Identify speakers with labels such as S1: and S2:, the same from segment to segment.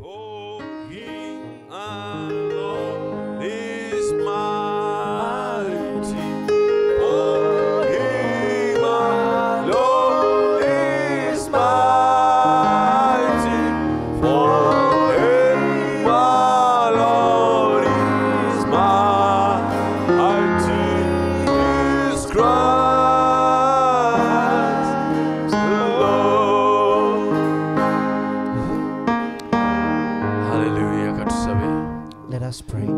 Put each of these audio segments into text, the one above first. S1: For He alone is mighty. For He alone is mighty. For He alone is mighty. Is Christ alone. haleluya katusabe
S2: Let us pray.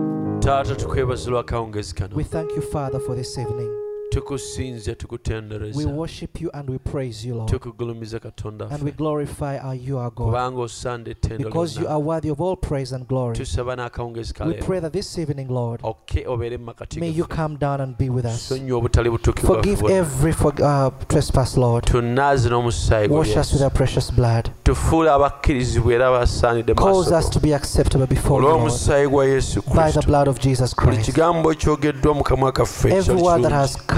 S1: taata tukwebaza lwakawungezi kano
S2: We thank you, Father, for this evening.
S1: tukusinze
S2: We
S1: tukutendereza
S2: worship you and we praise you, Lord.
S1: tukugulumiza katonda
S2: And we
S1: waffe
S2: glorify our, you, our God.
S1: kubanga osanda ettendo
S2: Because you
S1: lyonna.
S2: are worthy of all praise and glory.
S1: tusaba n'akawungezi
S2: We
S1: kaleero
S2: pray that this evening, Lord,
S1: okke obeere mu makati
S2: may you
S1: gaffe
S2: come down and be with us.
S1: sonyiwa obutali
S2: Forgive
S1: butuukibwafu
S2: every for, uh, trespass, Lord.
S1: tunaazi n'omusaayi gwo
S2: Wash us with
S1: Yesu.
S2: our precious blood.
S1: tufuule abakkirizibwa era abasaanidde
S2: Cause us
S1: maaso
S2: to be acceptable before you, Lord,
S1: olw'omusaayi gwa yesu
S2: by the
S1: kristo
S2: blood of Jesus
S1: buli
S2: Christ.
S1: kigambo ekyogeddwa mu kamwa kaffe
S2: Every word that
S1: ekitali
S2: has come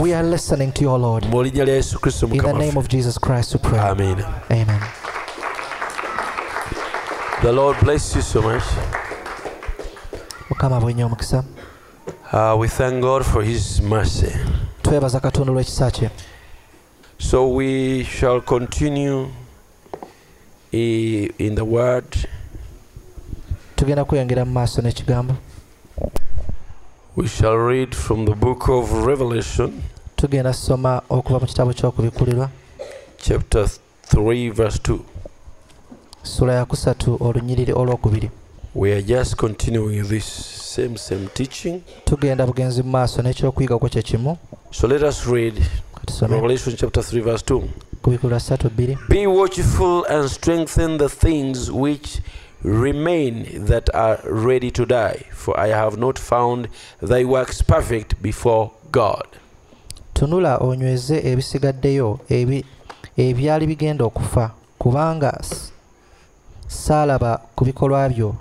S2: We are listening to you, O Lord.
S1: mu linnya lya yesu kristo
S2: In the
S1: mukama
S2: name
S1: waffe.
S2: of Jesus Christ, we pray.
S1: amen
S2: Amen.
S1: the lord bless you so much
S2: mukama bwenye omukisa
S1: Uh, we thank god for his mercy
S2: twebaza katonda olw'ekisa kye
S1: So we shall continue i- in the word.
S2: tugenda kweyongera mu maaso n'ekigambo
S1: We shall read from the book of Revelation,
S2: tugenda soma okuva mu kitabo ky'okubikulirwa
S1: chapter 3, verse 2.
S2: sula ya kusatu olunyiriri olwokubiri
S1: We are just continuing this same same teaching.
S2: tugenda bugenzi mu maaso n'ekyokuyiga okwo kye kimu
S1: So let us read
S2: katusome
S1: Revelation chapter 3, verse 2.
S2: kubikulirwa 32
S1: Be watchful and strengthen the things which remain that are ready to die, for I have not found thy works perfect before God.
S2: tunula onyweze ebisigaddeyo ebi- ebyali bigenda okufa kubanga s- saalaba ku bikolwa byo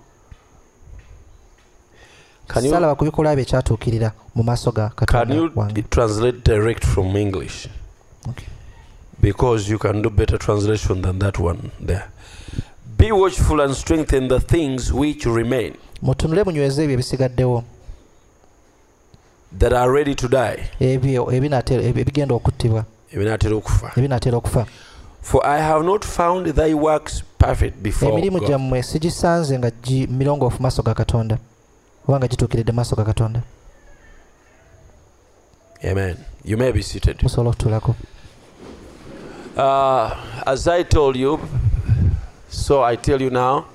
S1: Can you-
S2: saalaba ku bikolwa byo ekyatuukirira mu maaso ga
S1: Can
S2: katonda
S1: you
S2: wange
S1: translate direct from English?
S2: Okay.
S1: Because you can do better translation than that one there. Be watchful and strengthen the things which remain
S2: mutunule munyweze ebyo ebisigaddewo
S1: that are ready to die.
S2: ebyo ebinaatera- ebi- ebigenda okuttibwa
S1: Ebinaatera okufa.
S2: ebinaatera okufa
S1: For I have not found thy works perfect before
S2: emirimu
S1: God.
S2: gyammwe sigisanze nga gi- mirongoofu mu maaso ga katonda oba nga gituukiridde mu maaso ga katonda
S1: Amen. You may be seated.
S2: musobola okutuulako
S1: Uh, as I told you, so I tell you now,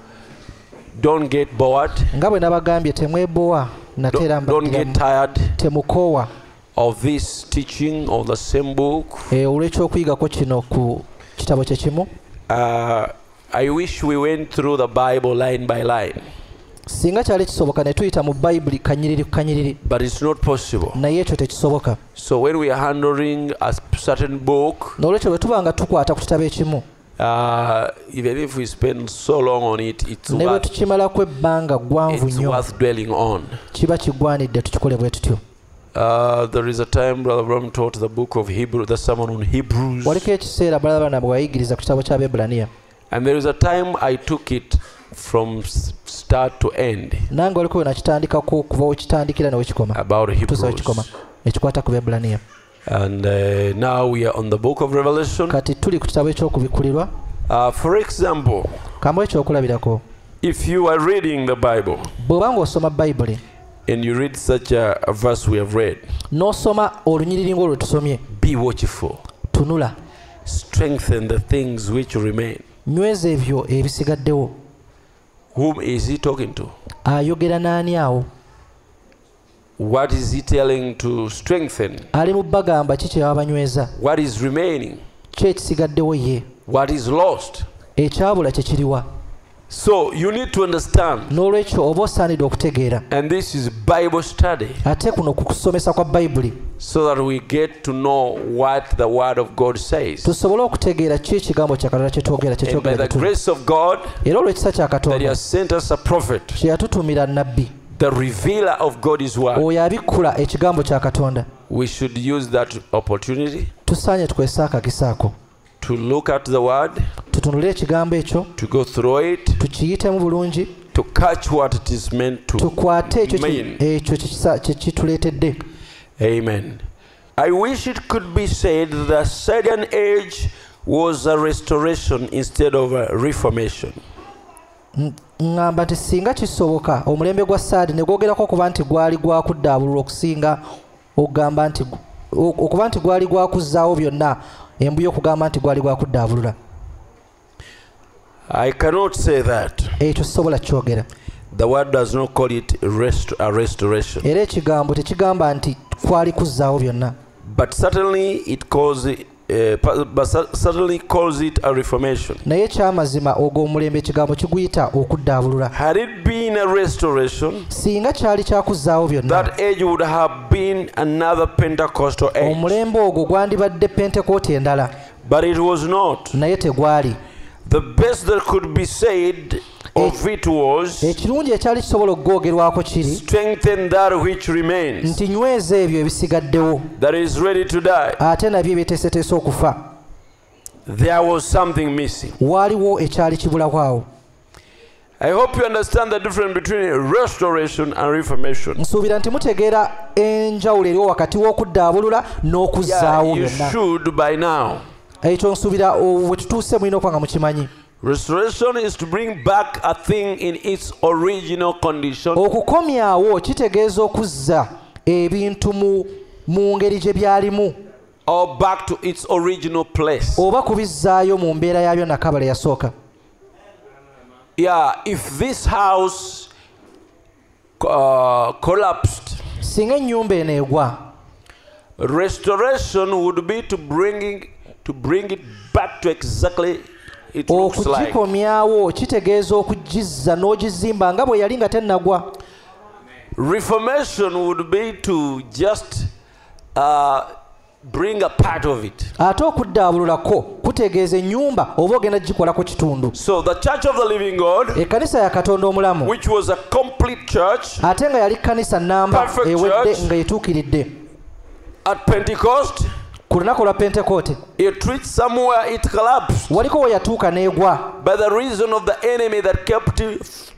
S1: don't get bored,
S2: nga bwe nabagambye temwebowa natera
S1: don't, don't get
S2: mbaddiramu
S1: tired
S2: temukoowa
S1: of this teaching of the same book.
S2: Eh, olw'ekyokuyigako kino ku kitabo kyekimu
S1: Uh, I wish we went through the Bible line by line,
S2: singa kyali kisoboka ne tuyita mu bayibuli kanyiriri ku kanyiriri
S1: but it's not possible.
S2: naye ekyo tekisoboka
S1: So when we are handling a s- certain book,
S2: n'olwekyo bwe tuba nga tukwata ku kitabo ekimu
S1: uh, even if we spend so long on it, it's
S2: ne bwe
S1: worth,
S2: tukimalako ebbanga ggwanvu
S1: it's
S2: nnyo
S1: worth dwelling on.
S2: kiba kigwanidde tukikole bwe tutyo
S1: Uh, there is a time Brother Bram taught the book of Hebrew, the sermon on Hebrews,
S2: waliko ekiseera balala banabwe wayigiriza ku kitabo ky'abaebulaniya
S1: and there is a time I took it from s- start to end
S2: nange waliko we nakitandikako okuva wekitandikira ne wekikoma
S1: about
S2: tuusa
S1: Hebrews.
S2: wekikoma ekikwata ku baebulaniya
S1: And uh, now we are on the book of Revelation.
S2: kati tuli ku kitabo ekyokubikulirwa
S1: Uh, for example,
S2: kambu ekyokulabirako
S1: If you are reading the Bible
S2: bw'oba ng'osoma bayibuli
S1: and you read such a, a verse we have read,
S2: n'osoma olunyiriri ng'olwo lwe tusomye
S1: be watchful,
S2: tunula
S1: strengthen the things which remain.
S2: nyweza ebyo ebisigaddewo
S1: Whom is he talking to?
S2: ayogera n'ani awo
S1: What is he telling to strengthen?
S2: ali mu bagamba ki kyebaba banyweza
S1: What is remaining?
S2: ki ekisigaddewo ye
S1: What is lost?
S2: ekyabula kye kiriwa
S1: So you need to understand,
S2: n'olwekyo oba osaanidde okutegeera
S1: and this is Bible study,
S2: ate kuno kukusomesa kwa bayibuli
S1: so that we get to know what the Word of God says.
S2: tusobole okutegeera ki ekigambo kya katonda kye twogera kye
S1: And by
S2: twogera
S1: the
S2: bwe tuli.
S1: grace of God,
S2: era olw'ekisa kya
S1: that He
S2: katonda
S1: has sent us a prophet,
S2: kye yatutumira nnabbi
S1: the revealer of God's Word.
S2: oyo abikkula ekigambo kya katonda
S1: We should use that opportunity
S2: tusaanye tukozese akagisa ako
S1: to look at the Word,
S2: tutunule ekigambo ekyo
S1: to go through it,
S2: tukiyitemu bulungi
S1: to catch what it is meant to.
S2: tukwate ekyo ki-
S1: Amen.
S2: ekyo kikisa- kye kituleetedde
S1: Amen. I wish it could be said the Syrian age was a restoration instead of a reformation.
S2: ŋŋamba nti singa kisoboka omulembe gwa saadi ne gwogerako okuba nti gwali gwakuddaabulula okusinga okugamba nti gu- o- okuba nti gwali gwakuzzaawo byonna embuyo okugamba nti gwali gwakuddaabulula
S1: I cannot say that.
S2: ekyo sisobola kyogera
S1: The word does not call it rest, a restoration.
S2: era ekigambo tekigamba nti kwali kuzzaawo byonna
S1: But certainly it calls it, uh, pa- but cer- certainly calls it a reformation.
S2: naye ekyamazima ogwo omulembe ekigambo kiguyita okuddaabulula
S1: Had it been a restoration,
S2: singa kyali kyakuzzaawo byonna
S1: that age would have been another Pentecostal age.
S2: omulembe ogwo gwandibadde pentekooti endala
S1: But it was not.
S2: naye tegwali
S1: The best that could be said of it was
S2: ekirungi ekyali kisobola okugoogerwako kiri
S1: strengthen that which remains,
S2: nti nyweza ebyo ebisigaddewo
S1: that is ready to die.
S2: ate nabyo ebyeteeseteese okufa
S1: There was something missing.
S2: waaliwo ekyali kibulawo awo
S1: I hope you understand the difference between restoration and reformation.
S2: nsuubira nti mutegeera enjawulo eriwo wakati w'okuddaabulula n'okuzzaawo
S1: Yeah, you
S2: byonna
S1: should by now.
S2: ekyo nsuubira o- we tutuuse mulina okuba nga mukimanyi
S1: Restoration is to bring back a thing in its original condition.
S2: okukomyawo kitegeeza okuzza ebintu mu mu ngeri gye byalimu
S1: or back to its original place.
S2: oba kubizzaayo mu mbeera yabyo nakabala yasooka
S1: Yeah, if this house uh, collapsed,
S2: singa ennyumba eno egwa
S1: restoration would be to bringing to bring it back to exactly it
S2: Oh,
S1: looks like.
S2: okugikomyawo kitegeeza okugizza n'ogizimba nga bwe yali nga tennagwa
S1: Reformation would be to just uh, bring a part of it.
S2: ate okuddaabululako kutegeeza ennyumba oba ogenda gikolako kitundu
S1: So the Church of the Living God,
S2: ekkanisa ya katonda omulamu
S1: which was a complete church
S2: ate nga yali kkanisa namba
S1: Perfect
S2: ewedde
S1: church.
S2: nga yetuukiridde
S1: at Pentecost,
S2: ku lunaku lwa pentekote
S1: it reached somewhere it collapsed
S2: waliko we yatuuka n'egwa
S1: by the reason of the enemy that kept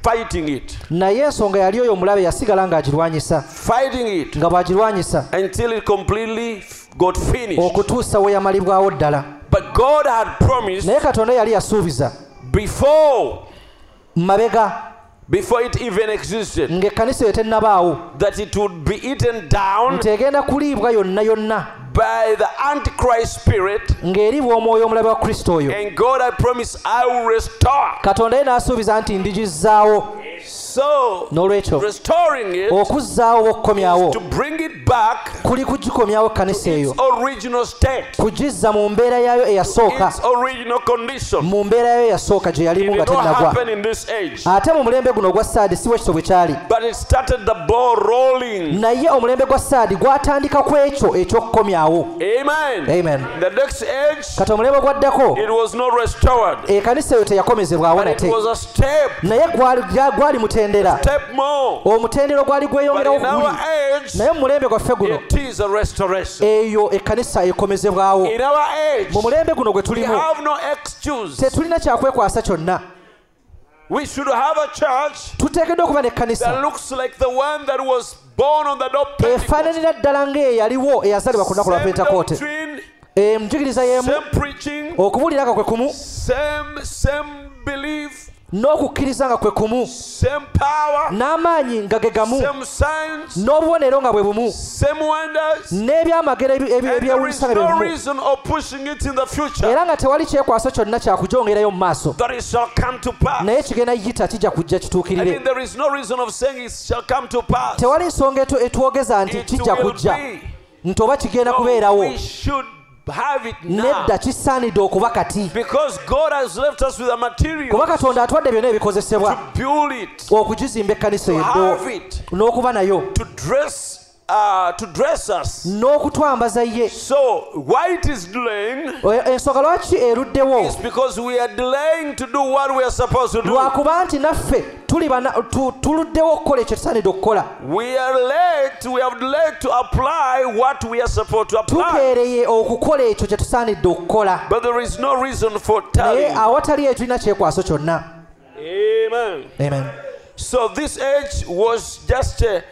S1: fighting it,
S2: naye ensonga yali oyo omulabe yasigala ng'agirwanyisa
S1: fighting it
S2: nga bw'agirwanyisa
S1: until it completely f- got
S2: Oh,
S1: finished.
S2: okutuusa we yamalibwawo ddala
S1: But God had promised
S2: naye katonda yali yasuubiza
S1: before
S2: mu mabega
S1: before it even existed
S2: ng'ekkanisa eyo tennabaawo
S1: that it would be eaten down
S2: nti egenda kuliibwa yonna yonna
S1: by the antichrist spirit
S2: ng'eriibwa omwoyo omulabe wa kristo oyo
S1: and god i promise i will restore
S2: katonda ye n'asuubiza nti ndigizzaawo
S1: so
S2: n'olwekyo
S1: restoring it
S2: okuzzaawo oba okukomyawo
S1: to bring it back
S2: kuli kugikomyawo ekkanisa eyo
S1: its original state
S2: kugizza mu mbeera yaayo eyasooka
S1: its original condition
S2: mu mbeera yaayo eyasooka gye
S1: it
S2: yalimu nga
S1: did not
S2: tennagwa
S1: happen in this age
S2: ate mu mulembe guno ogwa saadi si wekiso bwe kyali
S1: but it started the ball rolling
S2: naye omulembe gwa saadi gwatandika ku ekyo eky'okukomyawo
S1: amen
S2: amen
S1: the next age
S2: kati omulembe gwaddako
S1: it was not restored
S2: ekkanisa eyo teyakomezebwawo
S1: but it
S2: nate
S1: was a step
S2: naye gwali gya- gwali mutendera
S1: step more
S2: Oh, omutendero gwali
S1: but
S2: gweyongerawo
S1: in
S2: guli
S1: our age
S2: naye mu mulembe gwaffe guno
S1: it is a restoration
S2: eyo ekkanisa ekomezebwawo
S1: in our age
S2: mu mulembe guno gwe
S1: We
S2: tulimu
S1: have no excuse.
S2: tetulina kyakwekwasa kyonna
S1: We should have a church
S2: tuteekeddwa okuba n'ekkanisa
S1: that looks like the one that was born on the day of Pentecost.
S2: efaananira ddala ng'eyaliwo eyazalibwa ku lunaku lwa
S1: Same
S2: pentekoote
S1: doctrine,
S2: enjigiriza y'emu
S1: same preaching,
S2: okubuulira nga kwe kumu
S1: same same belief,
S2: n'okukkiriza nga kwe kumu
S1: same power,
S2: n'amaanyi nga ge gamu
S1: same signs,
S2: n'obubonero nga bwe bumu
S1: same wonders.
S2: n'ebyamagero ebi- ebi-
S1: And there is
S2: ebyewuunyisa nga bye
S1: no
S2: bimu
S1: reason of pushing it in the future
S2: era nga tewali kyekwaso kyonna kyakugyongerayo mu maaso
S1: that it shall come to pass.
S2: naye kigenda yita kijja kujja
S1: I mean,
S2: kituukirire
S1: there is no reason of saying it shall come to pass.
S2: tewali nsonga etu- etwogeza nti
S1: It
S2: kijja
S1: will
S2: kujja
S1: be.
S2: nti oba kigenda
S1: No,
S2: kubeerawo
S1: Oh, we should have it now.
S2: nedda kisaanidde okuba kati
S1: Because God has left us with a material
S2: kuba katonda atwadde byonna ebikozesebwa
S1: to build it,
S2: okugizimba ekkanisa
S1: to
S2: eddo
S1: have it,
S2: n'okuba nayo
S1: to dress, uh, to dress us.
S2: n'okutwambaza ye
S1: So why it is delaying
S2: E- ensonga lwaki eruddewo
S1: is because we are delaying to do what we are supposed to do.
S2: lwakuba nti naffe tuli bana- tu- tuluddewo okukola ekyo tusaanidde okukola
S1: We are late. We have late to apply what we are supposed to apply.
S2: tukeereye okukola ekyo kye tusaanidde okukola
S1: But there is no reason for
S2: naye
S1: telling.
S2: awatali ekyo tulina kyekwaso kyonna
S1: Amen.
S2: Amen.
S1: So this age was just a,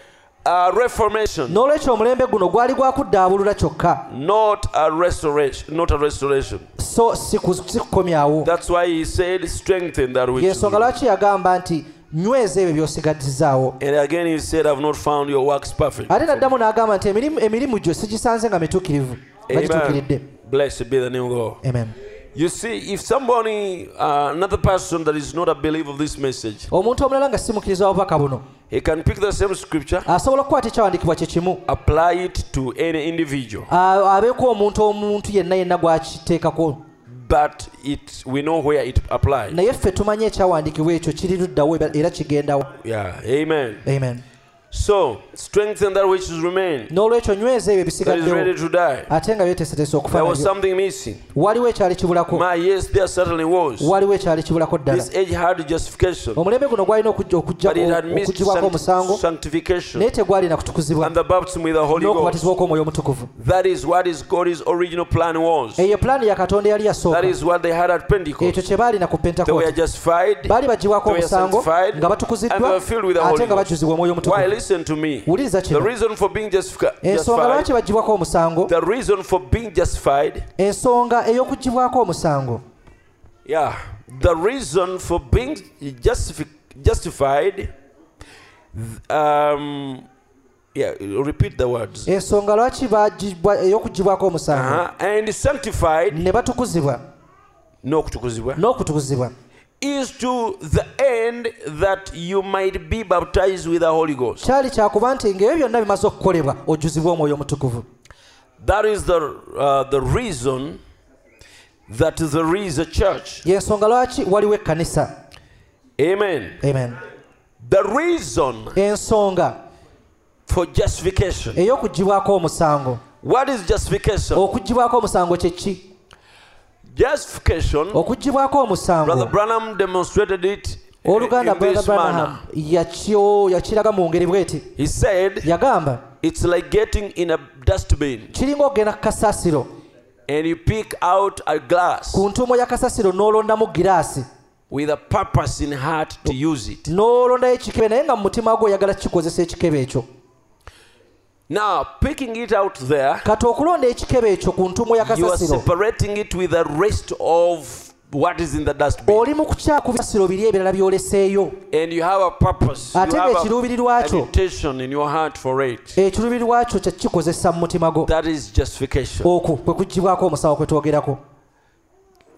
S1: a reformation,
S2: n'olwekyo omulembe guno gwali gwakuddaabulula kyokka
S1: not a restoration. Not a restoration.
S2: so si ku- si kukomyawo
S1: That's why he said, "Strengthen that which." is
S2: yensonga
S1: weak."
S2: lwaki yagamba nti nyweza ebyo by'osigaddizaawo
S1: And again, he said, "I've not found your works perfect."
S2: ate naddamu n'agamba nti emirimu- emirimu gyo sigisanze nga mituukirivu nga gituukiridde
S1: Amen. Blessed be the name of God.
S2: Amen.
S1: You see, if somebody, uh, another person that is not a believer of this message,
S2: omuntu omulala nga simukkiriza obubaka buno
S1: he can pick the same scripture
S2: asobola okukwata ekyawandiikibwa kye kimu
S1: apply it to any individual
S2: a- abeeko omuntu omuntu yenna yenna gwakiteekako
S1: but it we know where it applies
S2: naye ffe tumanyi ekyawandiikibwa ekyo kiri luddawo era- era kigendawo
S1: yeah amen
S2: amen
S1: so strengthen that which is remain
S2: n'olwekyo nyweza ebyo
S1: that is ready
S2: ebisigaddewo
S1: to die
S2: ate nga byeteeseteese
S1: there was
S2: okufanayo
S1: something missing
S2: waliwo ekyali kibulako
S1: my yes there certainly was
S2: waliwo ekyali kibulako ddala
S1: this age had justification
S2: omulembe guno gwalina okujja-
S1: but it had
S2: okujja-
S1: missed
S2: okugibwako
S1: sanct-
S2: omusango
S1: sanctification
S2: naye tegwalina kutukuzibwa
S1: and the baptism with the holy ghost
S2: n'okubatizibwa okw'omwoyo omutukuvu
S1: that is what is god's original plan was
S2: eyo pulaani ya katonda eyali
S1: that
S2: yasooka
S1: is what they had at pentecost
S2: ekyo kye baalina ku
S1: they were
S2: pentakoti
S1: justified
S2: baali bagiwako
S1: They were
S2: omusango
S1: sanctified,
S2: nga
S1: and they
S2: batukuziddwa
S1: were filled with the Holy
S2: ate nga
S1: Ghost.
S2: bajuzibwa omwoyo
S1: why
S2: omutukuvu
S1: listen to me
S2: wuliriza
S1: the
S2: kino
S1: reason for being justifica-
S2: ensonga
S1: justified
S2: lwaki bagibwako omusango
S1: the reason for being justified
S2: ensonga ey'okugibwako omusango
S1: yeah the reason for being justifi- justified um yeah repeat the
S2: Eh.
S1: words
S2: ensonga lwaki bagibwa- ey'okugibwako omusango
S1: uh-huh. and sanctified
S2: ne batukuzibwa
S1: n'okutukuzibwa
S2: n'okutukuzibwa
S1: is to the end that you might be baptized with the holy ghost
S2: kyali kyakuba nti ngaebyo byonna bimaze okukolebwa ojuzibwa omwoyo omutukuvu
S1: that is the uh, the reason that there is a church
S2: yensonga lwaki waliwo ekkanisa
S1: amen
S2: amen
S1: the reason
S2: ensonga
S1: for justification
S2: ey'okugibwako omusango
S1: what is justification
S2: okugibwako omusango kyeki
S1: justification
S2: Oh. okugibwako
S1: Brother
S2: omusango
S1: Branham demonstrated it uh,
S2: oluganda
S1: in this
S2: branaam
S1: manner.
S2: yakyo yakiraga mu ngeri bweti
S1: He said,
S2: yagamba
S1: It's like getting in a dustbin
S2: kiringa okgenda ku kasasiro
S1: and you pick out a glass
S2: ku ntuumo ya kasasiro n'olondamu giraasi
S1: with a purpose in heart to use it.
S2: n'olondayo ekikebe naye nga mu mutima gwe oyagala kikozesa ekikebe ekyo
S1: Now, picking it out there,
S2: kati okulonda ekikebe ekyo ku ntuumo ya
S1: you are
S2: kasasiro
S1: separating it with the rest of what is in the dustbin.
S2: oli mu kukyakubisasiro biri ebirala byoleseeyo
S1: And you have a purpose, you have
S2: Ate
S1: a, an
S2: ng'ekiruubirirwakyo-
S1: intention in your heart for
S2: Eh.
S1: it.
S2: ekiruubirirwa kyo kyekikozesa mu mutima gwo
S1: That is justification.
S2: okwo kwe kugibwako omusawo kwe twogerako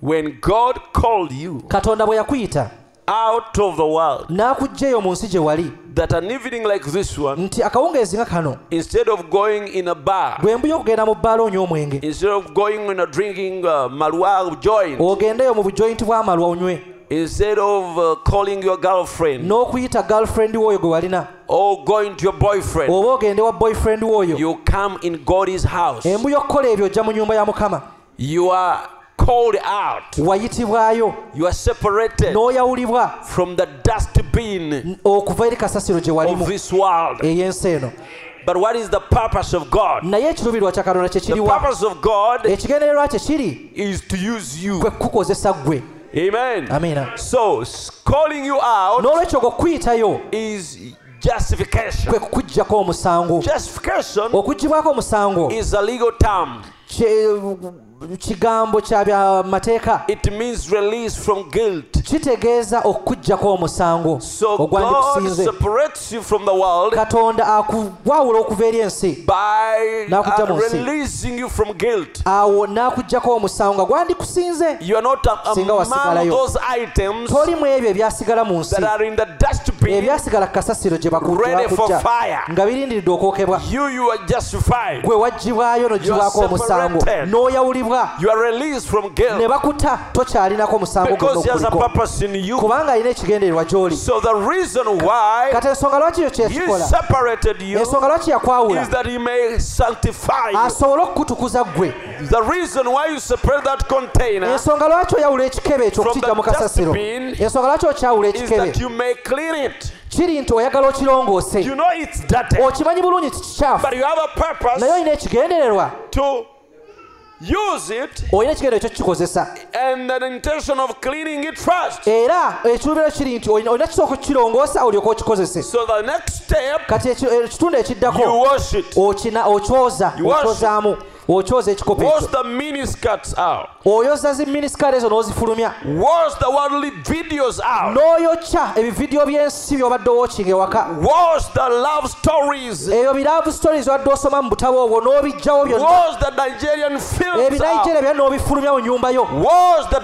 S1: When God called you
S2: katonda bwe yakuyita
S1: out of the world,
S2: n'akuggyeyo mu nsi gye wali
S1: that an evening like this one,
S2: nti akawungeezi nga kano
S1: instead of going in a bar,
S2: bwe mbuyo okugenda mu bbaala onywa omwenge
S1: instead of going and drinking uh, malwa joint,
S2: ogendeyo mu bujointi bw'amalwa onywe
S1: instead of uh, calling your girlfriend
S2: n'okuyita girlfriend woyo gwe walina
S1: or going to your boyfriend,
S2: oba ogende wa boyfriend woyo
S1: you come in God's house.
S2: embu y'okukola ebyo ojja mu nyumba ya mukama
S1: You are called out.
S2: wayitibwayo
S1: You are separated
S2: n'oyawulibwa
S1: from the dustbin
S2: n- okuva eri kasasiro gye
S1: of
S2: walimu
S1: this world.
S2: ey'ensi eno
S1: But what is the purpose of God?
S2: naye ekiruubirwa kya katonda kye
S1: The
S2: kiriwa
S1: purpose of
S2: Eh.
S1: God
S2: ekigendererwa kye kiri
S1: is to use you.
S2: kwe kukozesa ggwe
S1: Amen.
S2: amiina
S1: So, s- calling you out
S2: n'olwekyo gwe okuyitayo
S1: is justification.
S2: kwe kukuggyako omusango
S1: Justification
S2: Oh. okugibwako omusango
S1: is a legal term.
S2: kye- kigambo kya bya mateeka
S1: It means release from guilt.
S2: kitegeeza okukuggyako omusango
S1: So God
S2: ogwandikusinze
S1: separates you from the world
S2: katonda akuwawula okuva eri ensi
S1: by
S2: N'akuggya mu
S1: uh,
S2: nsi.
S1: releasing you from guilt.
S2: awo n'akugjako omusango nga gwandikusinze
S1: You are not a-
S2: Singa
S1: among
S2: wasigalayo.
S1: those items
S2: toli mu ebyo ebyasigala mu nsi
S1: that are in the dustbin.
S2: ebyasigala ku kasasiro gye baku- gye
S1: Ready for
S2: bakujja
S1: fire.
S2: nga birindiridde okwokebwa
S1: You, you are justified.
S2: gwe waggibwayo n'ogibwako
S1: You are
S2: omusango
S1: separated.
S2: n'olibwa
S1: You are released from
S2: ne
S1: guilt
S2: bakuta tokyalinako musango
S1: because he has a
S2: guliko
S1: purpose in you.
S2: kubanga alina ekigendererwa gy'oli
S1: So the reason why
S2: kati ensonga lwaki yo
S1: he
S2: kyekikola
S1: separated you
S2: ensonga lwaki
S1: is
S2: yakwawula
S1: that he may sanctify you.
S2: asobole okukutukuza ggwe
S1: The reason why you separate that container
S2: ensonga lwaki oyawula ekikebe ekyo
S1: From
S2: okukijja mu
S1: the
S2: kasasiro
S1: dustbin
S2: ensonga lwaki okyawula
S1: is
S2: ekikebe
S1: that you may clean it.
S2: kiri nti oyagala okirongose
S1: You know it's dirty,
S2: okimanyi bulungi ti kikyafu
S1: but you have a
S2: naye
S1: purpose
S2: olina ekigendererwa
S1: to use it
S2: olina ekigendero ekyo kikozesa
S1: and an intention of cleaning it first.
S2: era ekiruubiro kiri nti olina olina kisooka okukirongoosa olyoka okikozese
S1: So the next step,
S2: kati eki- ekitundu
S1: you
S2: ekiddako
S1: wash it.
S2: okina okyoza
S1: You wash it.
S2: okyozaamu okyoza ekikopo
S1: Wash
S2: ekyo
S1: the miniskirts out.
S2: oyoza ziminisikaala ezo n'ozifulumya
S1: Wash the worldly videos out.
S2: n'oyokya ebividiyo by'ensi by'obadde wookinga ewaka
S1: Wash the love stories.
S2: ebyo biraavu stories obadde osoma mu butabo obwo n'obijjawo byonna
S1: Wash the Nigerian films out.
S2: ebinayigere byonna n'obifulumya mu nnyumba yo
S1: Wash the,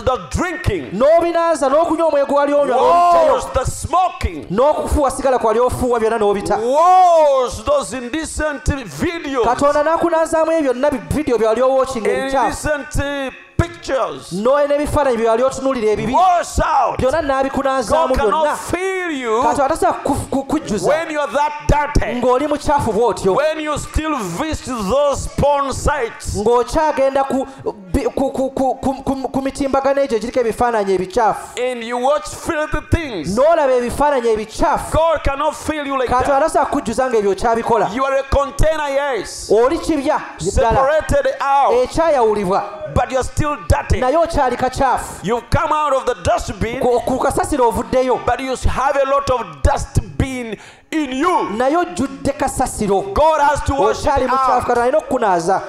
S1: the drinking.
S2: n'obinaaza n'okunywa omwego wali onywa n'obijjayo
S1: Wash the smoking.
S2: n'okufuuwa sigala kwali ofuuwa byonna n'obita
S1: Wash those indecent videos.
S2: katonda n'akunaazaamu ebyo byonna bividiyo byewali owookinga ebikyafu
S1: Indecent uh, pictures.
S2: noe n'ebifaananyi bye wali otunuulira ebibi
S1: Wash out.
S2: byonna
S1: God
S2: n'abikunaazaamu byonna
S1: cannot fill
S2: kati
S1: you
S2: atasobola ku- ku- kujjuza
S1: when you're that dirty.
S2: ng'oli mukyafu bw'otyo
S1: When you still visit those porn sites.
S2: ng'okyagenda ku- bi- ku- ku- ku- ku- ku- ku mitimbagano egyo egiriko ebifaananyi ebikyafu
S1: and you watch filthy things.
S2: n'olaba ebifaananyi ebikyafu
S1: God cannot fill you like
S2: kati
S1: that.
S2: atasobola kujjuza ng'ebyo okyabikola
S1: You are a container, yes,
S2: oli kibya ddala
S1: separated out,
S2: ekyayawulibwa
S1: but you're still dirty.
S2: naye okyali kakyafu
S1: You've come out of the dustbin,
S2: ku ku kasasiro ovuddeyo
S1: but you have a lot of dustbin in you.
S2: naye ojjudde kasasiro
S1: God has
S2: Oh,
S1: to wash it
S2: okyali mukyafu
S1: out.
S2: kati alina okukunaaza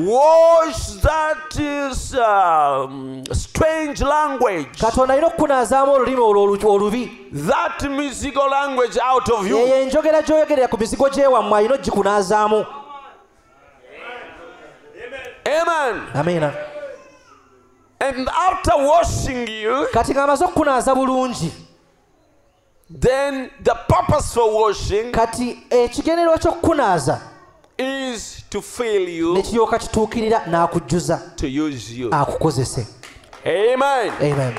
S1: Wash that is, um, strange language,
S2: katonda alina okukunaazaamu olulimi olwo olu- olubi
S1: that musical language out of you.
S2: eyo enjogera gyoyogerera ku mizigo gyewammwe alina ogikunaazaamu
S1: Amen.
S2: amina
S1: And after washing you,
S2: kati ng'amaze okukunaaza bulungi
S1: then the purpose for washing
S2: kati eh, ekigendererwa ky'okukunaaza
S1: is to fill
S2: ne
S1: you
S2: kiryoka kituukirira n'akujjuza
S1: to use you.
S2: Ah. akukozese
S1: Amen.
S2: amen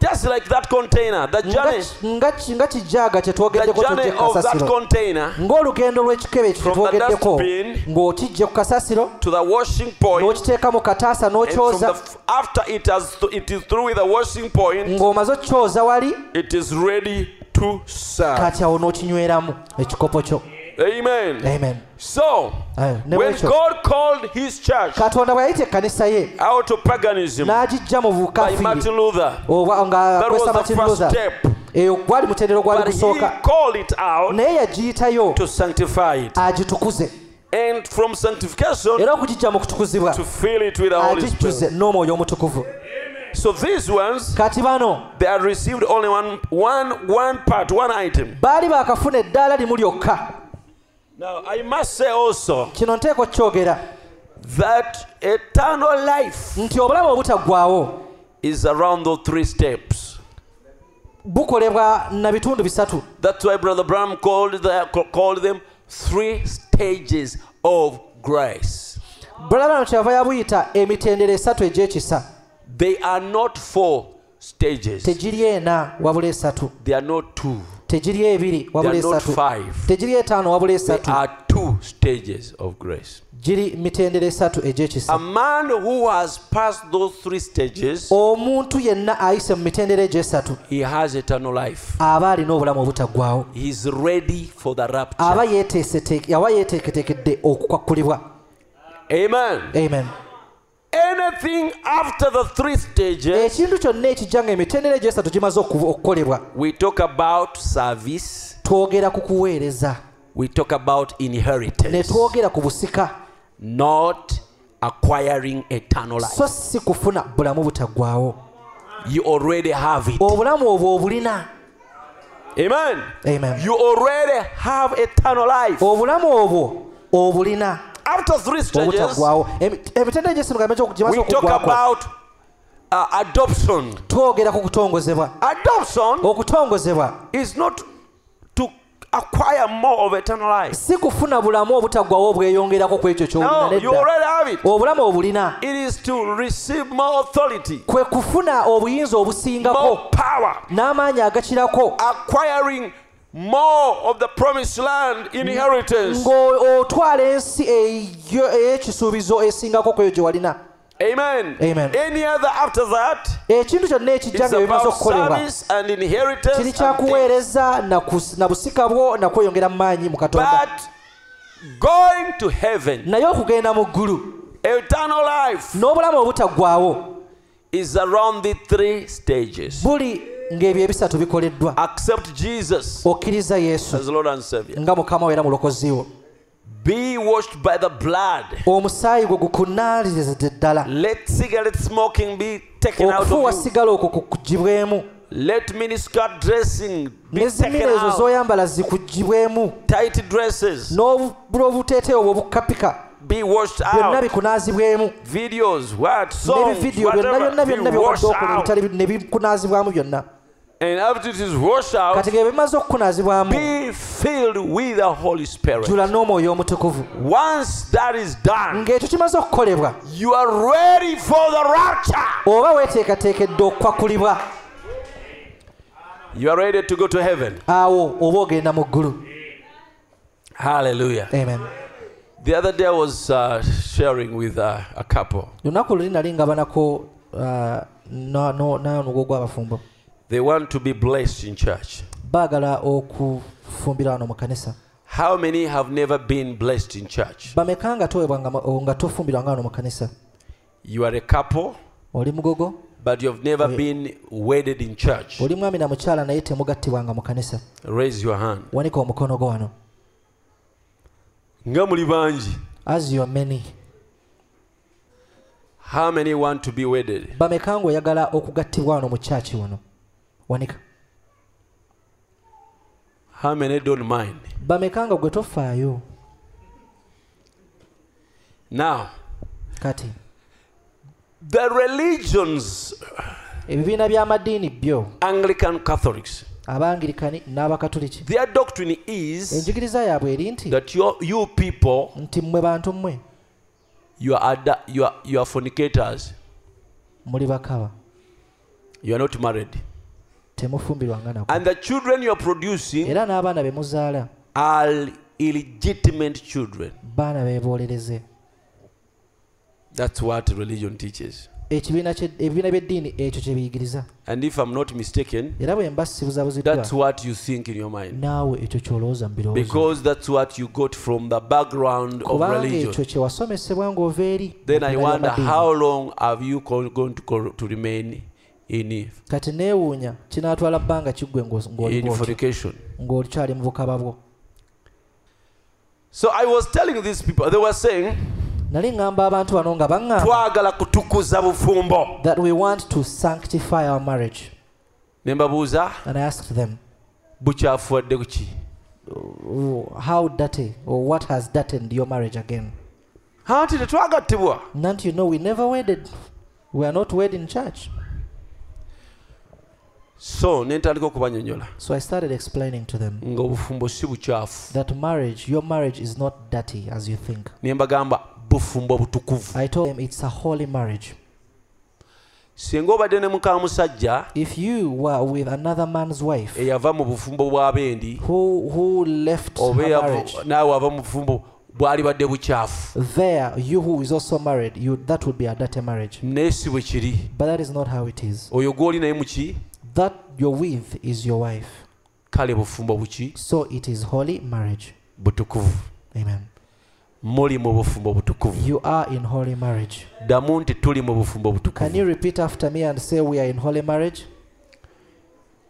S1: Just like that container, the
S2: Nga
S1: journey,
S2: ki- nga ki- nga kijaaga
S1: the
S2: kye twogeddeko
S1: journey
S2: tujje ku
S1: of that
S2: kasasiro
S1: container
S2: ng'olugendo lw'ekikebe ekyo kye
S1: From the
S2: twogeddeko
S1: dustbin
S2: ng'okijje ku kasasiro
S1: to the washing point,
S2: n'okiteeka mu kataasa
S1: and from the
S2: n'okyoza
S1: f- after it has it is through with the washing point,
S2: ng'omaze okukyoza wali
S1: it is ready to serve.
S2: kati awo n'okinyweramu ekikopo kyo
S1: Amen.
S2: amen
S1: So
S2: Aye, ne
S1: when
S2: bwekyo.
S1: God called His church
S2: katonda bwe yayita ekkanisa ye
S1: out of paganism
S2: n'agijja mu
S1: by
S2: bukafiri
S1: Martin Luther,
S2: oba
S1: that was
S2: ngaakwesa
S1: the
S2: martin
S1: first
S2: luther
S1: step.
S2: eyo gwali mutendero gwali
S1: But He
S2: gusooka
S1: called it out
S2: naye yagiyitayo
S1: to sanctify it,
S2: agitukuze
S1: and from sanctification
S2: Ah. era Ah, okugijja mu kutukuzibwa
S1: to fill it with the Holy Spirit.
S2: agijjuze n'omwoyo omutukuvu
S1: So these ones
S2: kati bano
S1: they had received only one, one, one part, one item.
S2: baali baakafuna eddaala limu lyokka
S1: Now I must say also
S2: kino nteeka okukyogera
S1: that eternal life
S2: nti obulamu obutaggwawo
S1: is around those three steps.
S2: bukolebwa na bitundu bisatu
S1: That's why Brother Bram called, the, called them three stages of grace.
S2: bulabano kyava yabuyita emitendera esatu egy'ekisa
S1: They are not four stages.
S2: tegiri ena wabula esatu
S1: They are not two.
S2: tegiri ebiri wabula
S1: They are not
S2: esatu
S1: five.
S2: tegiri etaano wabula
S1: They
S2: esatu
S1: are two stages of grace.
S2: giri mitendera esatu egy'ekisa
S1: A man who has passed those three stages,
S2: omuntu yenna ayise mu mitendera egyo esatu
S1: he has eternal life.
S2: aba alina obulamu obutaggwawo
S1: He is ready for the rapture.
S2: aba yeeteeseteeke- aba yeeteeketeekedde okukwakkulibwa
S1: Amen.
S2: amen
S1: Anything after the three stages,
S2: ekintu kyonna ekijja nga emitendera egyo esatu gimaze okubu- okukolebwa
S1: we talk about service,
S2: twogera ku kuweereza
S1: we talk about
S2: ne
S1: inheritance,
S2: twogera ku busika
S1: not acquiring eternal life.
S2: so si kufuna bulamu butaggwawo
S1: You already have it.
S2: obulamu obwo obulina
S1: Amen.
S2: amen
S1: You already have eternal life.
S2: obulamu obwo obulina
S1: After three stages,
S2: obutaggwawawo emitendera egyesimugambye
S1: we
S2: gimaze
S1: talk
S2: okugwako
S1: about uh, adoption.
S2: twogera ku kutongozebwa
S1: Adoption
S2: okutongozebwa
S1: is not to acquire more of eternal life.
S2: si kufuna bulamu obutaggwawo obweyongerako ku ekyo
S1: No, you
S2: kyobulina
S1: already have it.
S2: obulamu obulina
S1: It is to receive more authority,
S2: kwe kufuna obuyinza obusingako
S1: more power,
S2: n'amaanyi agakirako
S1: acquiring more of the promised land inheritance.
S2: ng'otwala ensi eyo- ey'ekisuubizo esingako kweyo gye walina
S1: Amen.
S2: Amen.
S1: Any other after that
S2: ekintu kyonna ekijja
S1: is
S2: nga bimaze
S1: about
S2: okukolebwa
S1: service and inheritance.
S2: kiri
S1: and things.
S2: kyakuweereza na kus- na busika bwo nakweyongera mu maanyi mu katonda
S1: But going to heaven,
S2: naye okugenda mu ggulu
S1: eternal life
S2: n'obulamu obutaggwawo
S1: is around the three stages.
S2: buli ng'ebyo ebisatu bikoleddwa
S1: Accept Jesus
S2: okkiriza yesu
S1: as Lord and Savior.
S2: nga mukama we era mulokozi wo
S1: Be washed by the blood.
S2: omusaayi gwe gukunaalirizidde ddala
S1: Let cigarette smoking be taken out
S2: okufuuwa
S1: of you.
S2: sigala okwo kukugibwemu
S1: Let miniskirt dressing be taken
S2: n'ezimira ezo
S1: out.
S2: z'oyambala zikugibwemu
S1: Tight dresses
S2: n'obula obuteeteewo obwo obukapika
S1: be washed
S2: byonna
S1: out.
S2: bikunaazibwemu
S1: Videos, what songs,
S2: n'ebividiyo byonna byonna byonna
S1: whatever, be
S2: byewadde
S1: washed
S2: okwo
S1: out.
S2: nebitali ne bikunaazibwamu byonna
S1: And after it is washed out,
S2: kati ng'ebyo bimaze okukunaazibwamu
S1: be filled with the Holy Spirit.
S2: jula n'omwoyo omutukuvu
S1: Once that is done,
S2: ng'ekyo kimaze okukolebwa
S1: you are ready for the rapture.
S2: oba weeteekateekedde okwakulibwa
S1: You are ready to go to heaven.
S2: awo oba ogenda mu ggulu
S1: Hallelujah.
S2: amen
S1: The other day I was uh, sharing with uh, a couple.
S2: lunaku luli nali nga banako ah, na- no- n'onugo gw'abafumbo
S1: They want to be blessed in church.
S2: baagala okufumbira wano mu kanisa
S1: How many have never been blessed in church?
S2: bameka nga toweebwa nga ma- o- nga tofumbirwanga wano mu kanisa
S1: You are a couple,
S2: oli mugogo
S1: but you've never been wedded in church.
S2: oli mwami na mukyala naye temugattibwanga mu kanisa
S1: Raise your hand.
S2: wanika omukono gwo wano
S1: Nga muli bangi.
S2: as your many
S1: How many want to be wedded?
S2: bameka ng'oyagala okugattibwa wano mu kyaki wano wanika
S1: How many don't mind?
S2: bameka nga gwe tofaayo
S1: Now,
S2: kati
S1: the religions,
S2: ebibiina by'amadiini byo
S1: Anglican Catholics,
S2: abangirikani n'abakatuliki
S1: their doctrine is
S2: enjigiriza yaabwe eri nti
S1: that you, you people,
S2: nti mmwe bantu mmwe
S1: you are, ada- you, are, you are fornicators.
S2: muli bakaba
S1: You are not married.
S2: temufumbirwanga nako
S1: And the children you are producing
S2: era n'abaana be muzaala
S1: are illegitimate children.
S2: baana beebolereze
S1: That's what religion teaches.
S2: ekibiina kye- ebibiina by'eddiini ekyo kye biyigiriza
S1: And if I'm not mistaken,
S2: era bwe mba sibuzabuziddwa
S1: that's what you think in your mind.
S2: naawe ekyo kyolowooza mu birowoozo
S1: Because that's what you got from the background of
S2: kubanga
S1: religion.
S2: ekyo kye wasomesebwa ng'ova eri
S1: Then I
S2: mu bibiina
S1: wonder
S2: by'amadiini.
S1: how long have you co- going to, co- to remain in,
S2: kati neewuunya kinaatwala bbanga kiggwe ng'os- ng'oli
S1: in
S2: bw'otyo,
S1: fornication.
S2: ng'olikyali mu bukaba bwo
S1: So I was telling these people, they were saying,
S2: nali ŋŋamba abantu bano nga baŋŋamba
S1: twagala kutukuza bufumbo.
S2: that we want to sanctify our marriage
S1: Ne mbabuuza,
S2: and i asked them
S1: bukyafuwadde ku ki?
S2: "Oh, how dirty or what has dirtened your marriage again
S1: Anti tetwagattibwa.
S2: nanti you know we never wedded we are not wed in church
S1: So ne ntandika okubanyonyola
S2: so i started explaining to them
S1: ng'obufumbo si bukyafu.
S2: that marriage your marriage is not dirty as you think
S1: Ne mbagamba bufumbo butukuvu.
S2: i told them it's a holy marriage
S1: Singa obadde ne muka musajja
S2: if you were with another man's wife
S1: eyava mu bufumbo bw'abendi
S2: who who left her
S1: oba eyava-
S2: marriage
S1: naawe ava mu bufumbo bwalibadde bukyafu.
S2: there you who is also married you that would be a dirty marriage
S1: Naye si bwe kiri.
S2: but that is not how it is
S1: Oyo gw'oli naye muki?
S2: that you're with is your wife
S1: Kale bufumbo buki?
S2: So it is holy marriage.
S1: Butukuvu.
S2: Amen.
S1: Muli mu bufumbo butukuvu.
S2: You are in holy marriage.
S1: ddamu nti tuli mu bufumbo
S2: Can
S1: butukuvu
S2: you repeat after me and say we are in holy marriage?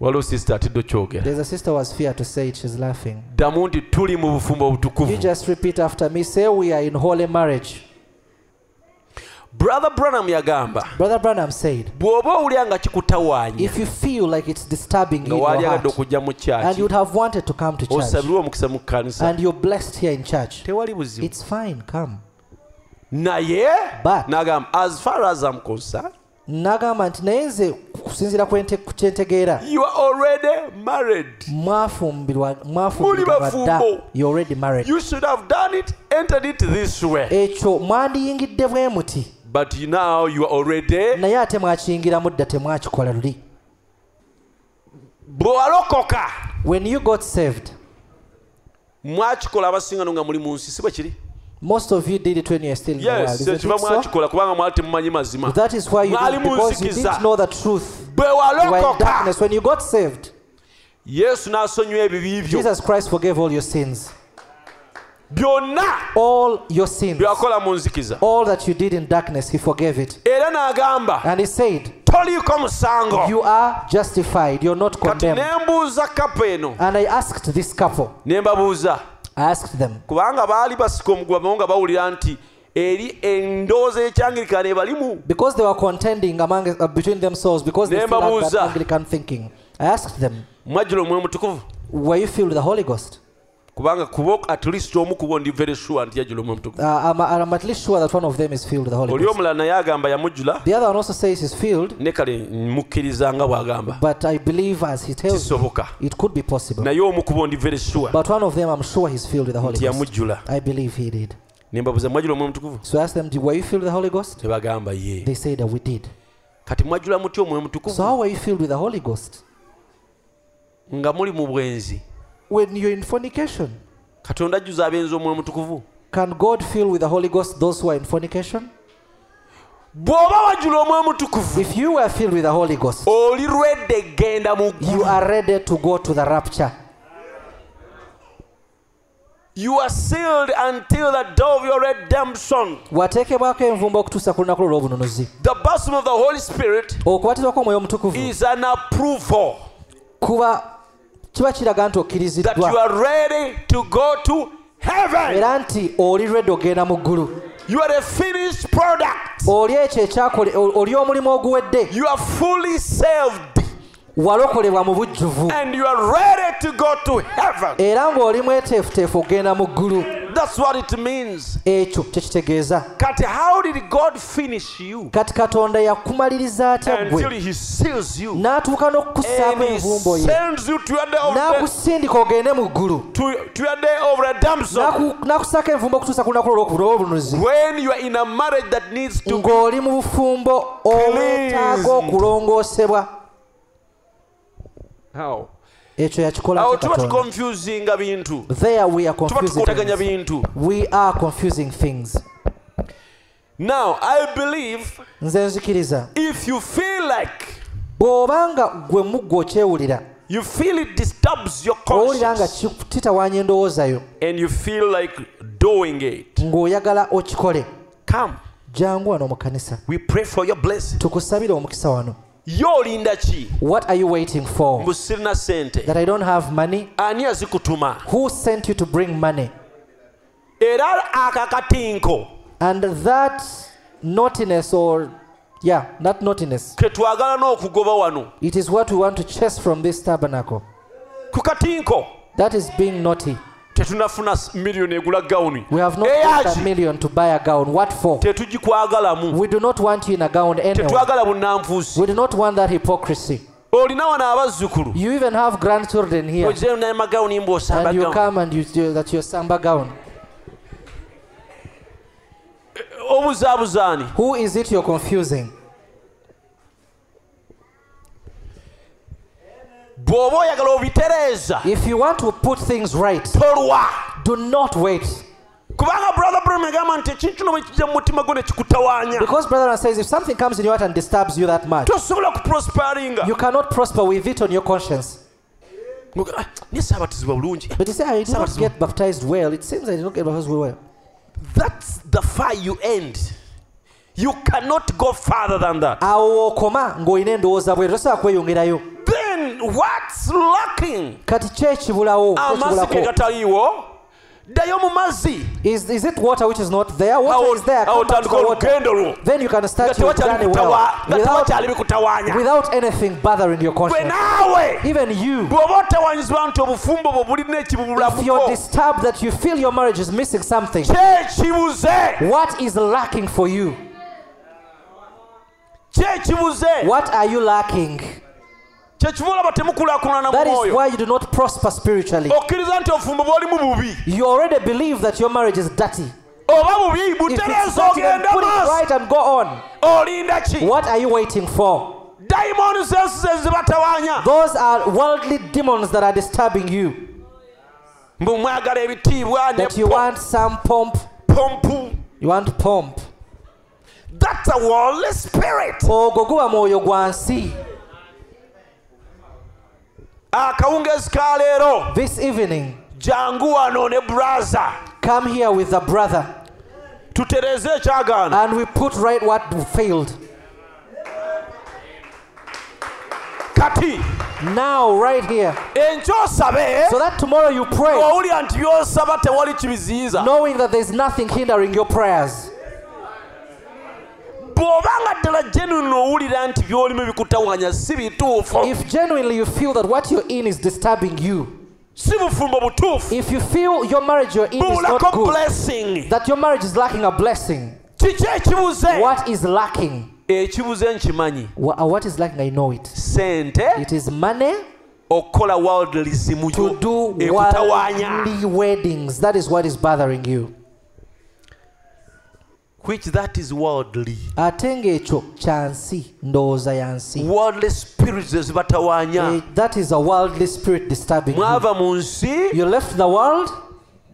S1: waliwo sisita atidde okyogera
S2: There's a sister who was fear to say it, she's laughing.
S1: ddamu nti tuli mu bufumbo
S2: You
S1: butukuvu
S2: just repeat after me, say we are in holy marriage.
S1: brother branham yagamba
S2: Brother Branham said,
S1: bw'oba owulira nga kikutawaanya
S2: if you feel like it's disturbing
S1: nga
S2: you in
S1: waali
S2: your
S1: agadde
S2: heart,
S1: okujja mu
S2: and
S1: kyaki
S2: you'd have wanted to come to church,
S1: osabirwe omukisa mu kkanisa
S2: and you're blessed here in church,
S1: tewali buzibu
S2: it's fine, come.
S1: naye
S2: But-
S1: n'agamba as far as am concerned
S2: n'agamba nti naye nze kusinziira ku ente- ku kyentegeera
S1: You are already married.
S2: mwafumbirwa mwafumbirwa
S1: Muli
S2: dda
S1: bafumbo.
S2: You already married
S1: You should have done it, entered it this way.
S2: ekyo mwandiyingidde bwe muti
S1: But you- now you are already
S2: naye ate mwakiyingiramu dda temwakikola luli
S1: bwe walokoka
S2: when you got saved
S1: mwakikola abasingano nga muli mu nsi si bwe kiri
S2: most of you did it when you were still in the world,
S1: yes
S2: isn't it
S1: ekiba
S2: so?
S1: mwakikola kubanga mwali temumanyi mazima
S2: that is why you did
S1: mwali
S2: it,
S1: mu
S2: because you didn't
S1: nzikiza
S2: know the truth
S1: bwe
S2: you were in
S1: walokoka
S2: darkness when you got saved
S1: yesu n'asonyiwa ebibi byo
S2: jesus christ forgave all your sins
S1: byonna
S2: all your sins
S1: byakola mu nzikiza
S2: all that you did in darkness he forgave it
S1: era n'agamba
S2: and he said
S1: toliiko musango
S2: you are justified you're not
S1: kati
S2: condemned
S1: ne mbuuza kapa eno
S2: and i asked this couple
S1: ne mbabuuza
S2: i asked them
S1: kubanga baali basika omuguba babo nga bawulira nti eri endowooza y'ekyangirikana ebalimu
S2: because they were contending among uh, between themselves because they still have
S1: Nembabuuza.
S2: that anglican thinking i asked them
S1: mwajjula omwe mutukuvu
S2: were you filled with the holy ghost
S1: kubanga kuba at least omu kubo ndi very sure nti yajjula omwe mutukuvu
S2: uh, I'm, I'm at least sure that one of them is filled with the holy
S1: oli
S2: ghost
S1: omulala naye agamba yamujjula
S2: the other one also says he's filled
S1: ne kale mukkiriza nga bw'agamba
S2: but i believe as he tells me
S1: kisoboka
S2: it could be possible
S1: naye omu kubo ndi very sure
S2: but one of them i'm sure he's filled with the holy
S1: nti
S2: ghost
S1: yamujjula
S2: i believe he did
S1: ne mbabuuza mwajjula omwe mutukuvu
S2: so i asked them "Do- were you filled with the holy ghost
S1: tebagamba ye
S2: they said that we did
S1: kati mwajjula muti omwe
S2: so
S1: mutukuvu
S2: how were you filled with the holy ghost
S1: nga muli mu bwenzi
S2: when you're in fornication
S1: katonda ajjuza abenzi omwe mutukuvu
S2: can god fill with the holy ghost those who are in fornication
S1: bw'oba wajjula omwe mutukuvu
S2: if you were filled with the holy ghost
S1: oli lwedde genda mu
S2: you
S1: ggulu
S2: are ready to go to the rapture.
S1: you are sealed until the day of your redemption
S2: wateekebwako envumba okutuusa ku lunaku olw'obununuzi
S1: the baptism of the holy spirit
S2: okubatibwako omwoyo omutukuvu
S1: is an approval
S2: kuba kiba kiraga nti
S1: that you
S2: okkiriziddwa
S1: are ready to go to heaven
S2: era nti oli lwedde ogenda mu ggulu
S1: you are a finished product
S2: oli ekyo ekyakole ol- oli omulimu oguwedde
S1: you are fully saved
S2: walokolebwa mu bujjuvu
S1: and you are ready to go to heaven
S2: era ng'oli mweteefuteefu ogenda mu ggulu
S1: that's what it means
S2: ekyo kye kitegeeza
S1: kati how did god finish you
S2: kati katonda yakumaliriza atya
S1: until
S2: ggwe
S1: he seals you
S2: n'atuuka n'okukussaako
S1: and he
S2: envumbo ye
S1: sends you to your day of the-
S2: n'akusindika ogende mu ggulu
S1: to, to your day of redemption
S2: N'aku- n'akussaako envumbo okutuusa ku lunaku olw'oku- olw'obununuzi
S1: when you are in a marriage that needs to be
S2: ng'oli mu bufumbo olwetaaga
S1: Cleansed.
S2: okulongoosebwa
S1: how
S2: ekyo
S1: awo
S2: yakikolako
S1: tuba
S2: katonda
S1: tuconfusinga bintu
S2: there we are
S1: tuba
S2: confusing
S1: tukwataganya
S2: things.
S1: bintu
S2: we are confusing things
S1: now i believe
S2: nze nzikiriza
S1: if you feel like
S2: bw'obanga gwe muggwe okyewulira
S1: you feel it disturbs your
S2: owulira nga
S1: conscience
S2: ki- kititawaanya endowooza yo
S1: and you feel like doing it
S2: ng'oyagala okikole
S1: come
S2: jangu wano mu kanisa
S1: we pray for your blessing
S2: tukusabire omukisa wano
S1: yolinda ki
S2: what are you waiting for
S1: mbu sirina sente
S2: that i don't have money
S1: ani azikutuma
S2: who sent you to bring money
S1: era akakatinko
S2: and that naughtiness or yeah that naughtiness
S1: ke twagala n'okugoba wano
S2: It is what we want to chase from this tabernacle.
S1: ku katinko
S2: That is being naughty.
S1: tetunafuna s- miliyoni egula gawuni
S2: We have not got a
S1: eyaki
S2: million to buy a gown. What for?
S1: tetugikwagalamu
S2: We do not want you in a gown anyway.
S1: tetwagala bunnanfuusi
S2: We do not want that hypocrisy.
S1: olina wano abazzukulu
S2: You even have grandchildren here,
S1: ogira namagawuni
S2: and you
S1: mbaosamba
S2: come and you do that your samba gown.
S1: obuzaabuzaani
S2: Who is it you're confusing?
S1: bw'oba oyagala obitereeza
S2: If you want to put things right,
S1: tolwa
S2: do not wait.
S1: kubanga brother bram agamba nti ekintu kino bwekijja mu mutima gwo ne kikutawaanya
S2: Because brother says if something comes in your heart and disturbs you that much,
S1: tosobola kuprosparinga
S2: you cannot prosper with it on your conscience.
S1: naye saabatizibwa bulungi
S2: But you say, I did not
S1: Sabbath-
S2: get baptized well. It seems I did not get baptized well.
S1: that's the far you end you cannot go farther than that
S2: awo okoma ng'olina endowooza bwe tosobola kweyongerayo
S1: then what's lacking Ah,
S2: kati ki ekibulawo
S1: amazzi ge
S2: ekibulako
S1: gataliiwo ddayo mu mazzi
S2: is, is it water which is not there water is there come back to
S1: awotandika
S2: the water
S1: olugendo lwo
S2: then you can
S1: nga
S2: start your journey well without,
S1: tewakyali bikutawaanya
S2: without anything bothering your
S1: gwe
S2: conscience
S1: naawe
S2: even you
S1: bw'oba otawanyizibwa nti obufumbo bwo bulina
S2: if you're
S1: ekibubulakuko
S2: disturbed that you feel your marriage is missing something
S1: kyekibuze
S2: what is lacking for you
S1: ki ekibuze
S2: What are you lacking?
S1: kyekibulaba temukulakulana mu
S2: That is
S1: mwoyo
S2: why you do not prosper spiritually.
S1: okkiriza nti obufumbo bwolimu bubi
S2: You already believe that your marriage is dirty.
S1: oba bubi
S2: If it's
S1: butereeza
S2: dirty, then
S1: ogenda
S2: put it
S1: maaso
S2: right and go on.
S1: olinda ki
S2: What are you waiting for?
S1: dayimooni zensi zezibatawaanya
S2: Those are worldly demons that are disturbing you.
S1: mbu mwagala ebitiibwa ne
S2: That you
S1: po-
S2: want some pomp.
S1: pompu
S2: You want pomp.
S1: that's a worldly spirit
S2: Ogwo guba mwoyo gwa nsi.
S1: akawungeezi ka leero
S2: This evening,
S1: jangu wano ne buraza
S2: come here with a brother
S1: tutereze ekyagaana
S2: and we put right what failed. Ah.
S1: kati
S2: Now, right here.
S1: enkyosabe
S2: So that tomorrow you pray,
S1: owulira nti byosaba tewali kibiziyiza
S2: knowing that there's nothing hindering your prayers.
S1: bw'obanga ddala genuine owulira nti byolimu bikutawanya si bituufu
S2: If genuinely you feel that what you're in is disturbing you,
S1: si bufumbo butuufu
S2: if you feel your marriage you're in is not
S1: bubulako
S2: good,
S1: blessing
S2: that your marriage is lacking a blessing,
S1: kiki ekibuze
S2: what is lacking?
S1: ekibuze nkimanyi
S2: Wha- uh, What is lacking? I know it.
S1: sente
S2: It is money
S1: okukola worldlism yo
S2: to do
S1: ekutawanya
S2: worldly weddings. That is what is bothering you.
S1: which that is worldly
S2: ate ng'ekyo kya nsi ndowooza ya nsi
S1: worldly spirits ezibatawanya
S2: Eh, that is a worldly spirit disturbing you.
S1: mwava mu nsi
S2: you left the world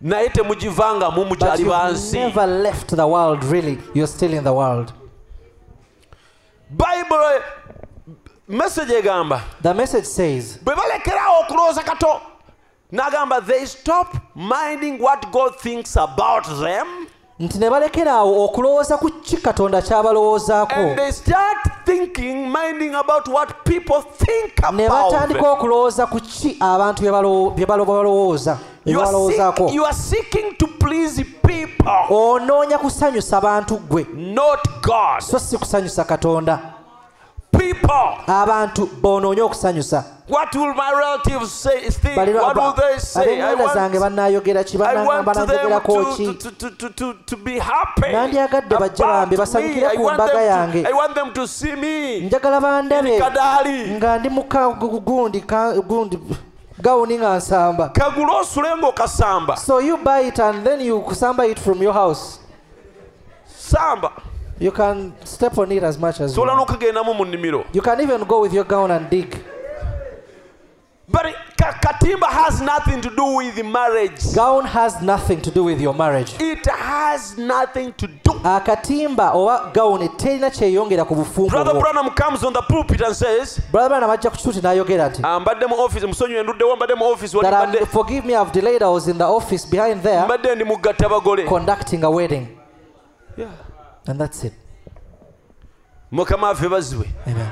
S1: naye temugivangamu
S2: But
S1: mukyali ba
S2: you've
S1: nsi
S2: never left the world, really. You're still in the world.
S1: bayibuli eh, message egamba
S2: The message says,
S1: bwe balekerawo okulowooza kato n'agamba they stop minding what god thinks about them
S2: nti ne balekeraawo okulowooza ku ki katonda
S1: and
S2: kyabalowoozaako
S1: they start thinking minding about what people think
S2: ne
S1: about
S2: batandika
S1: them.
S2: okulowooza ku ki abantu bye balo- bye balo- bye balowooza bye
S1: You are,
S2: balowoozaako
S1: seek, you are seeking to please people
S2: onoonya kusanyusa bantu ggwe
S1: not god
S2: so si kusanyusa katonda
S1: people
S2: abantu boonoonye okusanyusa
S1: what will my relatives say think
S2: baliro
S1: what will they say i
S2: ab'enganda zange
S1: want,
S2: banaayogera ki
S1: I want
S2: banagamba
S1: them
S2: nanjogerako
S1: to,
S2: ki
S1: to, to, to, to, to be happy
S2: Nandyagadde bajja
S1: about
S2: bange basanyukire
S1: me. I
S2: ku
S1: want
S2: mbaga
S1: them to-
S2: yange.
S1: I want them to see me
S2: njagala bandabe
S1: kadaali
S2: nga ndi muka gu- gundi ka- gundi gawuni nga nsamba
S1: kagula osule ng'okasamba
S2: so you buy it and then you samba it from your house
S1: samba
S2: you can step on it as much as you
S1: sobola
S2: want.
S1: n'okagendamu mu nnimiro
S2: you can even go with your gown and dig
S1: but ka- katimba has nothing to do with marriage
S2: gown has nothing to do with your marriage
S1: it has nothing to do
S2: akatimba oba gawuni terina kyeyongera ku bufumbo
S1: brother
S2: bwo
S1: branham comes on the pulpit and says
S2: brother bana bajja ku kyuti n'ayogera nti
S1: "Ah, mbadde mu office musonyiwe nduddewo mbadde mu office wali
S2: that I'm,
S1: mbadde
S2: forgive me I've delayed I was in the office behind there
S1: mbadde ndi mugatta bagole
S2: conducting a wedding
S1: Yeah.
S2: and that's it
S1: mukama affe baziwe
S2: amen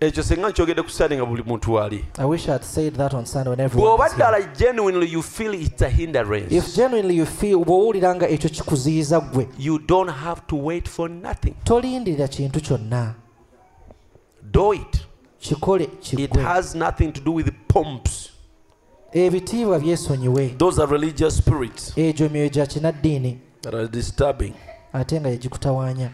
S1: ekyo singa nkyogedde ku sande nga buli muntu waali
S2: I wish I had said that on Sunday when everyone
S1: bw'oba
S2: was here.
S1: ddala genuinely you feel it's a
S2: if
S1: hindrance
S2: genuinely you feel bw'owulira nga ekyo kikuziyiza ggwe
S1: you don't have to wait for nothing
S2: tolindirira kintu kyonna
S1: do it
S2: kikole
S1: it
S2: kiggwe
S1: has nothing to do with pomps
S2: ebitiibwa byesonyiwe
S1: those are religious spirits
S2: egyo myoyo gya kinaddiini
S1: that are disturbing
S2: ate nga yegikutawaanya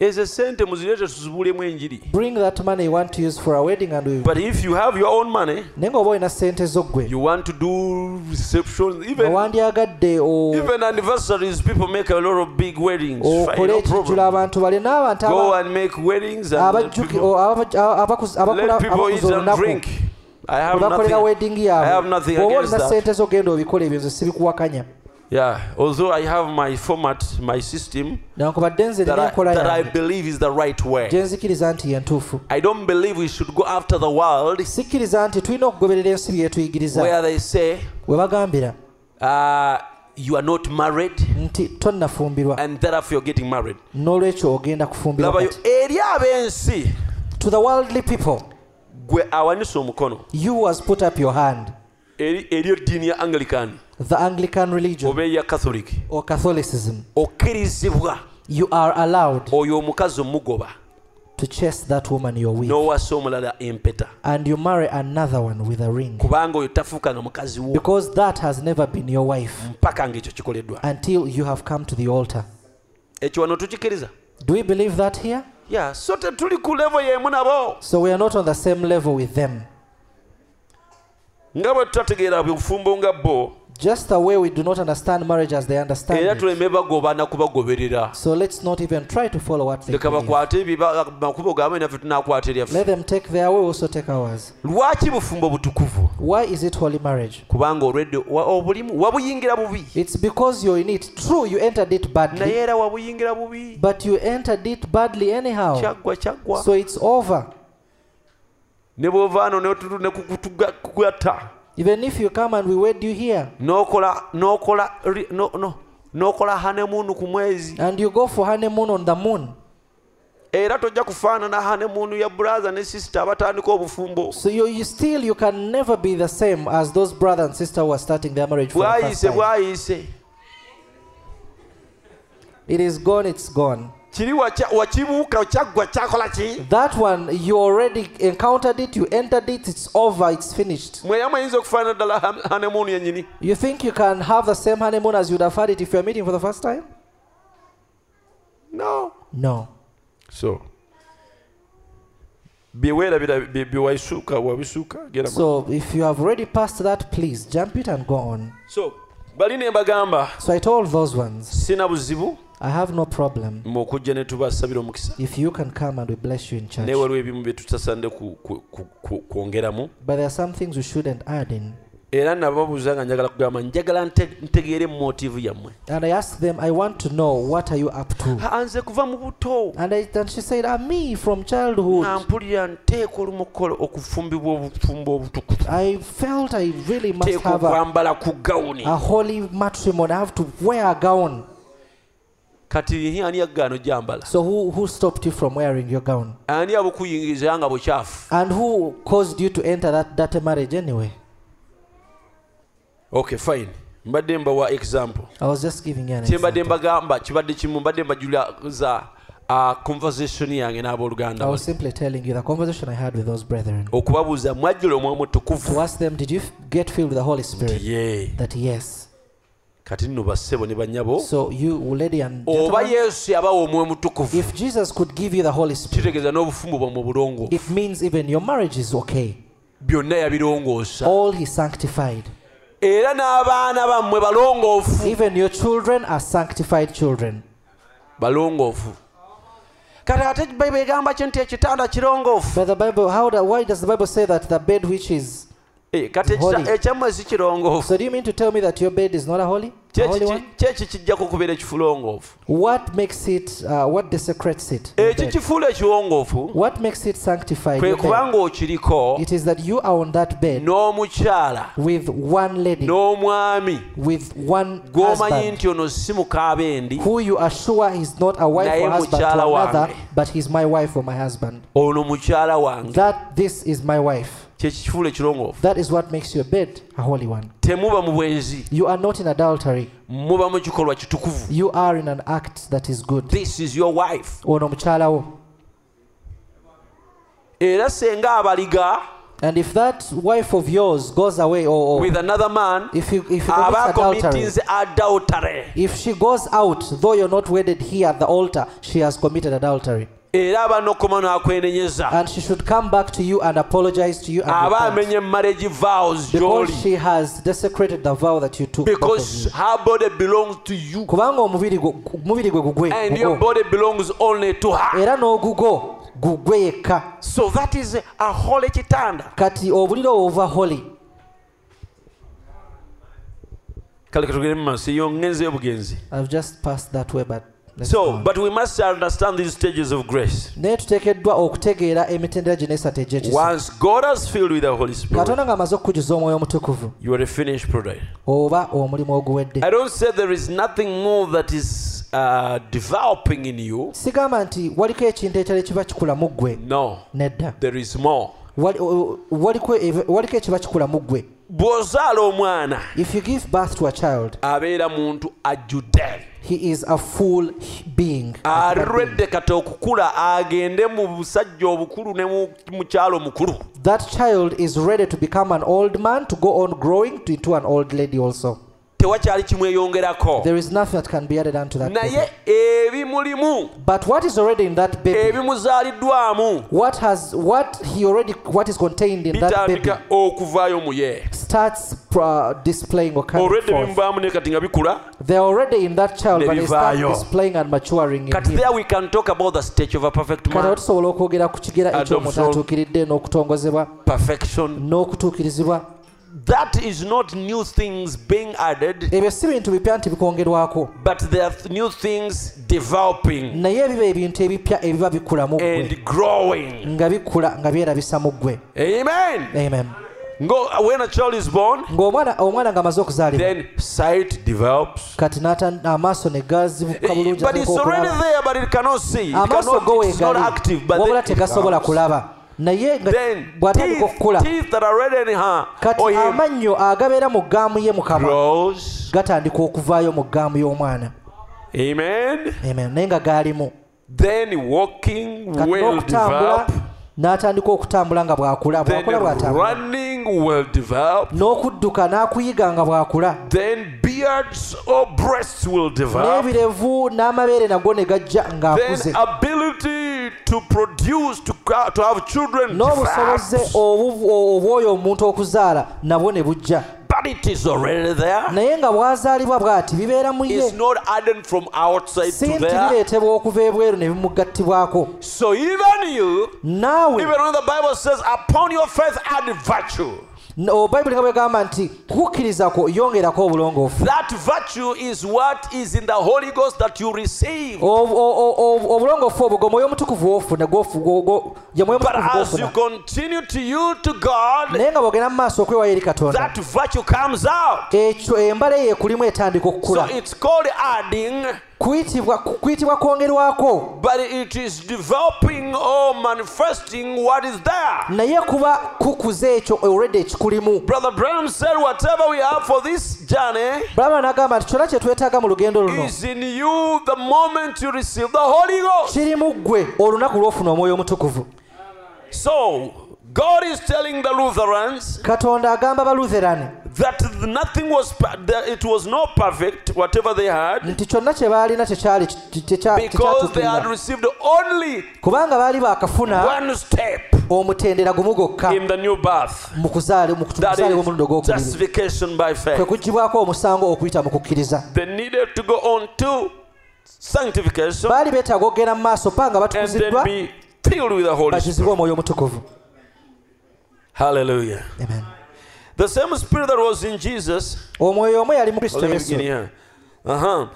S1: ezo sente muzireete tuzibuulemu enjiri
S2: bring that money you want to use for a wedding and we...
S1: but if you have your own money
S2: naye ngaoba olina ssente zo ggwe
S1: you want to do receptions even,
S2: owandyagadde o-
S1: even anniversaries people make a lot of big weddings Fine,
S2: okole
S1: no
S2: ekijjula
S1: problem
S2: abantu bali n'abantu
S1: go
S2: aba-
S1: and make weddings and let
S2: abajjuki-
S1: people,
S2: o- abaj- a- abakuzi- abakola
S1: let people eat
S2: abakuza
S1: and
S2: olunaku
S1: drink i have
S2: bakolera
S1: nothing
S2: wedding
S1: I have
S2: yaabwe
S1: nothing
S2: bw'oba
S1: against
S2: olina
S1: that.
S2: ssente zo genda obikola ebyo nze sibikuwakanya
S1: yeah although i have my format my system
S2: nankubadde nze
S1: that I,
S2: nenkola
S1: that I
S2: yange
S1: believe is the right way
S2: gye nzikiriza nti yentuufu
S1: i don't believe we should go after the world
S2: sikkiriza nti tulina okugoberera ensi byetuyigiriza
S1: where they say
S2: we bagambira
S1: uh, you are not married
S2: nti tonnafumbirwa
S1: and therefore you're getting married
S2: n'olwekyo ogenda kufumbirwa
S1: laba
S2: kati.
S1: eri ab'ensi
S2: to the worldly people
S1: gwe awanise omukono
S2: you has put up your hand
S1: eri eri eddiini ya anglican
S2: the anglican religion
S1: oba eya catholic
S2: or catholicism
S1: okkirizibwa
S2: you are allowed
S1: oyo omukazi omugoba
S2: to chase that woman you're with
S1: n'owasa omulala empeta
S2: and you marry another one with a ring
S1: kubanga oyo tafuuka nga mukazi wo
S2: because that has never been your wife
S1: mpaka ngaekyo kikoleddwa
S2: until you have come to the altar
S1: ekyo wano tukikkiriza
S2: do we believe that here
S1: yeah sote tuli ku levo yemu nabo
S2: so we are not on the same level with them
S1: nga bwe tutategeera bufumbo nga bo
S2: just the way we do not understand marriage as they understand
S1: era
S2: it.
S1: tuleme bagobana kubagoberera
S2: so let's not even try to follow what they
S1: leka
S2: believe.
S1: bakwate ebyo ba- makubo gaabwe naffe tunakwata eryaffe
S2: let them take their way also take ours
S1: lwaki bufumbo butukuvu
S2: why is it holy marriage
S1: kubanga olwedde wa- obulimu wabuyingira bubi
S2: it's because you're in it true you entered it
S1: naye
S2: badly
S1: era wabuyingira bubi
S2: but you entered it badly anyhow
S1: kyaggwa kyaggwa
S2: so it's over
S1: ne bwovaano nekugatta
S2: even if you come and we wed you here
S1: nokola nokola ri- no- no- nokola hanemunu ku mwezi
S2: and you go for honeymoon on the moon
S1: era tojja kufaanana hanemunu ya brother ne sister abatandika obufumbo
S2: so you, you still you can never be the same as those brother and sister who are starting their marriage for the first
S1: bwayise
S2: time.
S1: bwayise
S2: it is gone it's gone
S1: kiri wacha- wakibuuka kyaggwa kyakola ki
S2: that one you already encountered it you entered it it's over it's finished
S1: mweyamu ayinza okufaanana ddala ha- hanemunu yennyini
S2: you think you can have the same honeymoon as you'd have had it if you're meeting for the first time
S1: no
S2: no
S1: so byewerabira bye- byewaisuuka wabisuuka gera mu-
S2: so if you have already passed that please jump it and go on
S1: so bali ne mbagamba
S2: so i told those ones
S1: sina buzibu
S2: i have no problem
S1: mu okujja ne tubasabira omukisa
S2: if you can come and we bless you in church
S1: naye waliwo ebimu bye tutasanidde ku- ku- ku- ku- kwongeramu
S2: but there are some things we shouldn't add in
S1: era nababuuza nga njagala kugamba njagala nte- ntegeere emotivu yammwe
S2: and i asked them i want to know what are you up to
S1: Ha, nze kuva mu buto
S2: and, I, and she said ah me from childhood
S1: nga mpulira nteeka olumukolo okufumbibwa obufumbo obutukuvu
S2: i felt i really must
S1: nteeka
S2: have a,
S1: okwambala ku gawuni
S2: a holy matrimony i have to wear a gown
S1: kati ani yaggaano gyambala
S2: so who, who stopped you from wearing your gown
S1: ani abukuyingiriza nga bukyafu
S2: and who caused you to enter that dirty marriage anyway
S1: okay fine mbadde mbawa example
S2: i was just giving you an
S1: kyembadde
S2: example.
S1: mbagamba kibadde kimu mbadde mbajulaza conversation yange n'abooluganda
S2: i
S1: bano.
S2: was simply telling you the conversation i had with those brethren
S1: okubabuuza mwajjula omwomu tukuvu
S2: to ask them did you f- get filled with the holy spirit
S1: ye
S2: that yes
S1: kati nno bassebo ne banyabo
S2: so you lady and
S1: oba
S2: gentlemen,
S1: yesu yabawa omwe mutukuvu
S2: if jesus could give you the holy spirit
S1: kitegeeza n'obufumbo bwa mu bulongo
S2: it means even your marriage is okay
S1: byonna yabirongoosa
S2: all he sanctified
S1: era n'abaana bammwe balongoofu
S2: even your children are sanctified children
S1: balongoofu kati ate bayibuli egamba ki nti ekitanda kirongoofu
S2: but the bible how do, why does the bible say that the bed which is
S1: Eh, kati ekita-
S2: Holy.
S1: ekyammwe si kirongoofu
S2: so do you mean to tell me that your bed is not a holy, a holy one?
S1: kyeki kijjako okubeera ekifulongoofu
S2: What makes it, uh, what desecrates it? your
S1: ekyo
S2: bed?
S1: kifuula ekiwongoofu
S2: What makes it sanctified?
S1: Eh, kwe
S2: your bed?
S1: kubanga okiriko
S2: It is that you are on that bed
S1: n'omukyala
S2: with one lady,
S1: n'omwami
S2: with one
S1: gw'omanyi
S2: husband,
S1: nti ono si mukaabendi
S2: who you are sure is not a wife
S1: Naye
S2: or husband to
S1: mukyala
S2: another,
S1: wange.
S2: but he's my wife or my husband.
S1: ono mukyala wange
S2: That this is my wife.
S1: kyekifuula ekirongoofu
S2: That is what makes your bed a holy one.
S1: temuba mu bwenzi
S2: You are not in adultery.
S1: muba mu kikolwa kitukuvu
S2: You are in an act that is good.
S1: this is your wife
S2: Ono mukyala wo.
S1: era senga abaliga
S2: And if that wife of yours goes away, or, or
S1: with another man
S2: if you if you commit
S1: aba
S2: adultery,
S1: committing adultery
S2: If she goes out, though you're not wedded here at the altar, she has committed adultery.
S1: era aba n'okoma n'akwenenyeza
S2: And she should come back to you and apologize to you and
S1: aba
S2: repent.
S1: amenye marriage vows gy'oli
S2: because she has desecrated the vow that you took. both of
S1: because
S2: you.
S1: her body belongs to you
S2: kubanga omubiri gwo- gu- mubiri gwe gugwe
S1: and
S2: gugo.
S1: your body belongs only to her
S2: era n'ogugo gugwe yekka
S1: so that is a holy kitanda
S2: kati obuliri obwo buva holy
S1: kale katugere mu maaso eyo ngenzeyo bugenzi
S2: i've just passed that way but let's go
S1: so
S2: on.
S1: but we must understand these stages of grace
S2: naye tuteekeddwa okutegeera emitendera gye nesatu egyekisa
S1: once god has filled with the holy spirit
S2: katonda ng'amaze okukujjuza omwoyo omutukuvu
S1: you are a finished product
S2: oba omulimu oguwedde
S1: I don't say there is nothing more that is uh, developing in you.
S2: sigamba nti waliko ekintu ekirala ekiba kikula mu ggwe
S1: No,
S2: nedda
S1: there is more.
S2: Wali- o- o- waliko eve- waliko ekiba kikula mu ggwe
S1: bw'ozaala omwana
S2: if you give birth to a child
S1: abeera muntu ajjudde
S2: he is a full being
S1: alwedde kati okukula agende mu busajja obukulu ne mu- mu kyalo omukulu
S2: that child is ready to become an old man to go on growing to, into an old lady also
S1: tewakyali kimweyongerako
S2: There is nothing that can be added unto that. baby.
S1: naye ebimulimu
S2: But what is already in that baby,
S1: ebimuzaaliddwamu
S2: what has what he already what is contained in that baby
S1: bitandika okuvaayo mu ye
S2: starts uh, displaying or coming
S1: olwedde
S2: forth.
S1: bimuvaamu ne kati nga bikula
S2: They're already in that child, but they start
S1: Nebivaayo.
S2: displaying and maturing in
S1: kati
S2: him.
S1: there we can talk about the stage of a perfect
S2: kati awo
S1: man
S2: tusobola okwogera ku kigera ekyomuntu
S1: Adoption.
S2: atuukiridde n'okutongozebwa
S1: perfection
S2: n'okutuukirizibwa
S1: that is not new things being added
S2: ebyo si bintu bipya nti bikongerwako
S1: but there are new things developing
S2: naye ebiba ebintu ebipya ebiba bikula mu ggwe
S1: and growing
S2: nga bikula nga byerabisa mu ggwe
S1: amen
S2: amen
S1: Ngo- when a child is born
S2: ng'omwana omwana ng'amaze okuzaalibwa
S1: then sight develops
S2: kati n'ata- amaaso ne gazibuka bulungi
S1: but it's
S2: ateeka
S1: already there
S2: okulaba.
S1: but it cannot see it
S2: amaaso go
S1: cannot, it's not
S2: weegali
S1: active but
S2: wabula
S1: then it
S2: tegasobola
S1: develops.
S2: kulaba naye nga
S1: then
S2: bw'atandika
S1: teeth,
S2: okukula
S1: teeth that are already in her
S2: kati
S1: or him
S2: amannyo agabeera mu gaamu ye mu kamwa
S1: grows
S2: gatandika okuvaayo mu gaamu y'omwana
S1: amen
S2: Amen. naye nga gaalimu
S1: then walking
S2: kati
S1: will
S2: n'okutambula
S1: develop
S2: n'atandika okutambula nga bw'akula
S1: then
S2: bw'akula bw'atambula
S1: running will develop
S2: n'okudduka n'akuyiga nga bw'akula
S1: then beards or breasts will develop
S2: n'ebirevu n'amabeere nago ne gajja
S1: then
S2: ng'akuze
S1: ability to produce to, ca- to have children
S2: n'obusoboze
S1: develops
S2: obu- obw'oyo omuntu okuzaala nabwo ne bujja
S1: but it is already there
S2: naye nga bw'azaalibwa bw'ati bibeera mu
S1: it's
S2: ye
S1: not added from outside
S2: si
S1: to
S2: nti
S1: there
S2: bireetebwa okuva ebweru ne bimugattibwako
S1: so even you
S2: naawe
S1: even when the bible says upon your faith add virtue
S2: obayibuli nga bwegamba nti kukkirizako yongerako obulongoofu
S1: that virtue is what is in the holy ghost that you receive
S2: Obu- o- o- o- obulongoofu obwo gwe mwoyo omutukuvu wofuna gwofu- gwo- gwo- gye mwoyo
S1: but
S2: omutukuvu
S1: as you
S2: gwofuna
S1: continue to yield to god
S2: naye nga bwogenda mu maaso okwewayo eri katonda
S1: that virtue comes out
S2: ekyo embala eyo ekulimu etandika
S1: so
S2: okukula
S1: it's called adding
S2: kuyitibwa ku- kuyitibwa kwongerwako
S1: but it is developing or manifesting what is there.
S2: naye kuba kukuza ekyo olredi ekikulimu
S1: Brother Branham said, Whatever we have for this journey
S2: bulaba n'agamba nti kyonna kye twetaaga mu lugendo luno
S1: is in you the moment you receive the Holy Ghost.
S2: kirimu ggwe olunaku lwofuna omwoyo omutukuvu
S1: So, God is telling the Lutherans
S2: katonda agamba balutherani
S1: that nothing was, per- that it was not perfect, whatever they had,
S2: nti kyonna kye baalina tekyali ki- tekya-
S1: because they had
S2: tekyatuukirira
S1: received only
S2: kubanga baali bakafuna
S1: one step
S2: omutendera gumu gwokka
S1: in the new birth.
S2: mu kuzaali- mu
S1: That
S2: kuzaalibwa omulundi
S1: is
S2: ogwokubiri
S1: justification by
S2: kwe
S1: faith.
S2: kugibwako omusango okuyita mu kukkiriza
S1: They needed to go on to sanctification.
S2: baali beetaaga okugenda mu maaso pa nga
S1: and then
S2: batukuziddwa
S1: be filled with the Holy Spirit.
S2: bakizibwe omwoyo omutukuvu
S1: Hallelujah.
S2: Amen.
S1: The same Spirit that was in Jesus.
S2: omwoyo omu yali mu kristo
S1: Let me
S2: yesu
S1: begin here. Uh-huh.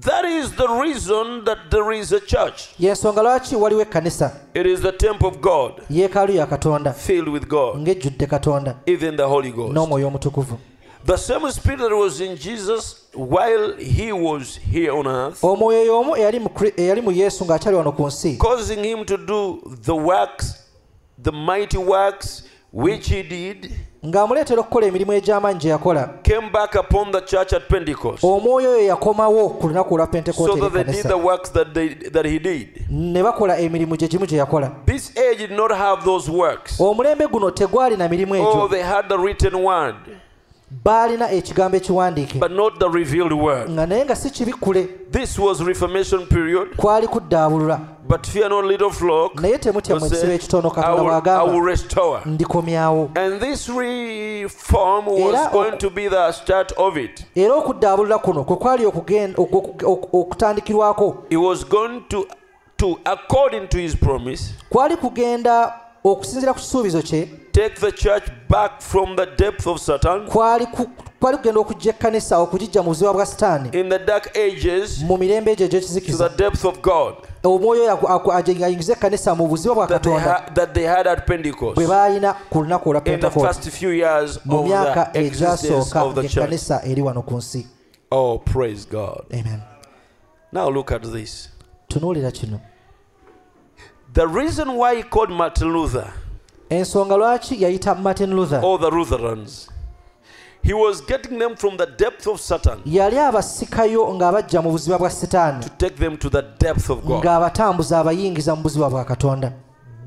S1: That is the reason that there is a church.
S2: yensonga lwaki waliwo ekkanisa
S1: It is the temple of God,
S2: yeekaalu ya katonda
S1: filled with God,
S2: ng'ejjudde katonda
S1: even the Holy Ghost.
S2: n'omwoyo omutukuvu
S1: The same Spirit that was in Jesus while he was here on earth,
S2: omwoyo y'omu eyali mu Kri- eyali mu yesu ng'akyali wano ku nsi
S1: causing him to do the works, the mighty works which he did,
S2: ng'amuleetera okukola emirimu egy'amaanyi gye yakola
S1: came back upon the church at Pentecost.
S2: omwoyo oyo yakomawo ku lunaku olwa
S1: so
S2: pentekote
S1: that they did the
S2: erikanisa
S1: works that they that he did.
S2: ne bakola emirimu gye gimu gye yakola
S1: This age did not have those works.
S2: omulembe guno tegwali na mirimu
S1: Oh,
S2: egyo
S1: they had the written word,
S2: baalina ekigambo ekiwandiike
S1: but not the revealed word.
S2: nga naye nga si kibikkule
S1: This was Reformation period.
S2: kwali kuddaabulula
S1: But fear not, little flock.
S2: naye temutya mu
S1: God said,
S2: ekisibo ekitono
S1: I
S2: katonda
S1: will, I will
S2: bw'agamba
S1: restore.
S2: Mm. ndikomyawo
S1: And this reform
S2: Era
S1: was
S2: oku-
S1: going to be the start of it.
S2: era okuddaabulula kuno kwe kwali okugenda oku- oku- okutandikirwako
S1: It was going to, to according to his promise,
S2: kwali kugenda okusinziira ku kisuubizo kye
S1: take the church back from the depth of Satan
S2: kwali ku- kwali kugenda okujja ekkanisa okugijja mu buziba bwa sitaani
S1: in the dark ages
S2: mu mirembe egyo
S1: to the
S2: egy'ekizikiza
S1: depth of God.
S2: omwoyo oyo aku- aku- aje- ayingiza ekkanisa mu buziba bwa
S1: that they,
S2: katonda
S1: ha- that they had at
S2: bwe
S1: Pentecost
S2: baalina ku lunaku olwa
S1: in the
S2: pentekote
S1: first few years of
S2: mu myaka e
S1: the existence
S2: egyasooka
S1: of the church.
S2: ng'ekkanisa eri wano ku nsi
S1: Oh, praise God.
S2: amen
S1: Now look at this.
S2: tunuulira kino
S1: The reason why he called Martin Luther
S2: ensonga lwaki yayita martin luther
S1: or the Lutherans, he was getting them from the depth of Satan
S2: yali abasikayo ng'abajja mu buziba bwa sitaani
S1: to take them to the depth of God.
S2: ng'abatambuza abayingiza mu buziba bwa katonda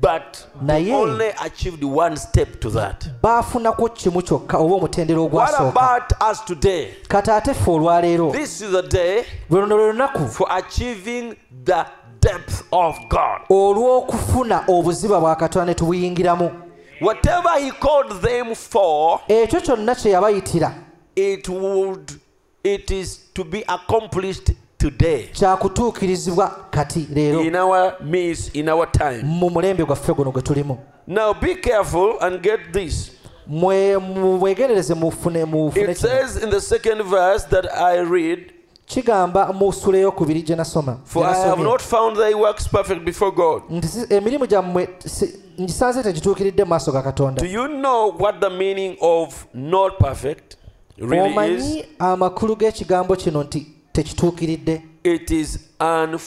S1: but they
S2: Naye-
S1: only achieved one step to that.
S2: baafunako kimu kyokka oba omutendera
S1: What
S2: ogwasooka
S1: about us today?
S2: kati ate ffe olwaleero
S1: This is the day
S2: lwe luno lwe lunaku
S1: for achieving the depth of God.
S2: olw'okufuna obuziba bwa katonda ne tubuyingiramu
S1: Whatever He called them for,
S2: ekyo kyonna kye yabayitira
S1: it would, it is to be accomplished today
S2: kyakutuukirizibwa kati leero
S1: in our midst, in our time.
S2: mu mulembe gwaffe guno gwe tulimu
S1: Now be careful and get this.
S2: Mwe- mu- mwegendereze mufune mufune
S1: It
S2: kino.
S1: says in the second verse that I read,
S2: kigamba mu ssula eyokubiri gye nasoma
S1: For
S2: gye
S1: I have
S2: nasomye,
S1: not found thy works perfect before God.
S2: nti si- emirimu gyammwe si- ngisanze tegituukiridde mu maaso ga katonda
S1: Do you know what the meaning of not perfect really is?
S2: omanyi amakulu g'ekigambo kino nti tekituukiridde
S1: It is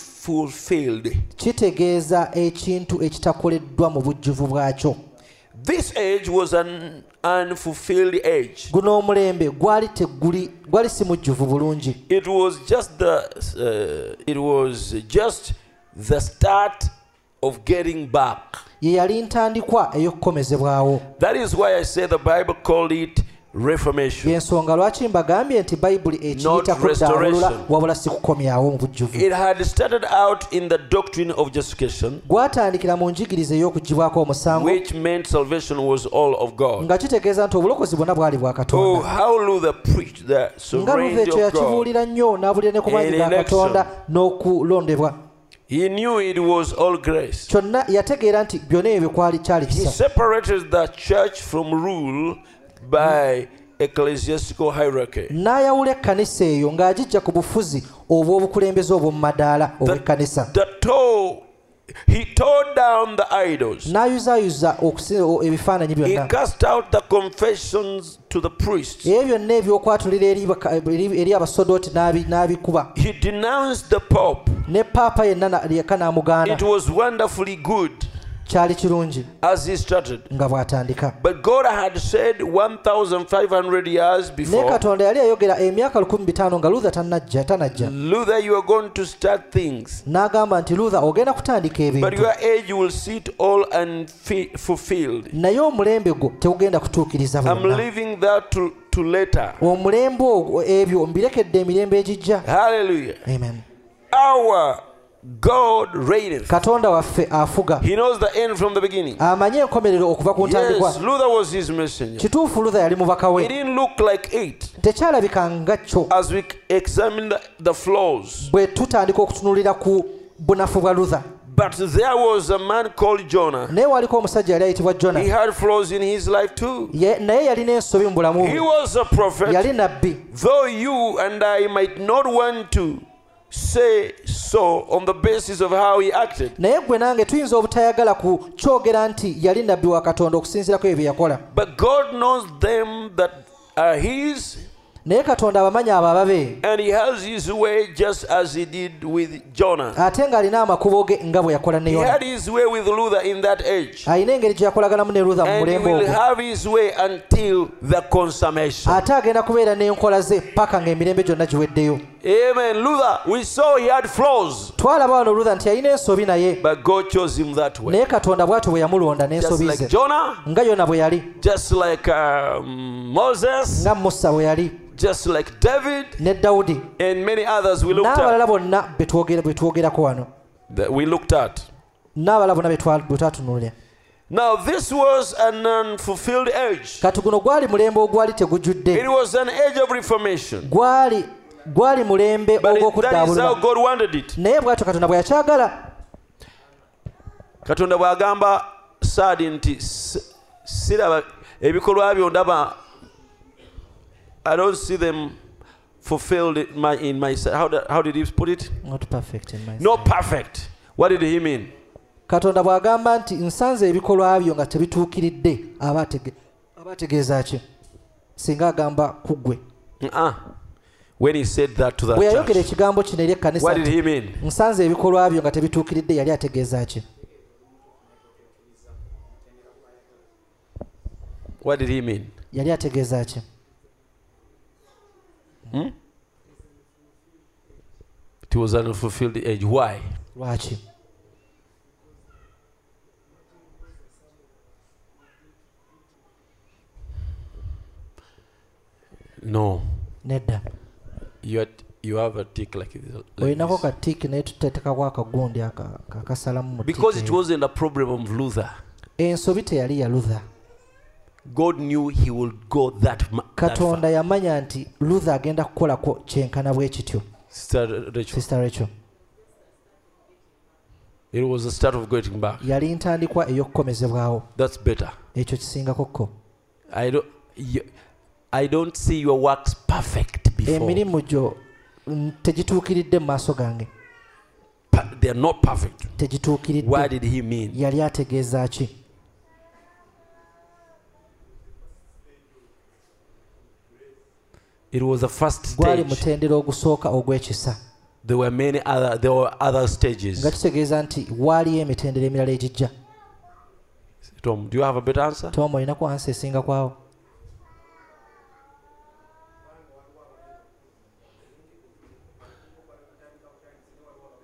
S1: unfulfilled.
S2: kitegeeza ekintu ekitakoleddwa mu bujjuvu bwakyo
S1: This age was an unfulfilled age.
S2: guno omulembe gwali teguli gwali si mujjuvu bulungi
S1: It was just the uh, it was just the start of getting back.
S2: ye yali ntandikwa ey'okukomezebwawo
S1: That is why I say the Bible called it reformation.
S2: yensonga lwaki mbagambye nti bayibuli ekiyita
S1: Not restoration.
S2: kuddawulula wabula si kukomyawo mu bujjuvu
S1: It had started out in the doctrine of justification,
S2: gwatandikira mu njigiriza ey'okugibwako omusango
S1: which meant salvation was all of God.
S2: nga kitegeeza nti obulokozi bwonna bwali bwa
S1: Oh,
S2: katonda
S1: how Luther preached the
S2: nga luva
S1: sovereignty
S2: ekyo
S1: of God.
S2: yakibuulira nnyo n'abulira ne ku maanyi
S1: And
S2: ga
S1: election.
S2: katonda n'okulondebwa
S1: He knew it was all grace.
S2: kyonna yategeera nti byonna ebyo kwali kyali
S1: He
S2: kisa
S1: separated the church from rule by ecclesiastical hierarchy.
S2: n'ayawula ekkanisa eyo ng'agijja ku bufuzi obw'obukulembeze obw'omu madaala obw'ekkanisa
S1: The tore, he tore down the idols.
S2: n'ayuzaayuza okusi- o- ebifaananyi
S1: He
S2: byonna
S1: cast out the confessions to the priests.
S2: ebyo byonna ebyokwatulira eri baka- eri eri abasodooti n'abi- n'abikuba
S1: He denounced the pope.
S2: ne paapa yenna na- yekka n'amugaana
S1: It was wonderfully good
S2: kyali kirungi
S1: as he started.
S2: nga bw'atandika
S1: But God had said 1,500 years
S2: naye
S1: before
S2: katonda yali yayogera emyaka 15 nga luther tannajja tanajja
S1: Luther, you are going to start things,
S2: n'agamba nti luther ogenda kutandika
S1: but
S2: ebintu
S1: your age will see it all unfulfilled.
S2: naye omulembe gwo tewugenda kutuukiriza
S1: I'm
S2: bonna
S1: leaving that to, to later.
S2: omulembe ogwo ebyo mbirekedde emirembe egijja
S1: Hallelujah.
S2: amen
S1: Our God reigneth.
S2: katonda waffe afuga
S1: He knows the end from the beginning.
S2: amanyi enkomerero okuva ku ntandikwa
S1: Yes, Luther was his messenger.
S2: kituufu luther yali mubaka
S1: It
S2: we
S1: didn't look like it
S2: tekyalabika nga kyo
S1: as we examine the, the flaws.
S2: bwe tutandika okutunulira ku bunafu bwa luther
S1: But there was a man called Jonah.
S2: naye waliko omusajja yali ayitibwa
S1: He
S2: jona
S1: had flaws in his life too.
S2: Ye- naye yalina ensobi mu bulamu
S1: He
S2: bwe
S1: was a prophet.
S2: yali nabbi
S1: Though you and I might not want to say so on the basis of how he acted,
S2: naye gwe nange tuyinza obutayagala kukyogera nti yali nabbi wa katonda okusinziirako ebyo bye yakola
S1: but God knows them that are his,
S2: naye katonda abamanyi abo ababe
S1: and he has his way just as he did with Jonah.
S2: ate ng'alina amakubo ge nga bwe yakola ne
S1: He
S2: yona
S1: had his way with Luther in that age,
S2: alina engeri gye yakolaganamu ne luther mu
S1: and he
S2: mulembe
S1: will
S2: ogwo
S1: have his way until the consummation.
S2: ate agenda kubeera n'enkola ze paka ng'emirembe gyonna giweddeyo
S1: Amen. Luther, we saw he had flaws,
S2: twalaba wano luther nti yalina ensobi naye
S1: but God chose him that way.
S2: naye katonda bw'atyo bwe yamulonda
S1: Just
S2: n'ensobi ze
S1: like Jonah,
S2: nga yona bwe yali
S1: just like um, Moses,
S2: nga musa bwe yali
S1: just like David.
S2: ne dawudi
S1: and many others we looked at.
S2: n'abalala bonna be twogera- be twogerako wano
S1: That we looked at.
S2: n'abalala bonna be twa- be twatunulira
S1: Now this was an unfulfilled age.
S2: kati guno gwali mulembe ogwali
S1: It
S2: tegujjudde
S1: was an age of reformation.
S2: gwali gwali mulembe
S1: But it, that is how
S2: ogw'okuddaabulula
S1: God wanted it.
S2: naye bwatyo katonda bwe yakyagala
S1: katonda bw'agamba saadi nti "S- siraba ebikolwa byo ndaba i don't see them fulfilled in my, in my si- how, did- how did he put it
S2: Not perfect in my sight.
S1: no perfect what did he mean
S2: katonda bw'agamba nti nsanze ebikolwa byo nga tebituukiridde aba atege- aba ategeeza ki singa agamba ku ggwe
S1: uh when he said that to that
S2: bwe yayogera
S1: church,
S2: ekigambo kino eri ekkanisa
S1: what did
S2: nti,
S1: he mean
S2: nsanze ebikolwa byo nga tebituukiridde yali ategeeza ki
S1: what did he mean
S2: yali ategeeza ki
S1: it was an unfulfilled age why
S2: lwaki
S1: no
S2: nedda
S1: you, are, you have a tick like this, like
S2: olinako
S1: this.
S2: katiiki naye tutetekako akagundi aka- aka- akasalamu mu
S1: because
S2: tiiki
S1: it
S2: eyo.
S1: wasn't a problem of luther
S2: ensobi teyali yalutha
S1: god knew he would go that, ma- that far.
S2: katonda yamanya nti lutha agenda kukolako kyenkana bwe kityo
S1: Sister Rachel,
S2: sister rachel
S1: it was the start of getting back
S2: yali ntandikwa ey'okukomezebwawo
S1: that's better
S2: ekyo kisingakokko
S1: i don't you, i don't see your works perfect
S2: Eh,
S1: before
S2: emirimu gyo mm, tegituukiridde mu maaso gange
S1: Pa- they are not perfect what
S2: tegituukiridde
S1: did he mean
S2: yali ategeeza ki
S1: it was the first
S2: gwali
S1: stage
S2: mutendera ogusooka ogw'ekisa
S1: there were many other there were other stages
S2: nga kitegeeza nti waaliyo emitendera emirala egijja
S1: tom do you have a better answer
S2: tom olinaku ansi esinga kwawo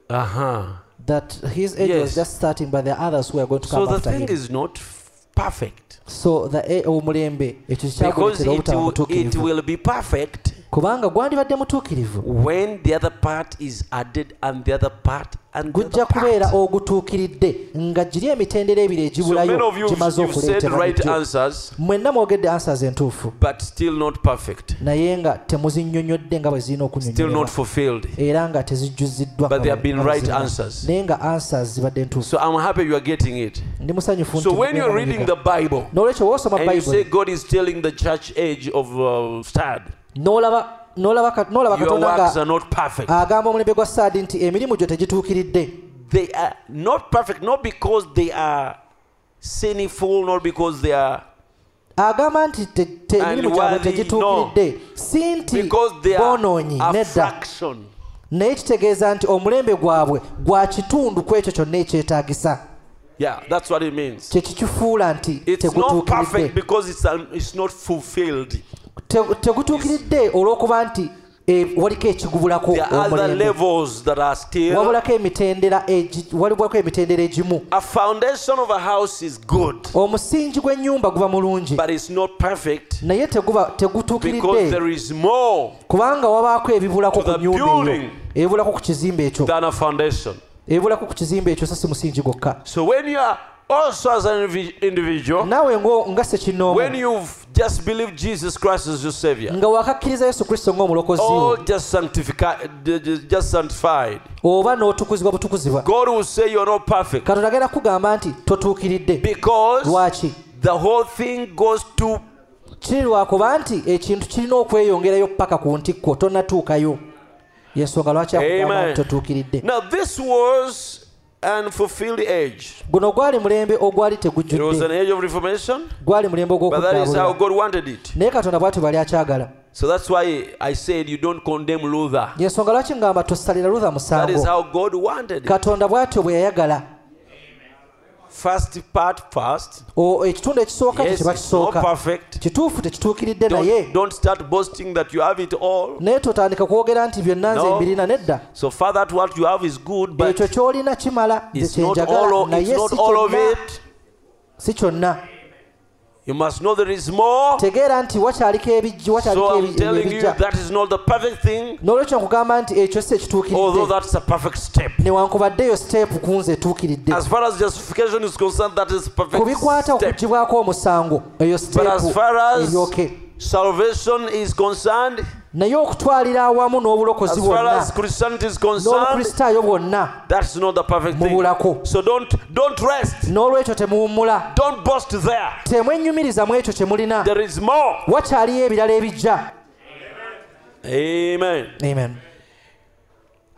S1: uh-huh
S2: that his age yes. was
S1: Yes.
S2: just starting but there are others who are going to
S1: so
S2: come
S1: the
S2: after
S1: thing
S2: him
S1: is not f- perfect
S2: so the a- omulembe ekyo
S1: because
S2: kikyagoletera
S1: it,
S2: obutaba
S1: will, it
S2: mutuukirivu
S1: will be perfect
S2: kubanga gwandibadde mutuukirivu
S1: when the other part is added and the other part and the
S2: gujja
S1: other
S2: kubeera
S1: part.
S2: ogutuukiridde nga giri emitendera ebiri
S1: So many
S2: egibulayo
S1: of you
S2: gimaze
S1: you've said
S2: okuleetebwa
S1: right
S2: gityo.
S1: answers,
S2: mwenna mwogedde answers entuufu
S1: but still not perfect,
S2: naye nga temuzinnyonnyodde nga bwe zirina
S1: still not
S2: okunyonnyolebwa
S1: fulfilled.
S2: era nga tezijjuziddwa
S1: But
S2: nga
S1: they have
S2: bwe-
S1: been
S2: nga bwe
S1: right
S2: zirina.
S1: answers.
S2: naye nga answers zibadde entuufu
S1: So I'm happy you are getting it.
S2: ndi musanyufu
S1: So when you're reading the Bible
S2: n'olwekyo woosoma
S1: and you say
S2: bayibuli
S1: God is telling the church age of uh, sad,
S2: n'olaba n'olaba ka- n'olaba
S1: your
S2: katonda
S1: works are
S2: nga
S1: not perfect.
S2: agamba omulembe gwa saadi nti emirimu gyo tegituukiridde
S1: They are not perfect, not because they are sinful, not because they are
S2: agamba nti te- te-
S1: And
S2: emirimu gyabwe
S1: worthy,
S2: tegituukiridde si nti
S1: because they are
S2: boonoonyi
S1: a
S2: nedda
S1: fraction.
S2: naye kitegeeza nti omulembe gwabwe gwa kitundu ku ekyo kyonna ekyetaagisa
S1: Yeah, that's what it means.
S2: kye kikifuula nti
S1: It's not
S2: tegutuukiridde
S1: perfect because it's, um, it's not fulfilled.
S2: Te- tegutuukiridde olw'okuba nti eh, waliko ekigubulako
S1: There are other
S2: omulembe
S1: levels that are still.
S2: wabulako emitendera egi- walibwako emitendera egimu
S1: A foundation of a house is good,
S2: omusingi gw'ennyumba guba mulungi
S1: but it's not perfect
S2: naye teguba
S1: because
S2: tegutuukiridde
S1: there is more
S2: kubanga wabaako ebibulako
S1: To
S2: ku
S1: the
S2: nyumba eyo
S1: building.
S2: ebibulako ku kizimbe ekyo
S1: than a foundation.
S2: ebibulako ku kizimbe ekyo so si musingi gwokka
S1: So when you are also as an indivi- individual,
S2: naawe ngo- nga
S1: when
S2: sekinoomu
S1: you've just believed Jesus Christ as your savior,
S2: nga wakakkiriza yesu kristo ng'omulokozi
S1: or
S2: wo
S1: just sanctified, just sanctified,
S2: oba n'otukuzibwa butukuzibwa
S1: God will say you're not perfect
S2: katonda agenda kukugamba nti totuukiridde
S1: because
S2: lwaki
S1: the whole thing goes to
S2: kiri lwakuba nti ekintu kirina okweyongerayo paka ku ntikko tonnatuukayo yensonga lwaki akugamba
S1: Amen.
S2: nti totuukiridde
S1: Now, this was an fulfilled age.
S2: guno gwali mulembe ogwali
S1: It was an
S2: tegujjudde
S1: age of reformation,
S2: gwali mulembe
S1: but that is how
S2: ogw'okuddaabulira
S1: God wanted it.
S2: naye katonda bwati bwali akyagala
S1: So that's why I said you don't condemn Luther.
S2: yensonga lwaki ngamba tosalira lutha
S1: That is
S2: musango
S1: how God wanted it.
S2: katonda bwatyo bwe yayagala
S1: First part first.
S2: O- ekitundu ekisooka
S1: Yes,
S2: tekiba
S1: it's not
S2: kisooka
S1: perfect.
S2: kituufu tekituukiridde
S1: Don't,
S2: naye
S1: don't start boasting that you have it all.
S2: naye totandika kwogera nti byonna nze
S1: No.
S2: mbirina nedda
S1: So far, that what you have is good, but
S2: ekyo ky'olina kimala nze
S1: it's not
S2: kyenjagala
S1: all of, it's
S2: naye
S1: not
S2: si
S1: all of
S2: kyonna
S1: it.
S2: si kyonna
S1: You must know there is more.
S2: tegeera nti wakyaliko ebijji wakyaliko
S1: So I'm
S2: ebi-
S1: telling you
S2: ebijja
S1: that is not the perfect thing,
S2: n'olwekyo nkugamba nti ekyo si
S1: although
S2: ekituukiridde
S1: that's a perfect step.
S2: newankubaddeyo siteepu kunze etuukiridde
S1: As far as justification is concerned, that is
S2: ku
S1: perfect
S2: bikwata
S1: step.
S2: okugibwako omusango eyo
S1: But
S2: siteepu
S1: as far as
S2: eryoke
S1: salvation is concerned,
S2: naye okutwalira awamu
S1: as
S2: n'obulokozi
S1: far
S2: bwonna
S1: as Christianity is concerned,
S2: n'obukristaayo bwonna
S1: that's not the perfect thing.
S2: Mubulako.
S1: So don't don't rest.
S2: n'olwekyo temuwummula
S1: Don't boast there.
S2: temwenyumiriza mu ekyo kye mulina
S1: There is more.
S2: wakyaliyo ebirala ebijja
S1: Amen.
S2: amen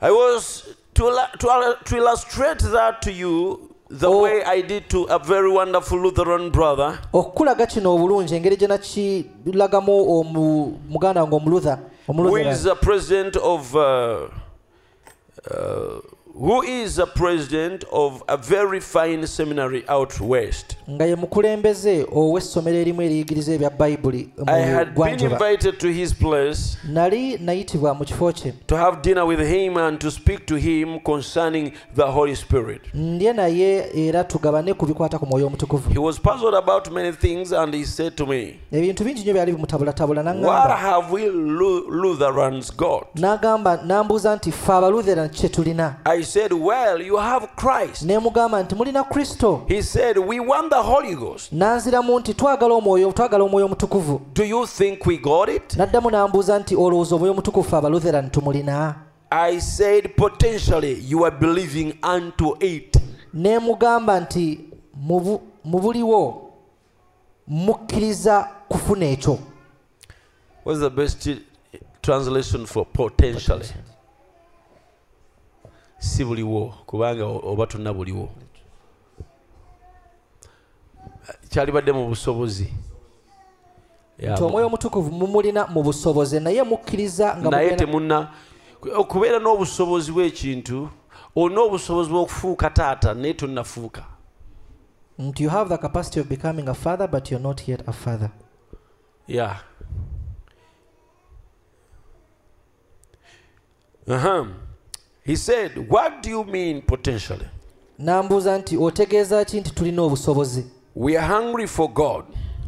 S1: I was to, la- to, al- to illustrate that to you the
S2: Oh.
S1: way I did to a very wonderful Lutheran brother.
S2: okukulaga kino obulungi engeri gye nakilagamu omu- muganda wange omulutha
S1: who
S2: omulutha
S1: is the president of uh, uh, who is a president of a very fine seminary out west.
S2: nga ye mukulembeze ow'essomero erimu eriyigiriza ebya bayibuli mu
S1: I had been
S2: gwanjuba
S1: invited to his place
S2: nali nayitibwa mu kifo kye
S1: to have dinner with him and to speak to him concerning the Holy Spirit.
S2: ndye naye era tugabane ku bikwata ku mwoyo omutukuvu
S1: He was puzzled about many things and he said to me,
S2: ebintu bingi nnyo byali bimutabulatabula
S1: What
S2: n'aŋŋamba
S1: have we Lu- Lutherans got?
S2: n'agamba n'ambuuza nti ffe abaluthera kye tulina
S1: I said, Well, you have Christ.
S2: neemugamba nti mulina kristo
S1: He said, We want the Holy Ghost.
S2: n'anziramu nti twagala omwoyo twagala omwoyo omutukuvu
S1: Do you think we got it?
S2: n'addamu n'ambuuza nti olowooza omwoyo omutukuvu ffe abaluthera tumulina
S1: I said, Potentially, you are believing unto it.
S2: neemugamba nti mu bu- mu buliwo mukkiriza kufuna ekyo
S1: What's the best t- translation for potentially? si buliwo kubanga o- oba tonna buliwo kyalibadde mu busobozi Yeah,
S2: nti
S1: mu-
S2: omwoyo omutukuvu mumulina mu busobozi naye mukkiriza nga
S1: naye
S2: mugenda-
S1: temuna okubeera n'obusobozi bw'ekintu olina obusobozi bw'okufuuka taata naye tonnafuuka
S2: nti you have the capacity of becoming a father but you're not yet a father
S1: Yeah. Uh-huh. He said, What do you mean potentially?
S2: n'ambuuza nti otegeeza ki nti tulina obusobozi
S1: We are hungry for God.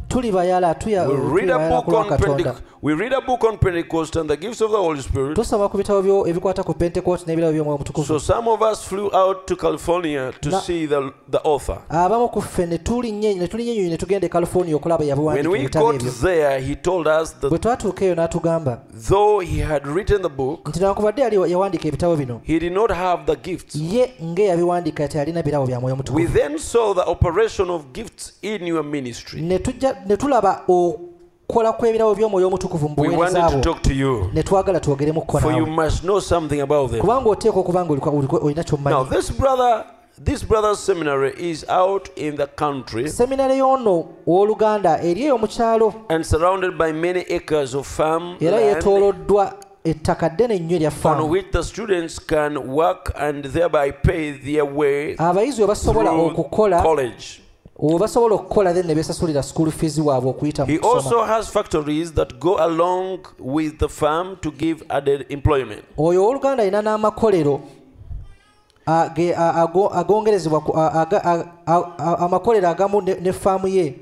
S2: tuli bayala
S1: We read a
S2: tuyabayala
S1: book
S2: kulwa
S1: on
S2: katonda
S1: Pentecost. We read a book on Pentecost and the gifts of the Holy Spirit.
S2: tusoma ku bitabo byo- ebikwata ku pentecost n'ebirabo by'omwoyo
S1: So
S2: omutukuvu
S1: some of us flew out to California to
S2: Na-
S1: see the, the author.
S2: abamu ku ffe ne tulinyenyi- ne tulinyenyuyi ne tugenda e california okulaba
S1: When
S2: yabuwandiika
S1: we
S2: ebitabo
S1: got
S2: ebyo
S1: there, he told us that
S2: bwe twatuuka eyo n'atugamba
S1: though he had written the book,
S2: nti nakubadde yali yawandiika ebitabo bino
S1: he did not have the gifts.
S2: ye ng'eyabiwandiika teyalina birabo bya mwoyo
S1: We
S2: mutukuvu
S1: then saw the operation of gifts in your ministry.
S2: ne tujja ne tulaba okola kw'ebirabo by'omwoyo omutukuvu mu
S1: We
S2: buweereza
S1: wanted to
S2: bwo
S1: talk to you,
S2: ne twagala twogeremu kko
S1: for you
S2: naawe
S1: must know something about them.
S2: kubanga oteekwa okuba nga oliko- oliko- olina
S1: Now,
S2: ky'omumanyi
S1: this brother, this brother's seminary is out in the country
S2: seminale y'ono owooluganda eri eyo mu kyalo
S1: and surrounded by many acres of farm
S2: era
S1: land
S2: yeetooloddwa ettaka ddene ennyo erya
S1: on
S2: faamu
S1: which the students can work and thereby pay their way
S2: abayizi we basobola
S1: through
S2: Ah, okukola
S1: college.
S2: we basobola okukola then ne beesasulira school fees waabwe okuyita mu
S1: He
S2: kusoma
S1: also has factories that go along with the farm to give added employment.
S2: oyo owooluganda alina n'amakolero age- a- ago- agongerezebwa ku- a- aga- a- a- a- amakolero agamu ne ne faamu ye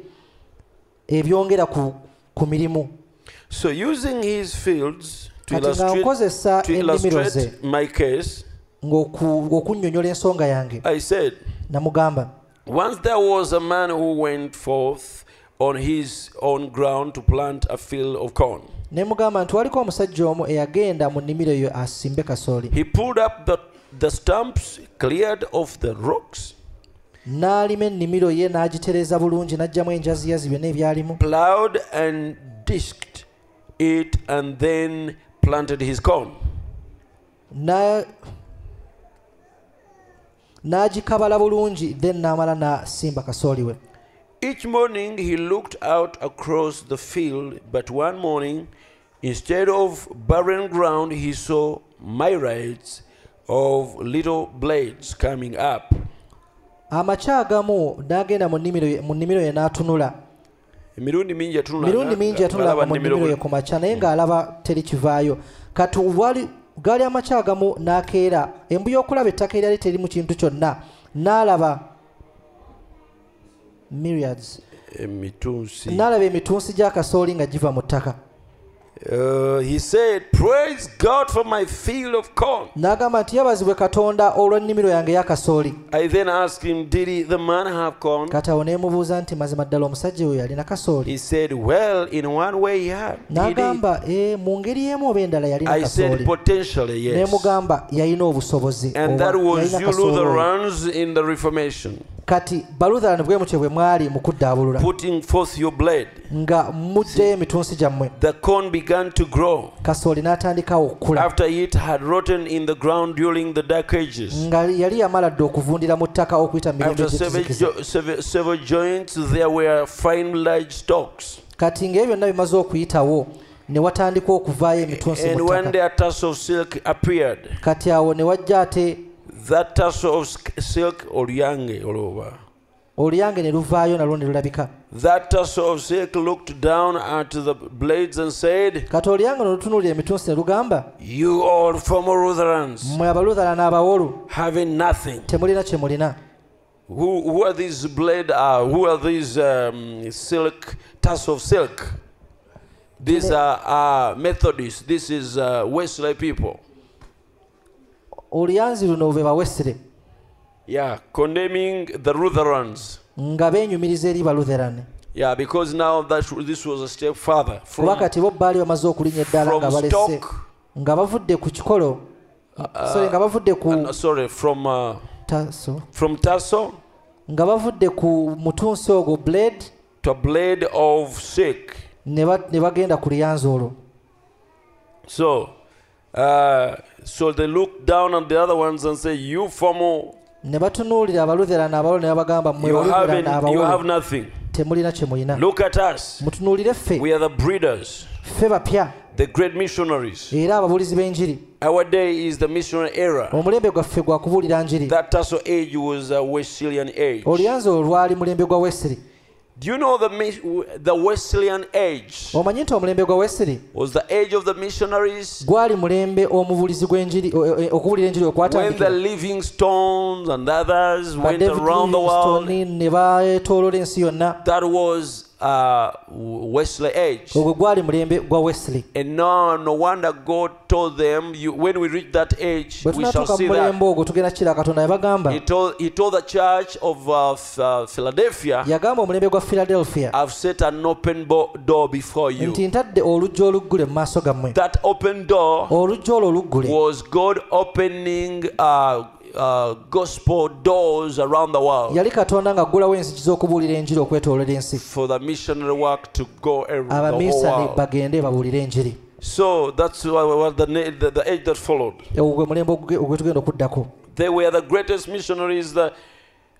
S2: ebyongera ku ku mirimu
S1: So, using his fields to
S2: kati nga
S1: illustrate,
S2: nkozesa
S1: to
S2: ennimiro ze
S1: illustrate my case,
S2: ng'okunnyonnyola ensonga yange
S1: I said,
S2: namugamba
S1: Once there was a man who went forth on his own ground to plant a field of corn.
S2: ne mugamba nti waliko omusajja omu eyagenda mu nnimiro eyo asimbe kasooli
S1: He pulled up the, the stumps cleared off the rocks,
S2: n'alima ennimiro ye n'agitereza bulungi n'aggyamu enjaziyazi byonna ebyalimu
S1: plowed and disked it, and then planted his corn.
S2: Na- n'agikabala bulungi then n'amala n'asimba kasooli we
S1: Each morning he looked out across the field, but one morning, instead of barren ground, he saw myriads of little blades coming up.
S2: amakya agamu n'agenda mu nnimiro ye- mu nnimiro ye n'atunula
S1: emirundi mingi yatunulanga,
S2: mirundi mingi yatunulanga mu
S1: nnimiro
S2: nnimiro ye
S1: bwe-
S2: ku makya naye ng'alaba teri kivaayo kati wali gaali amakya agamu n'akeera embu y'okulaba ettaka eryali teri mu kintu kyonna n'alaba myriads
S1: Eh, emitunsi
S2: n'alaba emitunsi gya kasooli nga giva mu ttaka
S1: Uh, he said praise god for my field of corn
S2: n'agamba nti yabazibwe katonda olw'ennimiro yange eya kasooli
S1: i then asked him did he, the man have corn
S2: kati awo neemubuuza nti mazima ddala omusajja oyo yalina kasooli
S1: he said well in one way he had Did he?
S2: n'agamba "Eh, mu ngeri y'emu oba endala yalina
S1: i said
S2: kasooli
S1: potentially yes
S2: neemugamba yalina obusobozi
S1: and that
S2: oba
S1: was
S2: yalina
S1: you
S2: kasooli oyo."
S1: lutherans in the reformation
S2: kati balutherani bwe mutyo bwe mwali mu kuddaabulula
S1: putting forth your blade
S2: nga muddeyo emitunsi gyammwe
S1: the corn began to grow
S2: kasooli n'atandikawo okkula
S1: after it had rotten in the ground during the dark ages
S2: nga yali yamala dde okuvundira mu ttaka okuyita mu mirembe
S1: after several,
S2: gyekizikiza
S1: jo- several, several joints there were fine large stalks
S2: kati ng'ebyo byonna bimaze okuyitawo ne watandika okuvaayo emitunsi mu
S1: And when
S2: ttaka
S1: their tassels of silk appeared,
S2: kati awo ne wajja ate
S1: that tassel of sk- silk olyange olwoba
S2: olyange ne luvaayo nalwo ne lulabika
S1: that tassel of silk looked down at the blades and said
S2: kati olyange nolutunuulira emitunsi ne lugamba
S1: you all former lutherans
S2: mmwe abaluthara n'abawolu
S1: having nothing
S2: temulina kye mulina
S1: who, who are these blade are who are these um, silk tassel of silk these are, are methodists this is uh, wesley people
S2: oluyanzi luno be bawesire
S1: yeah condemning the lutherans
S2: nga beenyumiriza eri balutheran
S1: yeah because now that this was a step further
S2: kuba
S1: from,
S2: kati bo baali bamaze okulinya eddaala
S1: from
S2: nga balese
S1: stock
S2: nga bavudde ku kikolo sorry, nga bavudde ku
S1: uh, sorry from uh,
S2: taso
S1: from tassel
S2: nga bavudde ku mutunsi ogwo blade
S1: to a blade of silk
S2: ne ba- ne bagenda ku luyanzi olwo
S1: so uh, so they look down on the other ones and say you formal
S2: ne batunuulira abalutheran abawolu ne babagamba mmwe
S1: you have,
S2: balutheran
S1: you have
S2: abawolu
S1: nothing
S2: temulina kye mulina
S1: look at us
S2: mutunuulire ffe
S1: we are the breeders
S2: ffe bapya
S1: the great missionaries
S2: era ababuulizi b'enjiri
S1: our day is the missionary era
S2: omulembe gwaffe gwa kubuulira njiri
S1: that tassel age was a wesleyan age
S2: oluyanzi olwo lwali mulembe gwa wesiri
S1: do you know the mis- the wesleyan age
S2: omanyi nti omulembe gwa wesiri
S1: was the age of the missionaries
S2: gwali mulembe omubuulizi gw'enjiri o- o- okubuulira enjiri
S1: when the
S2: okwatandikira
S1: living stones and others
S2: Ba
S1: went
S2: David
S1: around the world
S2: Livingstone ne beetooloola ensi yonna
S1: that was uh, Wesley age.
S2: ogwo gwali mulembe gwa wesiri
S1: And now, no wonder God told them, you, when we reach that age,
S2: bwe
S1: we shall
S2: tunatuuka
S1: see
S2: mu mulembe
S1: that.
S2: ogwo tugenda kukira katonda yabagamba
S1: He told, he told the church of uh, Ph- uh, Philadelphia,
S2: yagamba omulembe gwa philadelphia
S1: I've set an open bo- door before
S2: nti
S1: you.
S2: ntadde oluggi oluggule mu maaso gammwe
S1: That open door
S2: oluggi olwo oluggule
S1: was God opening uh, uh, gospel doors around the world
S2: yali katonda ng'aggulawo enzigi z'okubuulira enjiri okwetooloola ensi
S1: for the missionary work to go around the whole
S2: abamisani
S1: world.
S2: bagende babuulire enjiri
S1: So that's wha- wha- the, na- the, the age that followed.
S2: ogwo gwe mulembe ogwe ogwe tugenda okuddako
S1: They were the greatest missionaries that,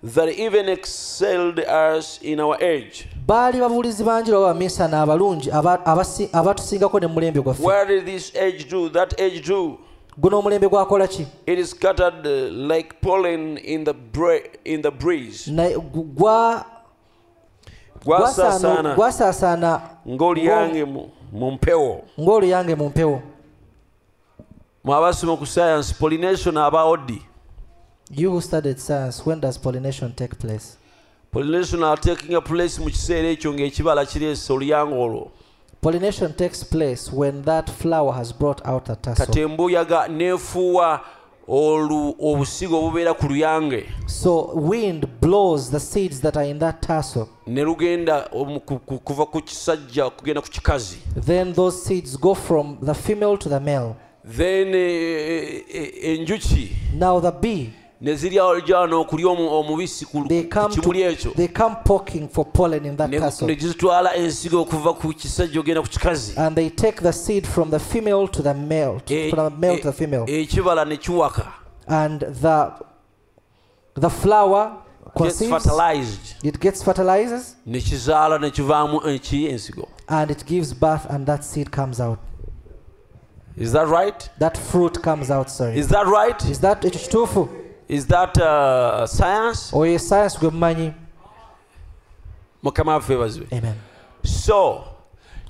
S1: that even excelled us in our age.
S2: baali babuulizi banjira oba bamisani abalungi aba- abasi- abatusingako ne mulembe gwaffe
S1: Where did this age do? That age do.
S2: guno omulembe gwakola ki
S1: It is scattered uh, like pollen in the, bra- in the breeze.
S2: Na- gu- gwa-
S1: Gwasasana
S2: gwasaana- gwasaasaana
S1: ng'olyange mu- mu mpewo.
S2: ng'oluyange mu mpewo
S1: Mwe abasoma ku science pollination abaodi
S2: you who studied science when does pollination take place
S1: pollination are taking a place mu kiseera ekyo ng'ekibala e kireese oluyango olwo
S2: pollination takes place when that flower has brought out a tassel
S1: kati embuyaga neefuuwa olu- obusigo obubeera ku luyange
S2: so wind blows the seeds that are in that tassel
S1: ne lugenda omu- ku- ku- kuva ku kisajja kugenda ku kikazi
S2: then those seeds go from the female to the male
S1: then eh, eh, enjuki
S2: now the bee
S1: ne ziryaolujana okulya omu- omubisi ku
S2: they
S1: ku
S2: come
S1: kimuli
S2: to,
S1: ekyo
S2: they come poking for pollen in that
S1: ne- ne
S2: tassel
S1: gizitwala ensigo okuva ku kisajja ogenda ku kikazi
S2: and they take the seed from the female to the male to,
S1: Eh,
S2: from the male
S1: eh,
S2: to the female
S1: ekibala ne kiwaka
S2: and the the flower
S1: gets
S2: conceives
S1: fertilized
S2: it gets fertilizes
S1: ne kizaala ne kivaamu eki ensigo
S2: and it gives birth and that seed comes out
S1: is that right
S2: that fruit comes out sorry
S1: is that right
S2: is that ekyo kituufu
S1: is that uh, science
S2: oyo ye science gwe mumanyi
S1: mukama waffe bazibe
S2: amen
S1: so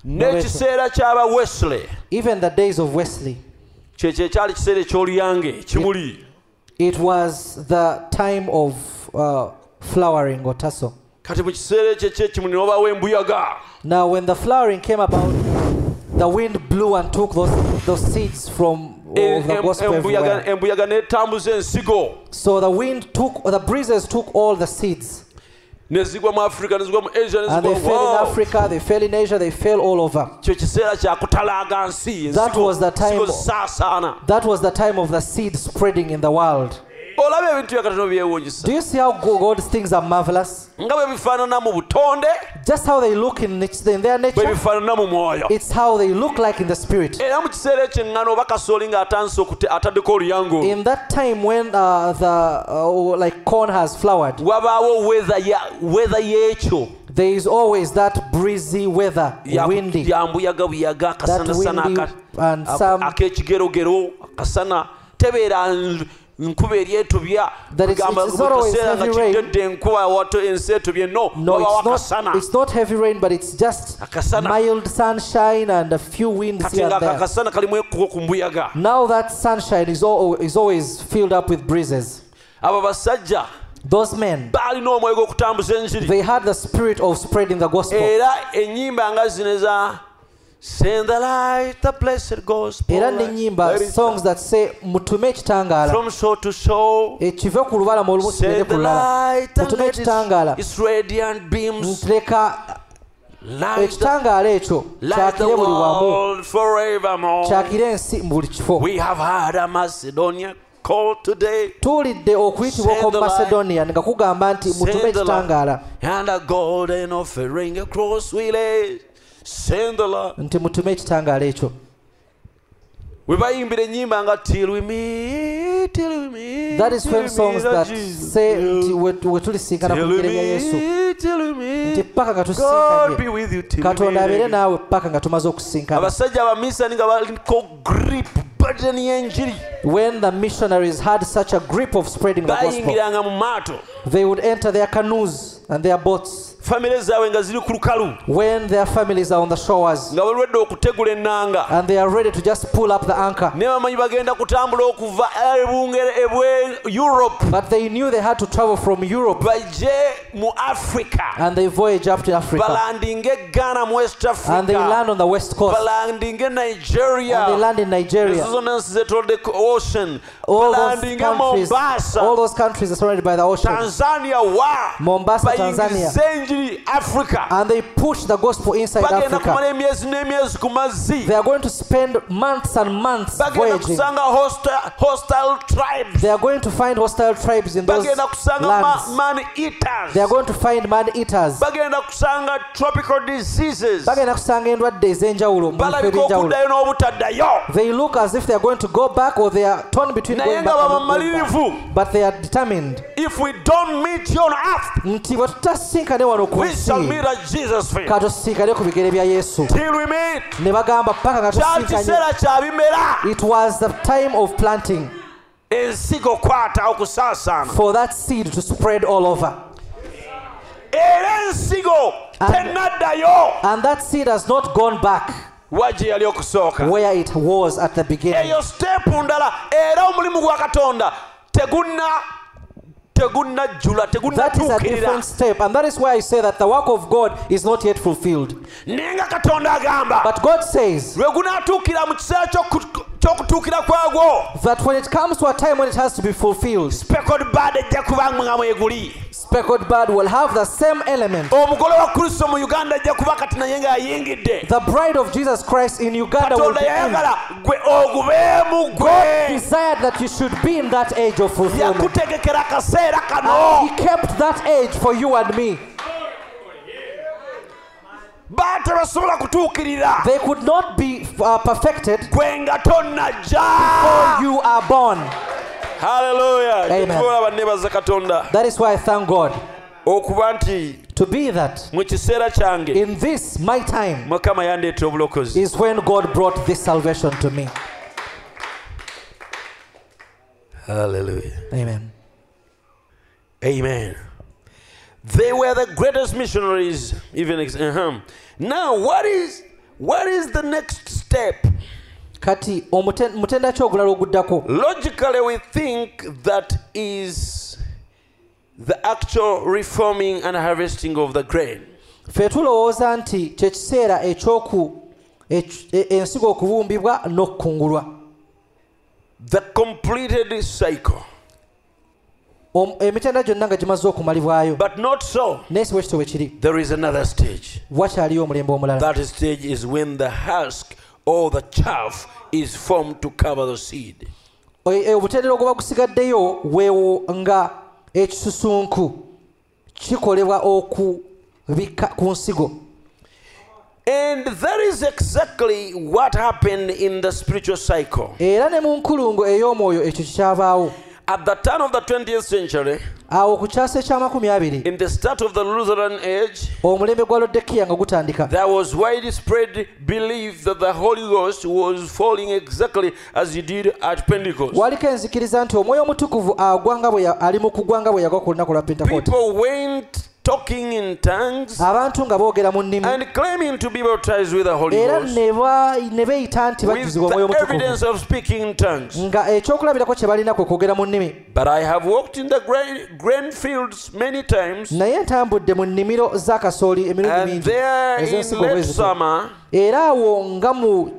S1: n'ekiseera ky'aba wesley
S2: even the days of wesley
S1: kyekyo ekyali kiseera eky'oluyange kimuli
S2: it was the time of uh, flowering or tassel
S1: kati mu kiseera ekyo ekyekimuli nobawo embuyaga
S2: Now, when the flowering came about, the wind blew and took those, those seeds from
S1: Em-
S2: of the
S1: E, em-
S2: gospel
S1: embuyaga
S2: everywhere.
S1: embuyaga n'etambuza ensigo
S2: So the wind took, the breezes took all the seeds,
S1: ne zigwa mu africa ne zigwa mu asia ne
S2: and
S1: zigwa
S2: they
S1: mu
S2: fell in
S1: world.
S2: Africa, they fell in Asia, they fell all over.
S1: kyo kiseera kyakutalaaga nsi
S2: That
S1: ensigo-
S2: was the time-
S1: ensigo zisaasaana
S2: That was the time of the seed spreading in the world.
S1: olaba ebintu bya katonda byewuunyisa
S2: Do you see how go- God's things are marvelous?
S1: nga bwe bifaanana mu butonde
S2: Just how they look in, nat- in their
S1: bwe
S2: nature,
S1: bifaanana mu mwoyo
S2: it's how they look like in the spirit.
S1: era mu kiseera ekyo eŋŋano oba kasooli ng'atandise okute- ataddeko oluyango
S2: In that time when uh, the uh, like corn has flowered,
S1: wabaawo weather ya- weather y'ekyo
S2: there is always that breezy weather,
S1: ya-
S2: windy.
S1: ya mbuyaga buyaga
S2: that
S1: akasanasana
S2: windy
S1: aka-
S2: and
S1: ako-
S2: some
S1: ak'ekigerogero akasana tebeera nju- nkuba eri etubya
S2: That it's-
S1: Tugamba
S2: it's
S1: buli
S2: not always
S1: kaseera nga
S2: heavy rain.
S1: kijjudde enkuba wato ensi etubye no
S2: No,
S1: wabawo
S2: it's
S1: akasana
S2: not, it's not heavy rain, but it's just
S1: Akasana.
S2: mild sunshine and a few winds
S1: kati
S2: here
S1: nga
S2: and there.
S1: kakasana kalimu ekuba ku mbuyaga
S2: Now that sunshine is, all, is always filled up with breezes.
S1: abo basajja
S2: Those men,
S1: baalina omwego okutambuza enjiri
S2: they had the spirit of spreading the gospel.
S1: era enyimba nga zino eza Send the light, the blessed gospel.
S2: era n'ennyimba
S1: There is-
S2: songs that say mutume ekitangaala
S1: From soul to soul.
S2: ekive ku lubalama olumu kigende
S1: Send
S2: ku
S1: the
S2: lulala
S1: light, and
S2: mutume
S1: let
S2: ekitangaala
S1: its, its radiant beams.
S2: leka
S1: Light the
S2: ekitangaala ekyo
S1: Like the
S2: kyakire buli wamu
S1: world forevermore.
S2: kyakire ensi mu buli kifo
S1: We have had a Macedonia call today.
S2: tuwulidde okuyitibwa
S1: Send the
S2: okw'omu macedonia nga kugamba nti mutume
S1: Send the
S2: ekitangaala
S1: light and a golden offering across we lay. Send the light.
S2: nti mutume ekitangaala ekyo
S1: We bayimbira ennyimba nga till we meet, till we meet.
S2: that is
S1: till we
S2: when songs
S1: meet, oh
S2: that
S1: Jesus.
S2: say nti
S1: Till
S2: we- we tulisinkana ku
S1: we
S2: bigere bya yesu
S1: meet, till we
S2: nti
S1: meet.
S2: paka nga
S1: God be
S2: tusinkanye
S1: with you till we
S2: katonda abeere
S1: meet. again.
S2: naawe paka nga tumaze okusinkana
S1: Abasajja abamisani nga baliko grip burden y'enjiri
S2: when the missionaries had such a grip of spreading the gospel
S1: bayingiranga mu maato.
S2: they would enter their canoes and their boats
S1: famire zaabwe nga ziri ku lukalu
S2: when their families are on the showers
S1: nga balwedde okutegula ennanga
S2: and they are ready to just pull up the anchor
S1: ne bamanyi bagenda kutambula okuva e ebungere ebwe europe
S2: but they knew they had to travel from europe
S1: bajje mu africa
S2: and they voyage up to africa
S1: balandinge e ghana mu west
S2: and they land
S1: africa
S2: on the west coast
S1: balandinge e
S2: and they
S1: nigeria
S2: land in nigeria
S1: ezo zonna nsi zetolde ku ocean
S2: all those
S1: balandinge e
S2: countries all
S1: mombasa
S2: those countries are surrounded by the ocean
S1: tanzania wa
S2: Mombasa, Tanzania.
S1: bayingirize enjiri africa
S2: and they push the gospel inside
S1: bagenda
S2: africa
S1: kumala emyezi n'emyezi ku mazzi
S2: They are going to spend months and months
S1: bagenda
S2: voyaging.
S1: kusanga hosta- hostile tribes
S2: They are going to find hostile tribes in those
S1: bagenda kusanga ma-
S2: lands.
S1: man eaters
S2: They are going to find man eaters.
S1: bagenda kusanga tropical diseases
S2: bagenda kusanga endwadde ez'enjawulo mu bifo
S1: balabika
S2: eby'enjawulo.
S1: okuddayo n'obutaddayo
S2: They look as if they are going to go back or they are torn between
S1: naye
S2: going
S1: nga
S2: back and not going back.
S1: babamalirivu
S2: But they are determined
S1: if we don't meet you on earth
S2: nti bwe tutasinkane wano ku
S1: we shall meet
S2: nsi
S1: at jesus feet
S2: ka tusinkane ku bigere bya yesu
S1: till we meet
S2: ne bagamba paka nga
S1: kya
S2: tusinkanye
S1: kiseera kya bimera
S2: it was the time of planting
S1: ensigo kwata okusaasaana
S2: for that seed to spread all over
S1: era ensigo
S2: And-
S1: tenaddayo
S2: and that seed has not gone back
S1: wagye yali okusooka
S2: where it was at the beginning.
S1: eyo siteepu ndala era omulimu gwa katonda tegunna tegunnajjula
S2: That is a
S1: tegunnatuukirira
S2: different step, and that is why I say that the work of God is not yet fulfilled.
S1: naye nga katonda agamba
S2: But God says
S1: lwe gunaatuukira mu kiseera ky'oku- ky'okutuukira kwagwo
S2: that when it comes to a time when it has to be fulfilled,
S1: speckled bird ejja kuba nga mweguli
S2: speckled bird will have the same element.
S1: omugole wa kristo mu uganda ajja kuba kati naye ng'ayingidde
S2: The bride of Jesus Christ in Uganda will
S1: katonda
S2: be in.
S1: yayagala gwe ogubeemu gwe
S2: desired that you should be in that age of fulfillment.
S1: yakutegekera akaseera
S2: And
S1: kano
S2: he kept that age for you and me.
S1: ba tebasobola kutuukirira
S2: They could not be uh, perfected
S1: gwe nga tonnajja
S2: before you are born.
S1: haleluya
S2: Amen.
S1: tetubola bannebaza katonda
S2: That is why I thank God
S1: okuba nti
S2: to be that
S1: mu kiseera kyange
S2: in this my time.
S1: mukama yandeetera obulokozi
S2: is when God brought this salvation to me.
S1: haleluya
S2: Amen.
S1: Amen. They were the greatest missionaries, even ex- uh-huh. now what is what is the next step?
S2: kati omuten- mutenda ki ogulala oguddako
S1: Logically we think that is the actual reforming and harvesting of the grain.
S2: ffe tulowooza nti kye kiseera ekyoku eki- e- ensigo okubumbibwa n'okukungulwa
S1: The completed cycle.
S2: Om- emitenda gyonna nga gimaze okumalibwayo
S1: But not so.
S2: naye si bwe kityo bwe kiri
S1: There is another stage.
S2: wakyaliyo omulembe omulala
S1: That stage is when the husk or the chaff is formed to cover the seed.
S2: E- e- obutendera oguba gusigaddeyo weewo nga ekisusunku kikolebwa okubikka ku nsigo
S1: And that is exactly what happened in the spiritual cycle.
S2: era ne mu nkulungo ey'omwoyo ekyo kikyabaawo
S1: At the turn of the 20th century,
S2: awo ku kyasa ekyamakumi abiri
S1: in the start of the Lutheran age,
S2: omulembe gwa lodekiya nga gutandika
S1: there was widespread belief that the Holy Ghost was falling exactly as he did at Pentecost.
S2: waliko enzikiriza nti omwoyo omutukuvu agwa nga bwe ya- ali mu kugwa nga bwe yagwa ku lunaku lwa pentekote
S1: People went talking in tongues
S2: abantu nga boogera mu nnimi
S1: and claiming to be baptized with the Holy
S2: era
S1: Ghost
S2: ne ba- ne beeyita nti
S1: with
S2: bakizibwa omwoyo
S1: the
S2: omutukuvu
S1: evidence of speaking in tongues.
S2: nga ekyokulabirako kye balina kwe kwogera mu nnimi
S1: But I have walked in the gra- grain fields many times,
S2: naye ntambudde mu nnimiro za kasooli emirundi
S1: and
S2: mingi
S1: there in
S2: ez'ensigo
S1: late
S2: bwezitu
S1: summer,
S2: era awo nga mu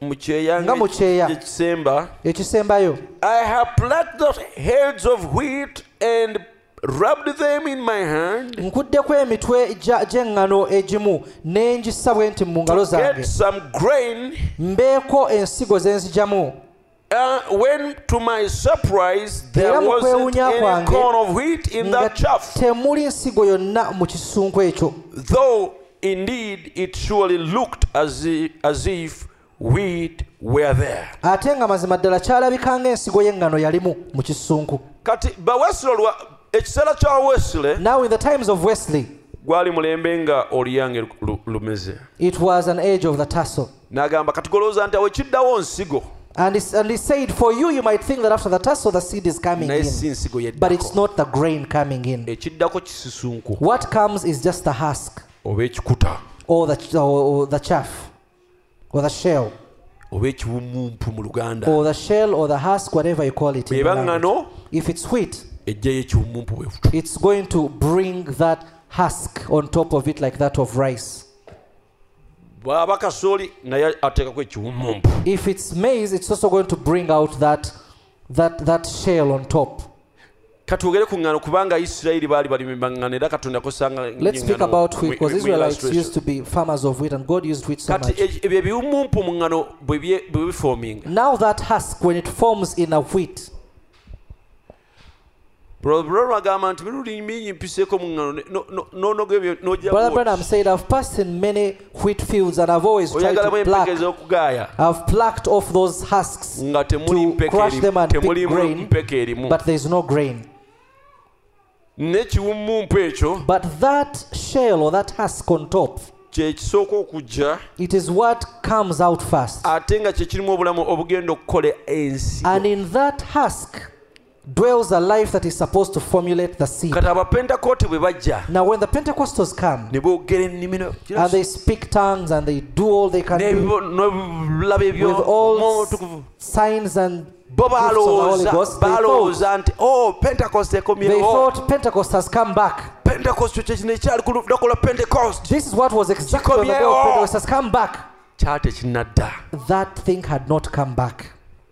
S1: mu kyeya
S2: Nga mu kyeya.
S1: ekisemba,
S2: ekisembayo
S1: I have plucked the heads of wheat and rubbed them in my hand
S2: nkuddeko emitwe gya- gy'eŋŋano egimu ne ngissa bwe nti mu ngalo
S1: get
S2: zange
S1: some grain.
S2: mbeeko ensigo ze nzigyamu
S1: Uh, when to my surprise there
S2: Era mu
S1: wasn't
S2: kwewuunya
S1: any
S2: kwange,
S1: corn of wheat in
S2: nga
S1: that chaff,
S2: temuli nsigo yonna mu kisunku ekyo
S1: though indeed it surely looked as if, as if wheat were there.
S2: ate nga mazima ddala kyalabika ng'ensigo y'eŋŋano yalimu mu kisunku
S1: kati bawesule lwa ekiseera kya wesule
S2: now in the times of wesley
S1: gwali mulembe nga oliyange lu- lu- lumeze
S2: it was an age of the tassel
S1: n'agamba kati golowooza nti awe kiddawo nsigo
S2: and, it's- and he said for you you might think that after the tassel the seed is coming
S1: naye
S2: in
S1: si nsigo
S2: but it's
S1: yeddako
S2: not the grain coming in
S1: ekiddako kisisunku
S2: what comes is just the husk
S1: oba ekikuta
S2: or the, ch- or, or the chaff or the shell
S1: oba ekiwumumpu mu luganda
S2: or the shell or the husk whatever you call it in
S1: bweba
S2: the language.
S1: ŋŋano
S2: if it's wheat
S1: ejjayo ekiwumumpu bwefutu
S2: it's going to bring that husk on top of it like that of rice
S1: bwaba kasooli naye ateekako ekiwumumpu
S2: if it's maize it's also going to bring out that that that shell on top
S1: katwogere ku ŋŋano kubanga isirayiri baali balimba ŋŋano era katonda yakosanga
S2: let's speak about wheat because israelites used to be farmers of wheat and god used wheat so
S1: kati
S2: much
S1: e- ebyo ebiwumumpu mu ŋŋano bwe bye- bwe bifoominga
S2: now that husk when it forms in a wheat
S1: bulabula agamba nti mirundi mingi mpiseeko mu ŋŋano ne- no- no- n'onoga ebyo
S2: brother branham
S1: n'ogyaoyagala
S2: said i've passed in many wheat fields and i've always tried to
S1: bwempeke
S2: pluck
S1: ez'okugaaya
S2: i've plucked off those husks
S1: nga temuli
S2: to
S1: mpeke
S2: crush
S1: eri-
S2: them and pick
S1: temuli
S2: grain,
S1: mpeke erimu
S2: but there's no grain
S1: n'ekiwummumpu ekyo
S2: but that shell or that husk on top
S1: kyekisooka okujja
S2: it is what comes out first
S1: ate nga kyekirimu obulamu obugenda okukola ensi
S2: and in that husk dwells a life that is supposed to formulate the seed
S1: kati abapentekote bwe bajja
S2: now when the pentecostals come
S1: ne boogera ennimiro
S2: and they speak tongues and they do all they can do
S1: n'ebibulaba
S2: with all
S1: ebyomutukuvu
S2: signs and
S1: bo
S2: gifts of the Holy
S1: balowooza
S2: Ghost, they thought,
S1: balowooza nti o pentecost
S2: they
S1: ekomyewo
S2: thought Pentecost has come back.
S1: pentecost ekyo kino ekyali ku lunaku lwa pentecost
S2: This is what was exactly on the day of
S1: Kikomyewo.
S2: Pentecost has come back.
S1: kyate kinnadda
S2: That thing had not come back.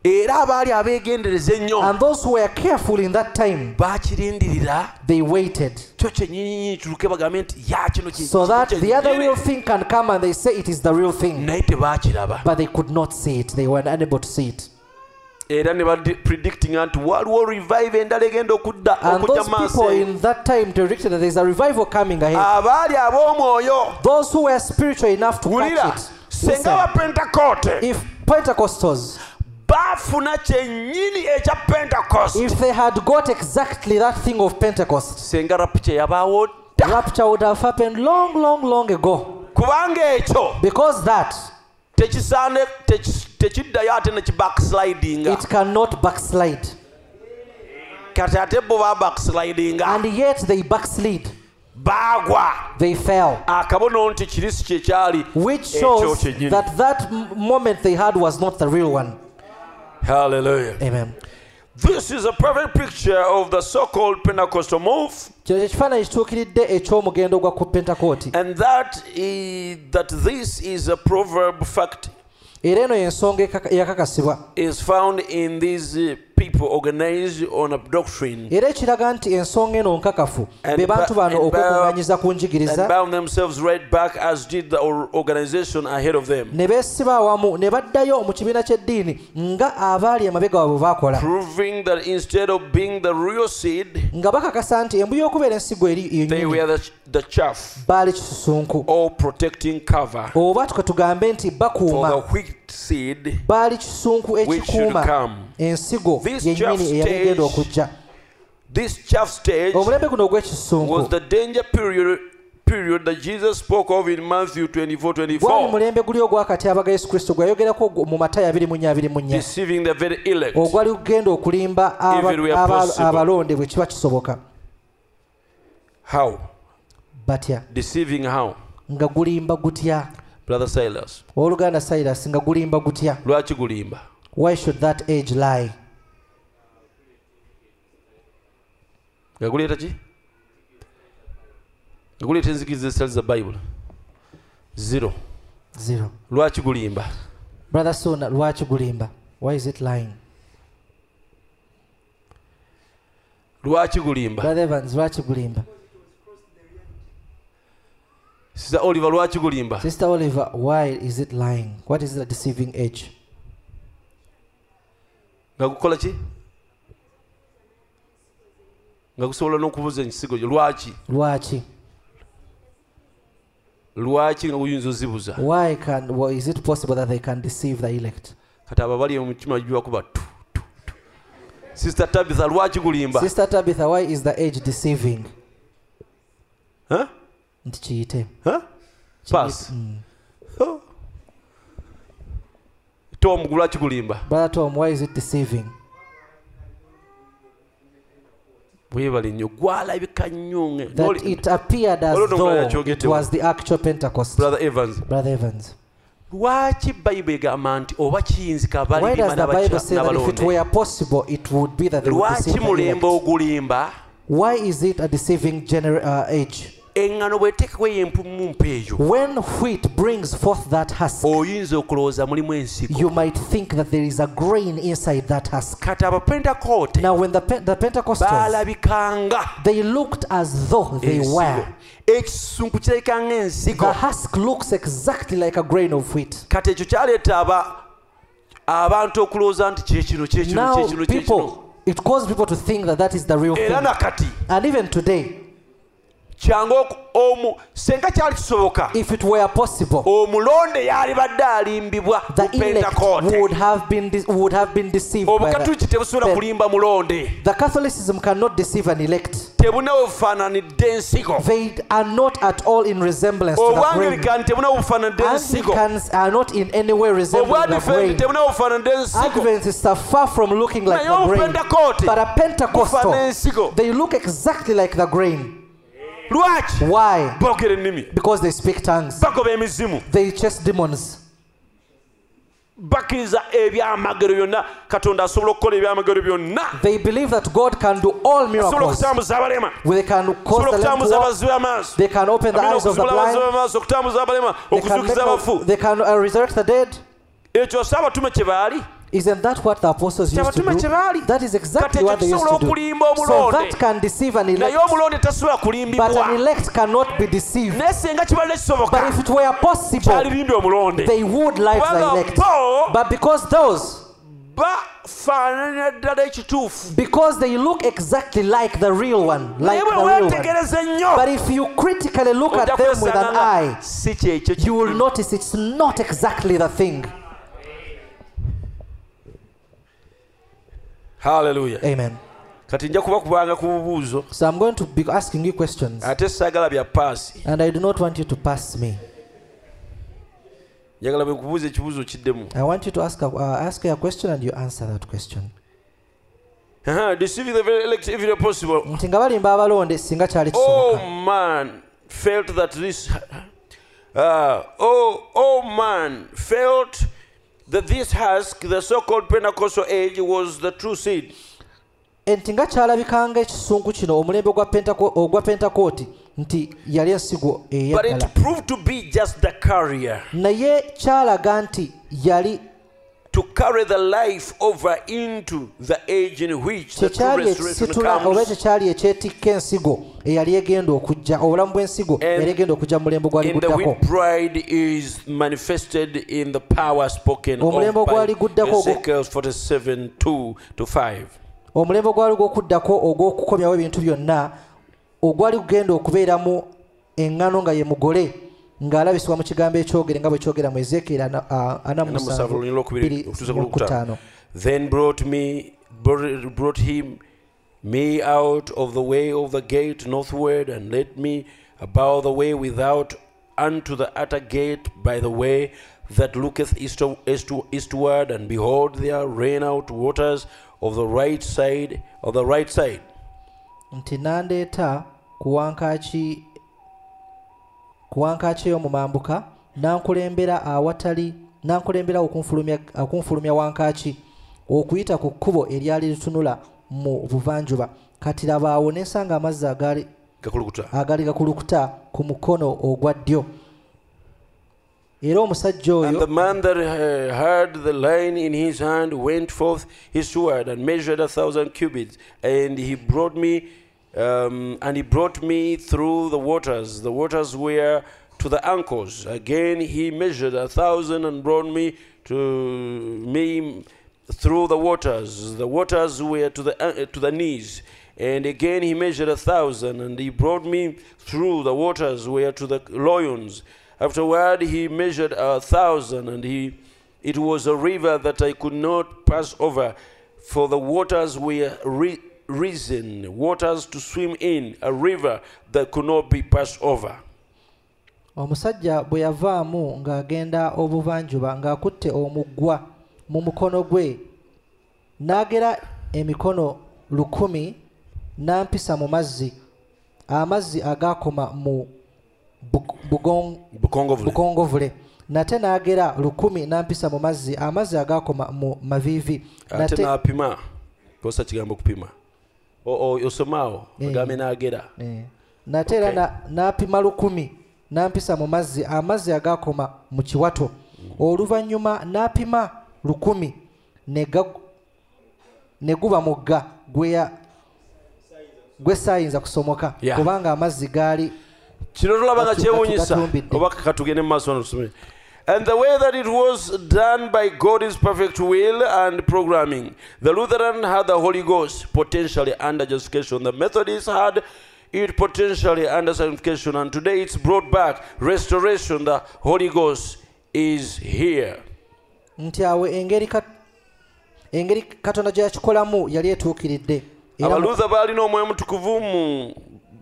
S1: era abaali abeegendereza ennyo
S2: And those who were careful in that time,
S1: baakirindirira
S2: they waited.
S1: kyo kyenyinyinyi kituuke bagambe nti ya kino kye-
S2: So that
S1: kye-
S2: the other
S1: kyennyini."
S2: real thing can come and they say it is the real thing.
S1: naye tebakiraba
S2: But they could not see it. They were unable to see it.
S1: era ne bapredictinga nti waliwo revive endala egenda okudda
S2: And
S1: okujja
S2: those
S1: mu
S2: people
S1: maaso
S2: in that time predicted that there's a revival coming ahead.
S1: abaali ab'omwoyo
S2: Those who were spiritual enough to
S1: wulira
S2: catch it.
S1: singa
S2: Listen,
S1: abapentekote
S2: if Pentecostals,
S1: baafuna kyennyini ekya pentecost
S2: if they had got exactly that thing of Pentecost,
S1: singa rapture yabaawo dda
S2: rapture would have happened long, long, long ago.
S1: kubanga ekyo
S2: Because that,
S1: tekisaane tekis- tekiddayo ate nekibackslidinga
S2: it cannot backslide.
S1: kati ate bo babackslidinga
S2: And yet they backslid.
S1: baagwa
S2: They fell.
S1: akabonao nti kirisi kyekyali
S2: Which
S1: ekyo
S2: shows
S1: kyennyini
S2: that that m- moment they had was not the real one.
S1: halleluya
S2: Amen.
S1: This is a perfect picture of the so called Pentecostal move,
S2: kino kyekifaananyi kituukiridde eky'omugendo gwa ku pentakoti
S1: and that is, that this is a proverb fact
S2: era eno y'ensonga ekaka- eyakakasibwa
S1: is found in these uh, people organized on a doctrine
S2: era ekiraga nti ensonga eno nkakafu
S1: And
S2: be bantu
S1: ba-
S2: bano
S1: and ba-
S2: okwekunganyiza ku
S1: and
S2: njigiriza
S1: bound themselves right back as did the or- organization ahead of them,
S2: ne beesiba awamu ne baddayo mu kibiina ky'eddiini nga abaali emabega waabwe baakola
S1: proving that instead of being the real seed,
S2: nga bakakasa nti embu y'okubeera ensigo eri
S1: they were
S2: yennyini
S1: the, ch- the chaff,
S2: baali kisusunku
S1: all protecting cover
S2: oba tuka tugambe nti
S1: for the
S2: bakuuma
S1: wheat seed
S2: baali kisunku
S1: which should
S2: ekikuuma
S1: come.
S2: ensigo
S1: This
S2: yennyini
S1: chaff
S2: eyali egenda
S1: stage-
S2: okujja
S1: This chaff stage
S2: omulembe guno
S1: was
S2: ogw'ekisunku
S1: the danger period, period that Jesus spoke of in Matthew 24
S2: gwali
S1: 24,
S2: mulembe guli ogwakatyabaga yesu kristo gweyayogerako ogwo mu matayo 24
S1: deceiving the very elect.
S2: ogwali kugenda okulimba aba-
S1: Even where
S2: aba-
S1: possible.
S2: abalonde bwe kiba kisoboka
S1: How?
S2: batya
S1: Deceiving how?
S2: nga gulimba gutya
S1: Brother Silas.
S2: ooluganda silas nga gulimba gutya
S1: Lwaki gulimba?
S2: why should that age lie
S1: Nga guleeta ki? Nga guleeta enzikiriza ezitali za Bible. Zero.
S2: zero
S1: Lwaki gulimba?
S2: brother sona lwaki gulimba why is it lying
S1: Lwaki gulimba?
S2: brother evans lwaki gulimba
S1: Sister Oliver lwaki gulimba?
S2: sister oliver why is it lying what is the deceiving age
S1: Nga gukola ki? Nga gusobola n'okubuuza ensigo gyo. Lwaki?
S2: lwaki
S1: Lwaki nga guyinza ozibuza?
S2: why can well, is it possible that they can deceive the elect
S1: kati abo abali omutima gibakuba tu tu, tu. sister tabitha lwaki gulimba
S2: sister tabitha why is the age deceiving
S1: Huh?
S2: nti kiyite
S1: Huh? pass
S2: Mm.
S1: Oh. tom gu- lwaki gulimba
S2: brother tom why is it deceiving
S1: bwebale nnyo gwalabika nnyo nge-
S2: that
S1: Oli-
S2: it appeared as
S1: Olwo
S2: though
S1: n'omulala
S2: it
S1: kyogedde
S2: was the actual pentecost
S1: brother evans
S2: brother evans
S1: lwaki bayibuli egamba nti oba kiyinzika
S2: why
S1: abalirima
S2: does the bible
S1: n'abaca-
S2: say that if it
S1: n'abalonde
S2: were possible it would be that they would deceive
S1: lwaki
S2: the elect?
S1: mulembe ogulimba
S2: why is it a deceiving gener- uh, age
S1: eŋŋano bweteekako ey'empumumpa eyo
S2: when wheat brings forth that husk
S1: oyinza okulowooza mulimu ensigo
S2: you might think that there is a grain inside that husk
S1: kati abapentakoote
S2: now when the, Pe- the pentecostals
S1: baalabikanga
S2: they looked as though they
S1: ensigo
S2: were
S1: ekisunku kirabika
S2: the
S1: ngaensigo
S2: husk looks exactly like a grain of wheat
S1: kati ekyo kyaleeta aba abantu okulowooza nti kyekino kyekino
S2: now
S1: kyekino kyekino
S2: people it caused people to think that that is the real
S1: era
S2: thing
S1: nakati
S2: and even today
S1: kyangu oku- omu senga kyali kisoboka
S2: if it were
S1: Oh,
S2: possible
S1: omulonde yalibadde alimbibwa
S2: the
S1: ku
S2: elect
S1: pentakoote
S2: would have been de- would have been deceived
S1: Oh,
S2: by
S1: obukatuuki
S2: that.
S1: tebusobola kulimba mulonde
S2: the catholicism cannot deceive an elect
S1: tebunabufaananidde ensigo
S2: they are not at all in resemblance
S1: Oh,
S2: to the grain
S1: obwangirikaani tebunabufaananidde ensigo
S2: Anglicans are not in any way resembling the
S1: obwadifendi
S2: grain.
S1: tebunabufaananidde ensigo
S2: Adventists are far from looking like
S1: Naye
S2: the grain.
S1: Opentecote
S2: But a
S1: bufaanana
S2: Pentecostal,
S1: ensigo
S2: they look exactly like the grain.
S1: lwaki
S2: Why?
S1: boogera ennimi
S2: Because they speak tongues.
S1: bagoba emizimu
S2: They chase demons.
S1: bakkiriza ebyamagero byonna katonda asobola okukola ebyamagero byonna
S2: They believe that God can do all
S1: asobola
S2: miracles.
S1: okutambuza abalema
S2: They can
S1: asobola
S2: cause the lame to
S1: okutambuza
S2: walk.
S1: abazibe amaaso
S2: They can open the
S1: Amina,
S2: eyes of the
S1: okuzimbula abazibe
S2: blind.
S1: amaaso okutambuza abalema
S2: They can, make
S1: okuzuukiza
S2: the-
S1: abafu
S2: they can uh, resurrect the dead.
S1: ekyo si abatume kye baali
S2: Isn't that what the apostles used to
S1: Kyabatume kye
S2: do?
S1: baali.
S2: That is exactly
S1: Kati
S2: what they used
S1: tekisobola
S2: to do.
S1: okulimba
S2: So
S1: omulonde.
S2: that can deceive an
S1: naye
S2: elect.
S1: omulonde tasobola
S2: But
S1: kulimbibwa
S2: an elect cannot be deceived.
S1: naye senga kibadde
S2: But
S1: kisoboka
S2: if it were possible,
S1: kyalirimbye omulonde
S2: they would like the
S1: Kubanga
S2: elect.
S1: bo-
S2: But because those,
S1: bafaananira ddala ekituufu
S2: because they look exactly like the real one, like
S1: naye bwe
S2: the real one.
S1: weetegereza ennyo
S2: But if you critically look
S1: ojja
S2: at them with an
S1: kwesaanana.
S2: eye,
S1: si kyekyo
S2: you will
S1: ki-
S2: notice it's not exactly the thing.
S1: Hallelujah.
S2: Amen.
S1: kati nja kubakubanga ku bubuuzo
S2: So I'm going to be asking you questions,
S1: ate saagala bya paasi
S2: and I do not want you to pass me.
S1: njagala bwe nkubuuza ekibuuzo kiddemu
S2: I want you to ask a, uh, ask a question and you answer that question.
S1: Aha, deceiving the very elect if it were possible
S2: Nti nga balimba abalonde singa kyali
S1: oh
S2: kisoboka.
S1: man felt that this uh, oh, oh man felt that this husk the so-called pentecostal age was the true seed
S2: Nti nga kyalabikanga ekisunku kino omulembe gwa Pentako- ogwa Pentakooti nti yali ensigo
S1: but
S2: eyeddala.
S1: it proved to be just the carrier
S2: naye kyalaga nti yali
S1: to carry the life over into the age in which the true
S2: kyekyali
S1: restoration
S2: ekisitula e- oba ekyo
S1: comes
S2: kyali ekyetikka ensigo eyali egenda okujja obulamu bw'ensigo yali egenda okujja mu mulembe gwali
S1: And the
S2: guddako
S1: wheat bride is manifested in the power spoken
S2: Omulembe
S1: of by
S2: ogwali guddako ogwo-
S1: Ezekiel 47, 2 to 5.
S2: omulembe ogwali gw'okuddako ogw'okukomyawo ebintu byonna ogwali kugenda okubeeramu eŋŋano nga ye mugole ng'alabisibwa mu kigambo ekyogere nga bwe kyogera mu ezekyeri
S1: Anamusanvu lunyiriri olwokubiri okutuusa ku
S2: anamusanvu
S1: lwokutaano. Then brought me brought brought him me out of the way of the gate northward, and led me about the way without unto the utter gate by the way that looketh east east, eastward, and behold there ran out waters of the right side of the right side.
S2: nti nandeeta ku wankaaki ku wankaaki eyo mu mambuka nankulembera awatali nankulembera okunfulumya okunfulumya wankaaki okuyita ku kkubo eryali litunula mu buvanjuba kati laba awo nensanga amazzi agaali
S1: Kakulukuta.
S2: agali gakulukuta ku mukono ogwa ddyo era omusajja oyo
S1: And the man that uh, had the line in his hand went forth his sword and measured a thousand cubits, and he brought me, um, and he brought me through the waters. The waters were to the ankles. Again he measured a thousand and brought me to me through the waters. The waters were to the uh, to the knees. And again he measured a thousand, and he brought me through the waters where to the lions. Afterward he measured a thousand, and he it was a river that I could not pass over, for the waters were re- risen, waters to swim in, a river that could not be passed over.
S2: omusajja bwe yavaamu ng'agenda obuvanjuba ng'akutte omuggwa mu mukono gwe n'agera emikono lukumi n'ampisa mu mazzi amazzi agaakoma mu bu- bugon-
S1: Bukongovle.
S2: bukongovule nate n'agera lukumi n'ampisa mu mazzi amazzi agaakoma mu maviivi
S1: ate
S2: nate
S1: n'apima Ah, kosa kigambo kupima Oh, O- o- osomaawo agambe n'agera
S2: Eh, nate era
S1: Okay.
S2: na- n'apima lukumi n'ampisa mu mazzi amazzi agaakoma mu kiwato oluvannyuma n'apima lukumi ne gagu- ne guba mugga gwe ya- gwe saayinza kusomoka
S1: Yeah.
S2: kubanga amazzi gaali
S1: kino tulaba nga
S2: Katu-
S1: kyewunyisa
S2: katutumbidde.
S1: oba katugende mu maaso wano tusome And the way that it was done by God is perfect will and programming. The Lutheran had the Holy Ghost potentially under justification. The Methodist had it potentially under sanctification. And today it's brought back restoration. The Holy Ghost is here.
S2: nti awo engeri ka- engeri katonda gye yakikolamu yali etuukiridde era mu-
S1: abalutha baalina omwoyo mutukuvu mu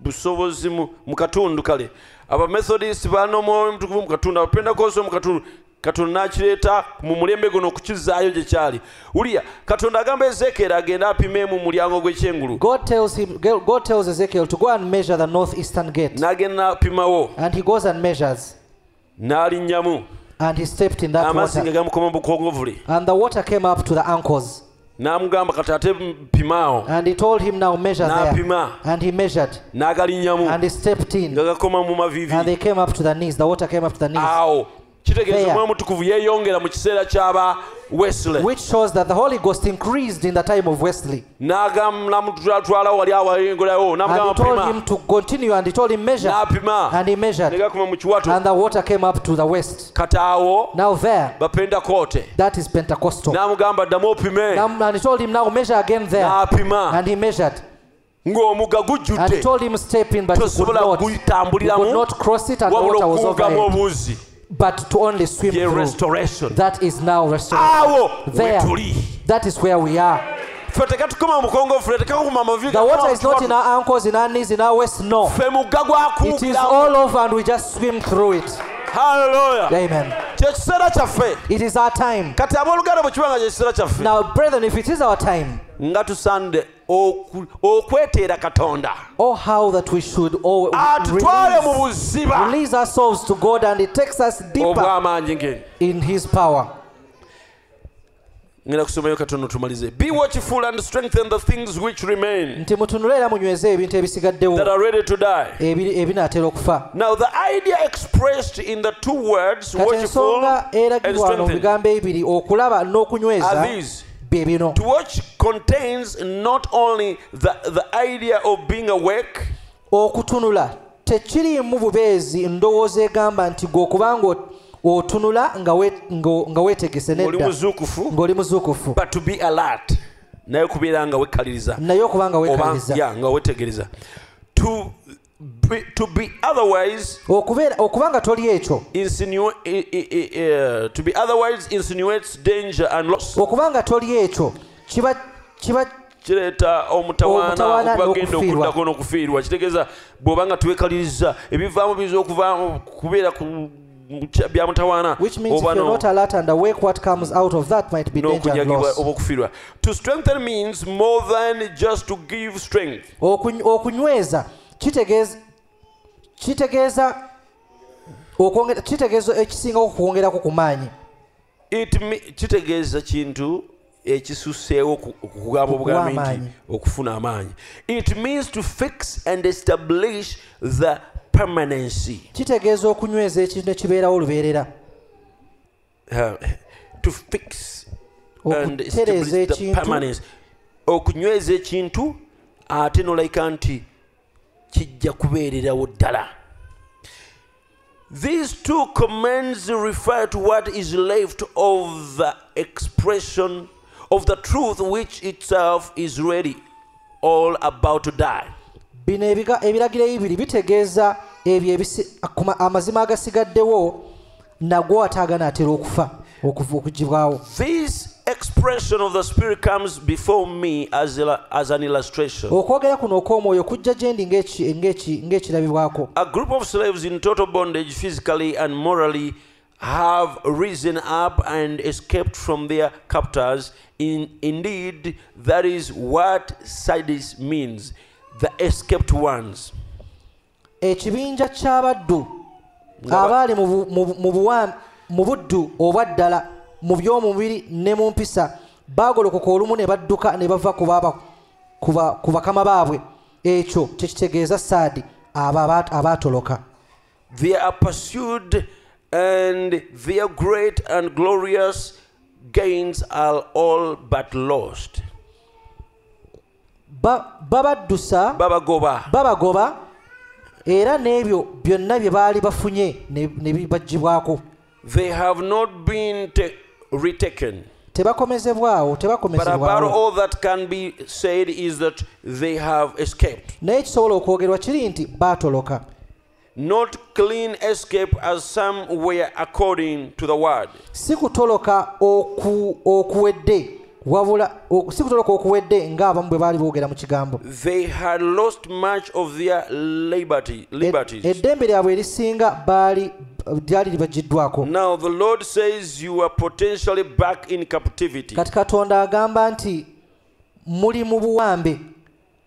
S1: busobozi mu mu katundu kale abamethodist baalina omwoyo mutukuvu mu katundu abapendakoso mu katundu katonda n'akireeta mu mulembe guno okukizaayo gye kyali uliya katonda agamba ezekeri agende apime mu mulyango gw'ekyengulu
S2: God tells him- God tells Ezekiel to go and measure the northeastern gate
S1: n'agenda n'apimawo
S2: and he goes and measures
S1: n'alinnyamu
S2: and he stepped in that
S1: amazzi
S2: water
S1: nga gamukoma bukongovule
S2: And the water came up to the ankles.
S1: n'amugamba kati ate mpimaawo
S2: And he told him, Now measure there.
S1: Napima.
S2: And he measured. And
S1: n'agalinnyamu
S2: he stepped in.
S1: nga gakoma mu
S2: And
S1: mavivi
S2: they came up to the knees. The water came up to the knees.
S1: awo kitegeeza
S2: There.
S1: omwoyo mutukuvu yeeyongera mu kiseera ky'aba wesle
S2: Which shows that the Holy Ghost increased in the time of Wesley.
S1: N'agam- n'amutwala wali awayongerayo
S2: And
S1: n'amugamba
S2: he told him
S1: pima
S2: to continue and he told him, Measure.
S1: n'apima
S2: And he measured.
S1: negakuma mu kiwato
S2: And the water came up to the west.
S1: kati awo
S2: Now there,
S1: bapendakoote
S2: that is Pentecostal.
S1: n'amugamba ddamu opime
S2: Now- And he told him, Now measure again there.
S1: n'apima
S2: And he measured.
S1: ng'omugga
S2: And he
S1: gujjudde
S2: told him, Step in, but you could
S1: tosobola
S2: not. You could
S1: kuguyitambuliramu
S2: not cross it and the
S1: wabula
S2: water was
S1: okuwugamu
S2: over it.
S1: obuwuzi
S2: But to only swim
S1: ye
S2: through.
S1: restoration
S2: That is now restored.
S1: awo
S2: There.
S1: wetuli
S2: That is where we are.
S1: ffe tegatukoma mukongofule tekakukuma mavi
S2: The water is not in our ankles, in our knees, in our waist. No.
S1: ffe mugga
S2: It is
S1: gwakuukira
S2: all over and we just swim through it.
S1: haleluya
S2: Amen.
S1: kyekiseera kyaffe
S2: It is our time.
S1: kati abooluganda bwe kibanga kyekiseera kyaffe
S2: Now, brethren, if it is our time,
S1: nga tusaanidde oku- okweteera katonda
S2: oh, how that we should all
S1: atutwale mu
S2: release,
S1: buziba
S2: release ourselves to God and it takes us deeper
S1: obw'amaanyi ngeni
S2: in His power.
S1: ngenda kusomayo katono tumalize be watchful and strengthen the things which remain
S2: nti mutunule era munyweze ebintu
S1: that
S2: ebisigaddewo
S1: are ready to die
S2: ebi- ebinaatera okufa
S1: now the idea expressed in the two words
S2: kati
S1: watchful
S2: ensonga
S1: and
S2: eragirwa wano mu
S1: strengthen
S2: bigambo ebibiri okulaba n'okunyweza
S1: are these
S2: bye bino
S1: to watch contains not only the, the idea of being awake
S2: okutunula tekiriimu bubeezi ndowooza egamba nti gwe okubanga ot- otunula nga we- nga- nga weetegese
S1: oli
S2: nedda
S1: muzuukufu
S2: ng'oli muzuukufu
S1: but to be alert naye kubeera nga wekkaliriza
S2: naye okubanga
S1: oba
S2: weekaliza
S1: ya, nga wetegereza to be, to be otherwise
S2: okubeera okuba nga toli ekyo
S1: insinu- i- i- i- eh, to be otherwise insinuates danger and loss
S2: okuba nga toli ekyo kiba kiba
S1: kireeta omutawaana
S2: Obutawaana
S1: okubagenda
S2: n'okufiirwa.
S1: okuddako n'okufiirwa kitegeeza bw'oba nga twekaliriza ebivaamu biyinza okuvaamu kubeera ku mu kya- bya mutawaana
S2: which means
S1: oba
S2: if you're
S1: no-
S2: not alert and awake what comes out of that might be danger and
S1: n'okunyagibwa
S2: loss
S1: oba okufiirwa to strengthen means more than just to give strength
S2: Okuny- okunyweza kitegeeza kitegeeza okwongera kitegeeza ekisinga okukwongerako ku maanyi
S1: It me- kitegeeza kintu ekisuseewo ku- okugamba obugambi nti
S2: amaanyi.
S1: okufuna amaanyi it means to fix and establish the permanency
S2: kitegeeza okunyweza ekintu ne kibeerawo lubeerera
S1: Uh, to fix and
S2: okutereeza
S1: establish the
S2: ekintu
S1: permanence okunyweza ekintu ate nolabika nti kijja kubeererawo ddala these two commands refer to what is left of the expression of the truth which itself is ready all about to die
S2: bino ebiga- ebiragiro ebibiri bitegeeza ebyo ebisi- akuma- amazima agasigaddewo nagwo ate aganaatera okufa okuva okugibwawo
S1: this expression of the spirit comes before me as, a- as an illustration
S2: okwogera kuno okw'omwoyo kujja gye ndi ng'eki- ng'eki- ng'ekirabibwako
S1: A group of slaves in total bondage, physically and morally, have risen up and escaped from their captors. In, indeed, that is what Sidis means the escaped ones.
S2: ekibinja ky'abaddu abaali mu bu- mu bu- mu buwa- mu buddu obwa ddala mu by'omubiri ne mu mpisa baagolokoka olumu ne badduka ne bava ku baaba- ku ba- ku bakama baabwe ekyo kyekitegeeza saadi abo aba- abaatoloka
S1: They are pursued, and their great and glorious gains are all but lost.
S2: Ba- babaddusa
S1: Baba Goba.
S2: babagoba era n'ebyo byonna bye baali bafunye ne ne bibaggyibwako
S1: They have not been ta- retaken.
S2: tebakomezebwaawo
S1: But about
S2: tebakomezebwawo
S1: all that can be said is that they have escaped.
S2: naye ekisobola okwogerwa kiri nti baatoloka
S1: Not clean escape as some were according to the word.
S2: si kutoloka oku- okuwedde wabula o- si kutoloka okuwedde ng'abamu bwe baali boogera mu kigambo
S1: They had lost much of their liberty,
S2: E-
S1: liberties.
S2: eddembe lyabwe erisinga baali lyali libaggiddwako
S1: now the Lord says you are potentially back in captivity.
S2: kati katonda agamba nti muli mu buwambe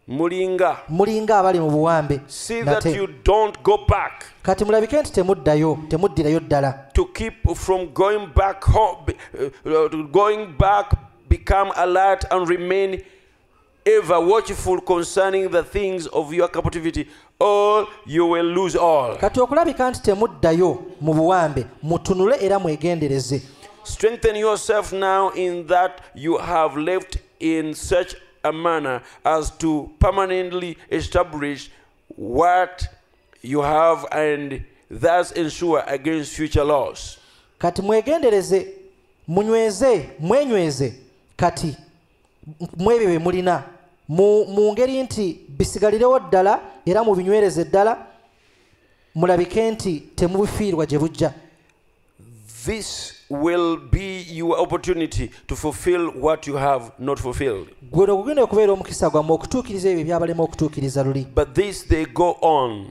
S1: Mulinga.
S2: mulinga abali mu buwambe
S1: See that
S2: nate
S1: you don't go back
S2: kati mulabike nti temuddayo temuddirayo ddala
S1: to keep from going back home, uh, uh, to going back, become alert and remain ever watchful concerning the things of your captivity, or you will lose all.
S2: kati okulabika nti temuddayo mu buwambe mutunule era mwegendereze
S1: Strengthen yourself now in that you have left in such a manner as to permanently establish what you have and thus ensure against future loss.
S2: kati mwegendereze munyweze mwenyweze kati mwebyo bye mulina mu, mu ngeri nti bisigalirewo ddala era mubinywereze ddala mulabike nti temubifiirwa gye bujja
S1: This will be your opportunity to fulfill what you have not fulfilled.
S2: gweno gugenda okubeera omukisa gwammwe okutuukiriza ebyo byabalema okutuukiriza luli
S1: But this they go on.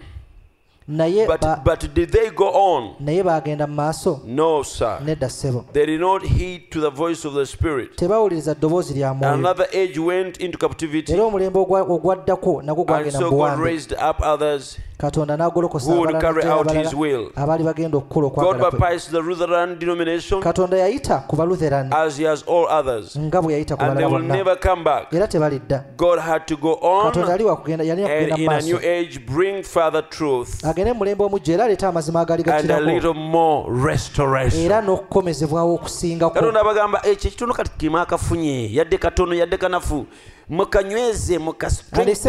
S2: naye
S1: But
S2: ba,
S1: but did they go on?
S2: naye baagenda mu maaso
S1: No, sir.
S2: nedda ssebo
S1: They did not heed to the voice of the Spirit.
S2: tebawuliriza ddoboozi lya mwoyo
S1: Another age went into captivity,
S2: era omulembe ogwa- ogwaddako nagwo
S1: and
S2: gwagenda mu
S1: so God
S2: buwambe
S1: raised up others.
S2: katonda n'agolokosa
S1: Who would
S2: abalala
S1: carry
S2: n'aggyayo
S1: out
S2: abalala
S1: his will.
S2: abaali bagenda okukola
S1: God
S2: okwagala kwe
S1: baptized the Lutheran denomination
S2: katonda yayita ku balutheran
S1: as he has all others,
S2: nga bwe yayita ku
S1: and they
S2: balala
S1: will
S2: bonna
S1: never come back.
S2: era tebalidda
S1: God had to go
S2: katonda
S1: on,
S2: yali wakugenda yalina
S1: and
S2: kugenda mu
S1: in a new
S2: maaso
S1: age, bring further truth.
S2: agende mulembe omujja era aleeta amazima agaali
S1: and a
S2: gakirako
S1: little more restoration
S2: era n'okukomezebwawo okusingako
S1: katonda abagamba ekyo ekitono kati kima akafunye yadde katono yadde kanafu mukanyweze
S2: and it says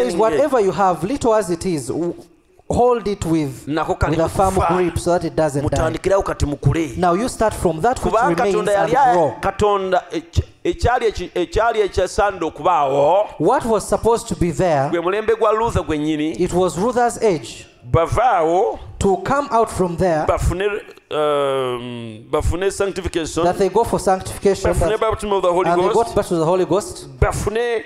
S1: mukastrengthen
S2: whatever you have little as it is w- hold it with
S1: nako
S2: with a firm grip so that it doesn't die
S1: mutandikirawo kati mukule
S2: now you start from that which
S1: kubanga
S2: remains
S1: katonda yali
S2: and grow
S1: katonda eh, ki- ekyali eki- ekyali ekyasaanidde okubaawo
S2: What was supposed to be there,
S1: gwe mulembe gwa lutha gwennyini
S2: it was Ruther's age
S1: bavaawo
S2: to come out from there
S1: bafune um, bafune sanctification
S2: that they go for sanctification
S1: bafune
S2: that,
S1: baptism of the holy
S2: and they go
S1: ghost
S2: back to the Holy Ghost
S1: bafune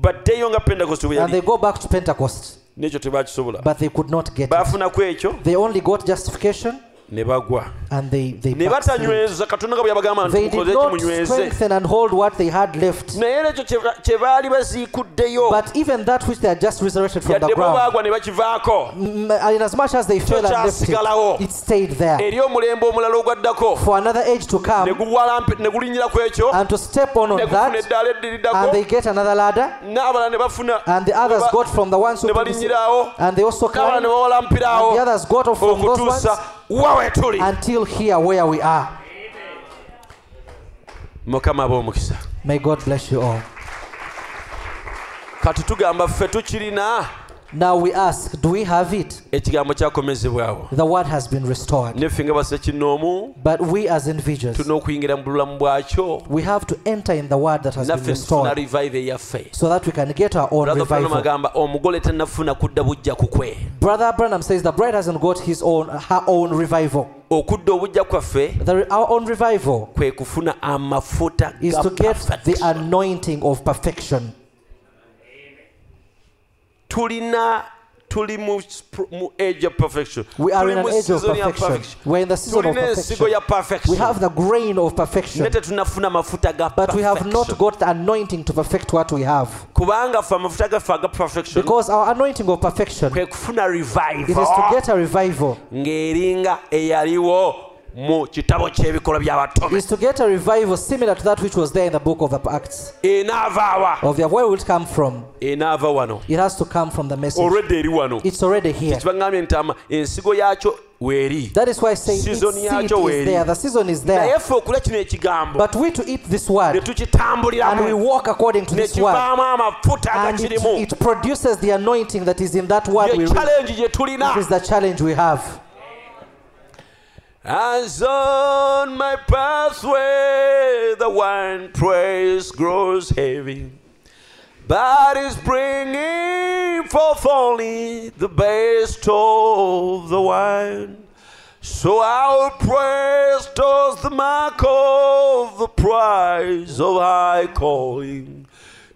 S1: baddeyo nga pentecost bwe
S2: and
S1: yali
S2: they go back to Pentecost.
S1: n'ekyo tebakisobola
S2: But they could not get it.
S1: bafunaku ekyo
S2: They only got justification
S1: ne bagwa
S2: and they, they
S1: ne
S2: backslid.
S1: batanyweza katonda nga bwe yabagamba nti
S2: They did
S1: mukoze
S2: not
S1: kimunyweze
S2: strengthen and hold what they had left.
S1: naye era ekyo kye- kye baali baziikuddeyo
S2: But even that which they had just resurrected from the
S1: yaddemu
S2: ground,
S1: baagwa ne bakivaako
S2: mm, in as much as they fell and left
S1: kyasigalawo.
S2: it, it stayed there.
S1: eri omulembe omulala ogwaddako
S2: For another age to
S1: ne
S2: come
S1: guwalampi- ne gulinnyira ku ekyo
S2: and to step on
S1: ne
S2: on
S1: gufuna
S2: that,
S1: eddaala
S2: and
S1: eddiriddako
S2: they get another ladder,
S1: n'abalala ne bafuna
S2: and the others
S1: Ne ba-
S2: got from the ones who
S1: ne
S2: took this-
S1: balinnyirawo
S2: and they also
S1: n'abalala
S2: climbed,
S1: ne
S2: and
S1: bawalampiraawo
S2: the others got off from those ones
S1: okutuusa wawetuli
S2: until here where we are.
S1: mukama ab'omukisa
S2: May God bless you all.
S1: kati tugamba ffe tukirina
S2: Now we ask, do we have it?
S1: ekigambo kyakomezebwawo
S2: The word has been restored.
S1: neffe nga base kinoomu
S2: But we as individuals,
S1: tulina okuyingira mu bulamu bwakyo
S2: we have to enter in the word that has been
S1: naffe tufuna
S2: restored
S1: revive eyaffe
S2: so that we can get our own
S1: brother Branham
S2: revival.
S1: agamba omugole tannafuna kudda bujja kukwe
S2: Brother Branham says the bride hasn't got his own her own revival.
S1: okudda obujja kwaffe
S2: The, our own revival
S1: kwe kufuna amafuta
S2: is
S1: ga
S2: to get the
S1: perfection.
S2: anointing of perfection.
S1: tulina tuli mu sp- mu age of perfection
S2: We are
S1: Tuli
S2: in an
S1: mu
S2: age of
S1: season ya
S2: perfection. We're in the season of
S1: tulina ensigo
S2: perfection.
S1: ya perfection
S2: We have the grain of perfection,
S1: naye tetunafuna mafuta ga
S2: but we have
S1: perfection.
S2: not got the anointing to perfect what we have.
S1: kubanga ffe amafuta gaffe aga perfection
S2: Because our anointing of perfection
S1: kwe kufuna
S2: it is to
S1: revival
S2: get a revival.
S1: ng'eringa eyaliwo mu kitabo ky'ebikolwa
S2: Is
S1: by'abatome
S2: to get a revival similar to that which was there in the book of the Acts.
S1: enaava awa
S2: Of the, where will it come from?
S1: enaava wano
S2: It has to come from the message.
S1: olwedda eri wano
S2: It's already here.
S1: kibaŋŋambye ntama ensigo yaakyo weeri
S2: That is why I say its seed
S1: Season
S2: is
S1: yaakyo weeri.
S2: there. The season is
S1: naye
S2: there.
S1: ffe okulya kino ekigambo
S2: But we to eat this
S1: ne
S2: word and we
S1: tukitambuliramu
S2: walk according to this word.
S1: nekivaamu amafuta
S2: And it,
S1: agakirimu
S2: it produces the anointing that is in that word we
S1: ye
S2: read.
S1: challenge gye tulina
S2: This is the challenge we have.
S1: As on my pathway the wine praise grows heavy, but is bringing forth only the best of the wine. So our praise towards the mark of the prize of high calling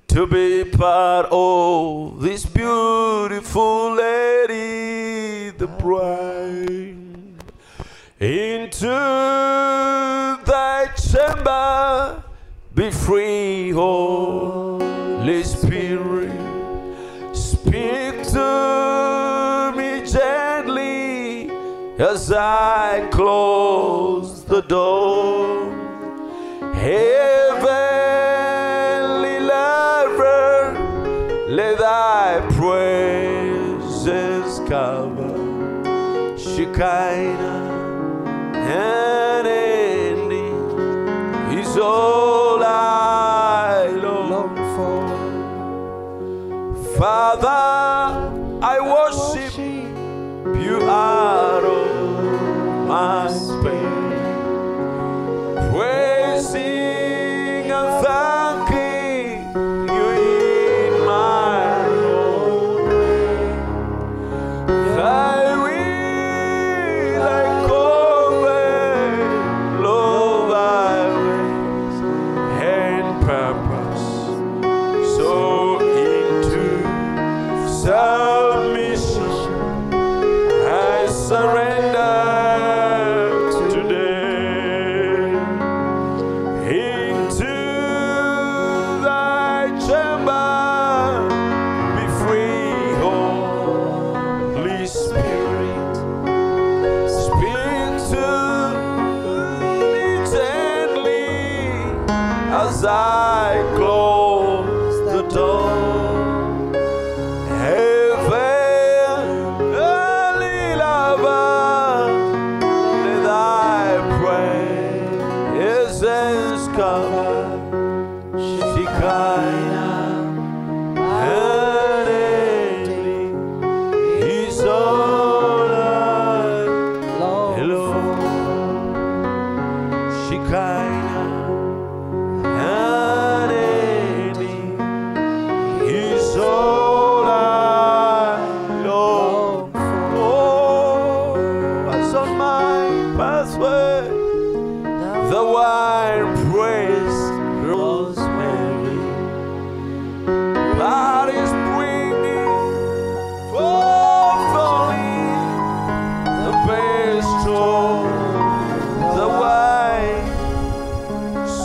S1: to be part of this beautiful lady, the bride. Into thy chamber be free, Holy Spirit. Speak to me gently as I close the door. Heavenly lover, let thy praises cover Shekinah and ending is all I long for. Father, I worship you out of my space, praising and thanking you in my heart. Thy will I convey, Lord, thy ways and purpose. So into submission I surrender today. Into thy chamber be free, Holy Spirit. Speak to me gently as I close the door. Heavenly lover, let thy presence cover Shekinah and ending is all I hello Shekinah and Oh,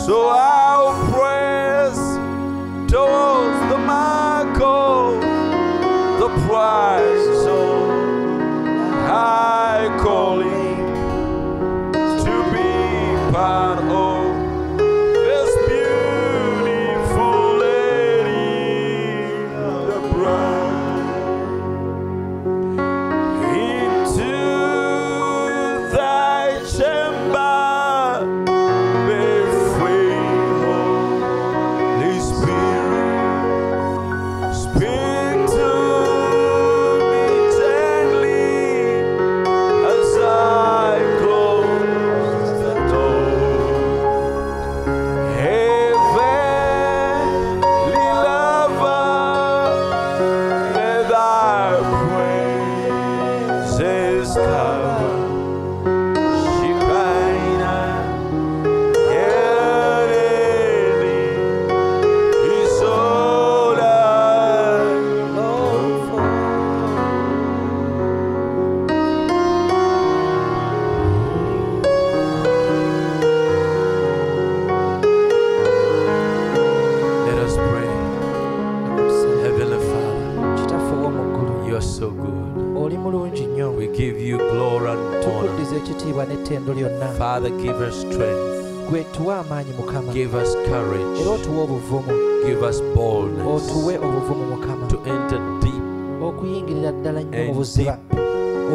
S1: So I'll press towards the mark of the prize of high calling to be part of this beautiful lady, the bride. Into thy chamber may free Holy Spirit speak to me gently as I close the door. Heavenly lover, may thy praise says come Shekinah Yereni Isola Let us pray Heavenly Father
S2: kitaffe w'omuggulu
S1: you are so good
S2: oli mulungi nnyo
S1: we give you glory and honor
S2: tukuddiza ekitiibwa n'ettendo lyonna
S1: Father give us strength
S2: gwe tuwe amaanyi mukama
S1: give us courage
S2: era otuwe obuvumu
S1: give us boldness
S2: otuwe obuvumu mukama
S1: to enter deep
S2: okuyingirira ddala nnyo mu
S1: And
S2: buziba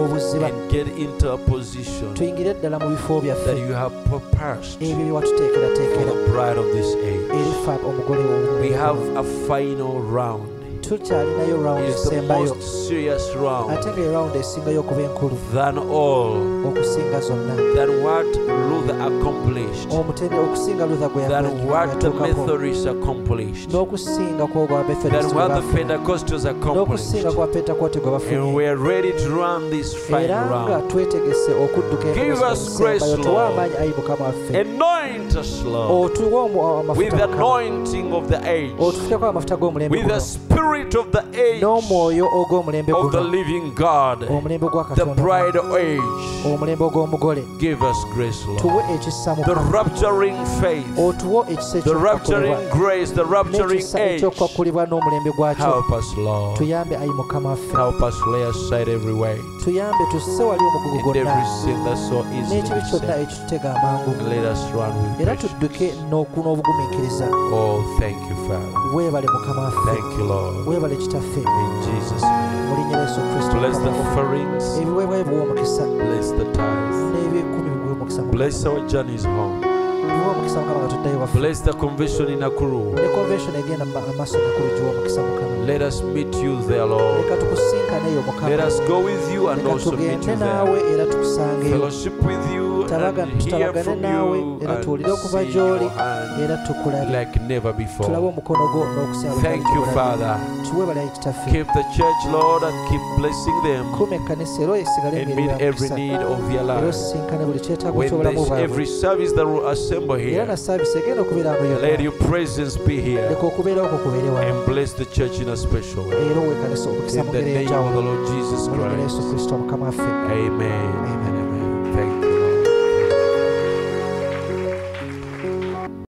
S2: obuziba
S1: and get into a position
S2: tuyingire ddala mu bifo byaffe
S1: that you have purposed
S2: ebyo
S1: for
S2: bye watuteekerateekera
S1: the bride of this age.
S2: erifa omugole
S1: We have
S2: w'omulembe.
S1: a final round.
S2: tukyalinayo rawundi
S1: It's the
S2: esembayo
S1: most serious
S2: ate
S1: round
S2: nga erawundi esingayo okuba enkulu
S1: than all,
S2: okusinga zonna
S1: than what Luther accomplished,
S2: omutende okusinga lutha gwe
S1: than what the
S2: yatuukako
S1: Methodists accomplished,
S2: n'okusinga kwogwa
S1: than what the
S2: bafeerisibafuna
S1: Pentecostals
S2: n'okusinga
S1: accomplished.
S2: kwa pentakoti gwe
S1: And
S2: bafunye
S1: we are ready to run this
S2: era
S1: final
S2: nga
S1: round.
S2: twetegese okudduka
S1: Give
S2: enkola
S1: us
S2: z'omusembayo.
S1: grace,
S2: Tuwe
S1: Lord.
S2: amaanyi ayi mukama waffe
S1: Anoint us, Lord,
S2: otuwe omu-
S1: with
S2: amafuta
S1: the
S2: mukama.
S1: anointing of the age,
S2: otufukeko amafuta g'omulembe
S1: with the
S2: guno
S1: spirit of the age
S2: n'omwoyo ogw'omulembe
S1: of the
S2: guno
S1: living God.
S2: omulembe gwa
S1: the
S2: katonda
S1: bride age.
S2: omulembe ogw'omugole
S1: Give us grace,
S2: tuwe
S1: Lord.
S2: ekisa
S1: The
S2: mukama
S1: rapturing faith,
S2: otuwe ekisa
S1: the
S2: ekyokwakulibwa
S1: rapturing grace, the rapturing
S2: n'ekisa
S1: age.
S2: ekyokwakulibwa n'omulembe gwakyo
S1: Help us, Lord.
S2: tuyambe ayi mukama waffe
S1: Help us lay aside every weight
S2: tuyambe tusse wali omugugu
S1: and every
S2: gwonna
S1: sin that so
S2: n'ekibi
S1: easily
S2: kyonna
S1: beset.
S2: ekitutega amangu
S1: And Let us run with
S2: era
S1: grace.
S2: tudduke n'oku- n'obugumiikiriza
S1: Oh, thank you, Father.
S2: weebale mukama waffe
S1: Thank you, Lord.
S2: weebale kitaffe
S1: In Jesus' name.
S2: mu linnya lya yesu kristo
S1: Bless the
S2: Mukama waffe.
S1: offerings.
S2: ebiweebwayo biwe omukisa
S1: Bless the tithes.
S2: n'ebyekumi biwe omukisa mukama
S1: Bless our journeys home.
S2: biwe omukisa mukama nga tuddayo waffe
S1: Bless the convention in Akuru.
S2: ne convention egenda mu ma- amaaso nakulu giwe omukisa mukama
S1: Let us meet you there, Lord.
S2: leka tukusinkaneeyo mukama
S1: Let us go with you and
S2: leka
S1: also meet
S2: tugende
S1: you there.
S2: naawe era tukusangeyo
S1: Fellowship with you
S2: Tulaga-
S1: and hear
S2: tulagane
S1: from
S2: naawe
S1: you
S2: era tuwulire
S1: and
S2: okuva
S1: see
S2: gy'oli
S1: your hand
S2: era tukulabe
S1: like never
S2: tulabe
S1: before.
S2: omukono gwo n'okusaala
S1: Thank you, Father.
S2: tuwebalayo kitaffe
S1: Keep the church, Lord, and keep blessing them
S2: kuuma ekkanisa era esigale
S1: and meet
S2: embeera ya
S1: every
S2: mukisa
S1: need of their
S2: era
S1: life.
S2: osisinkane buli kyetaago
S1: When
S2: ky'obulamu
S1: there's
S2: bwabwe
S1: every service that will assemble
S2: era na
S1: here,
S2: saavisi egenda okubeera ano
S1: let
S2: yonna
S1: your presence be here
S2: leka okubeerawo kwo kubeere wamu
S1: and bless the church in a special way.
S2: era owekanisa omukisa
S1: In
S2: mu
S1: the
S2: ngeri
S1: name of the
S2: enjawulo
S1: Lord Jesus
S2: mu linnya lya
S1: Christ.
S2: yesu kristo mukama waffe
S1: Amen.
S2: Amen.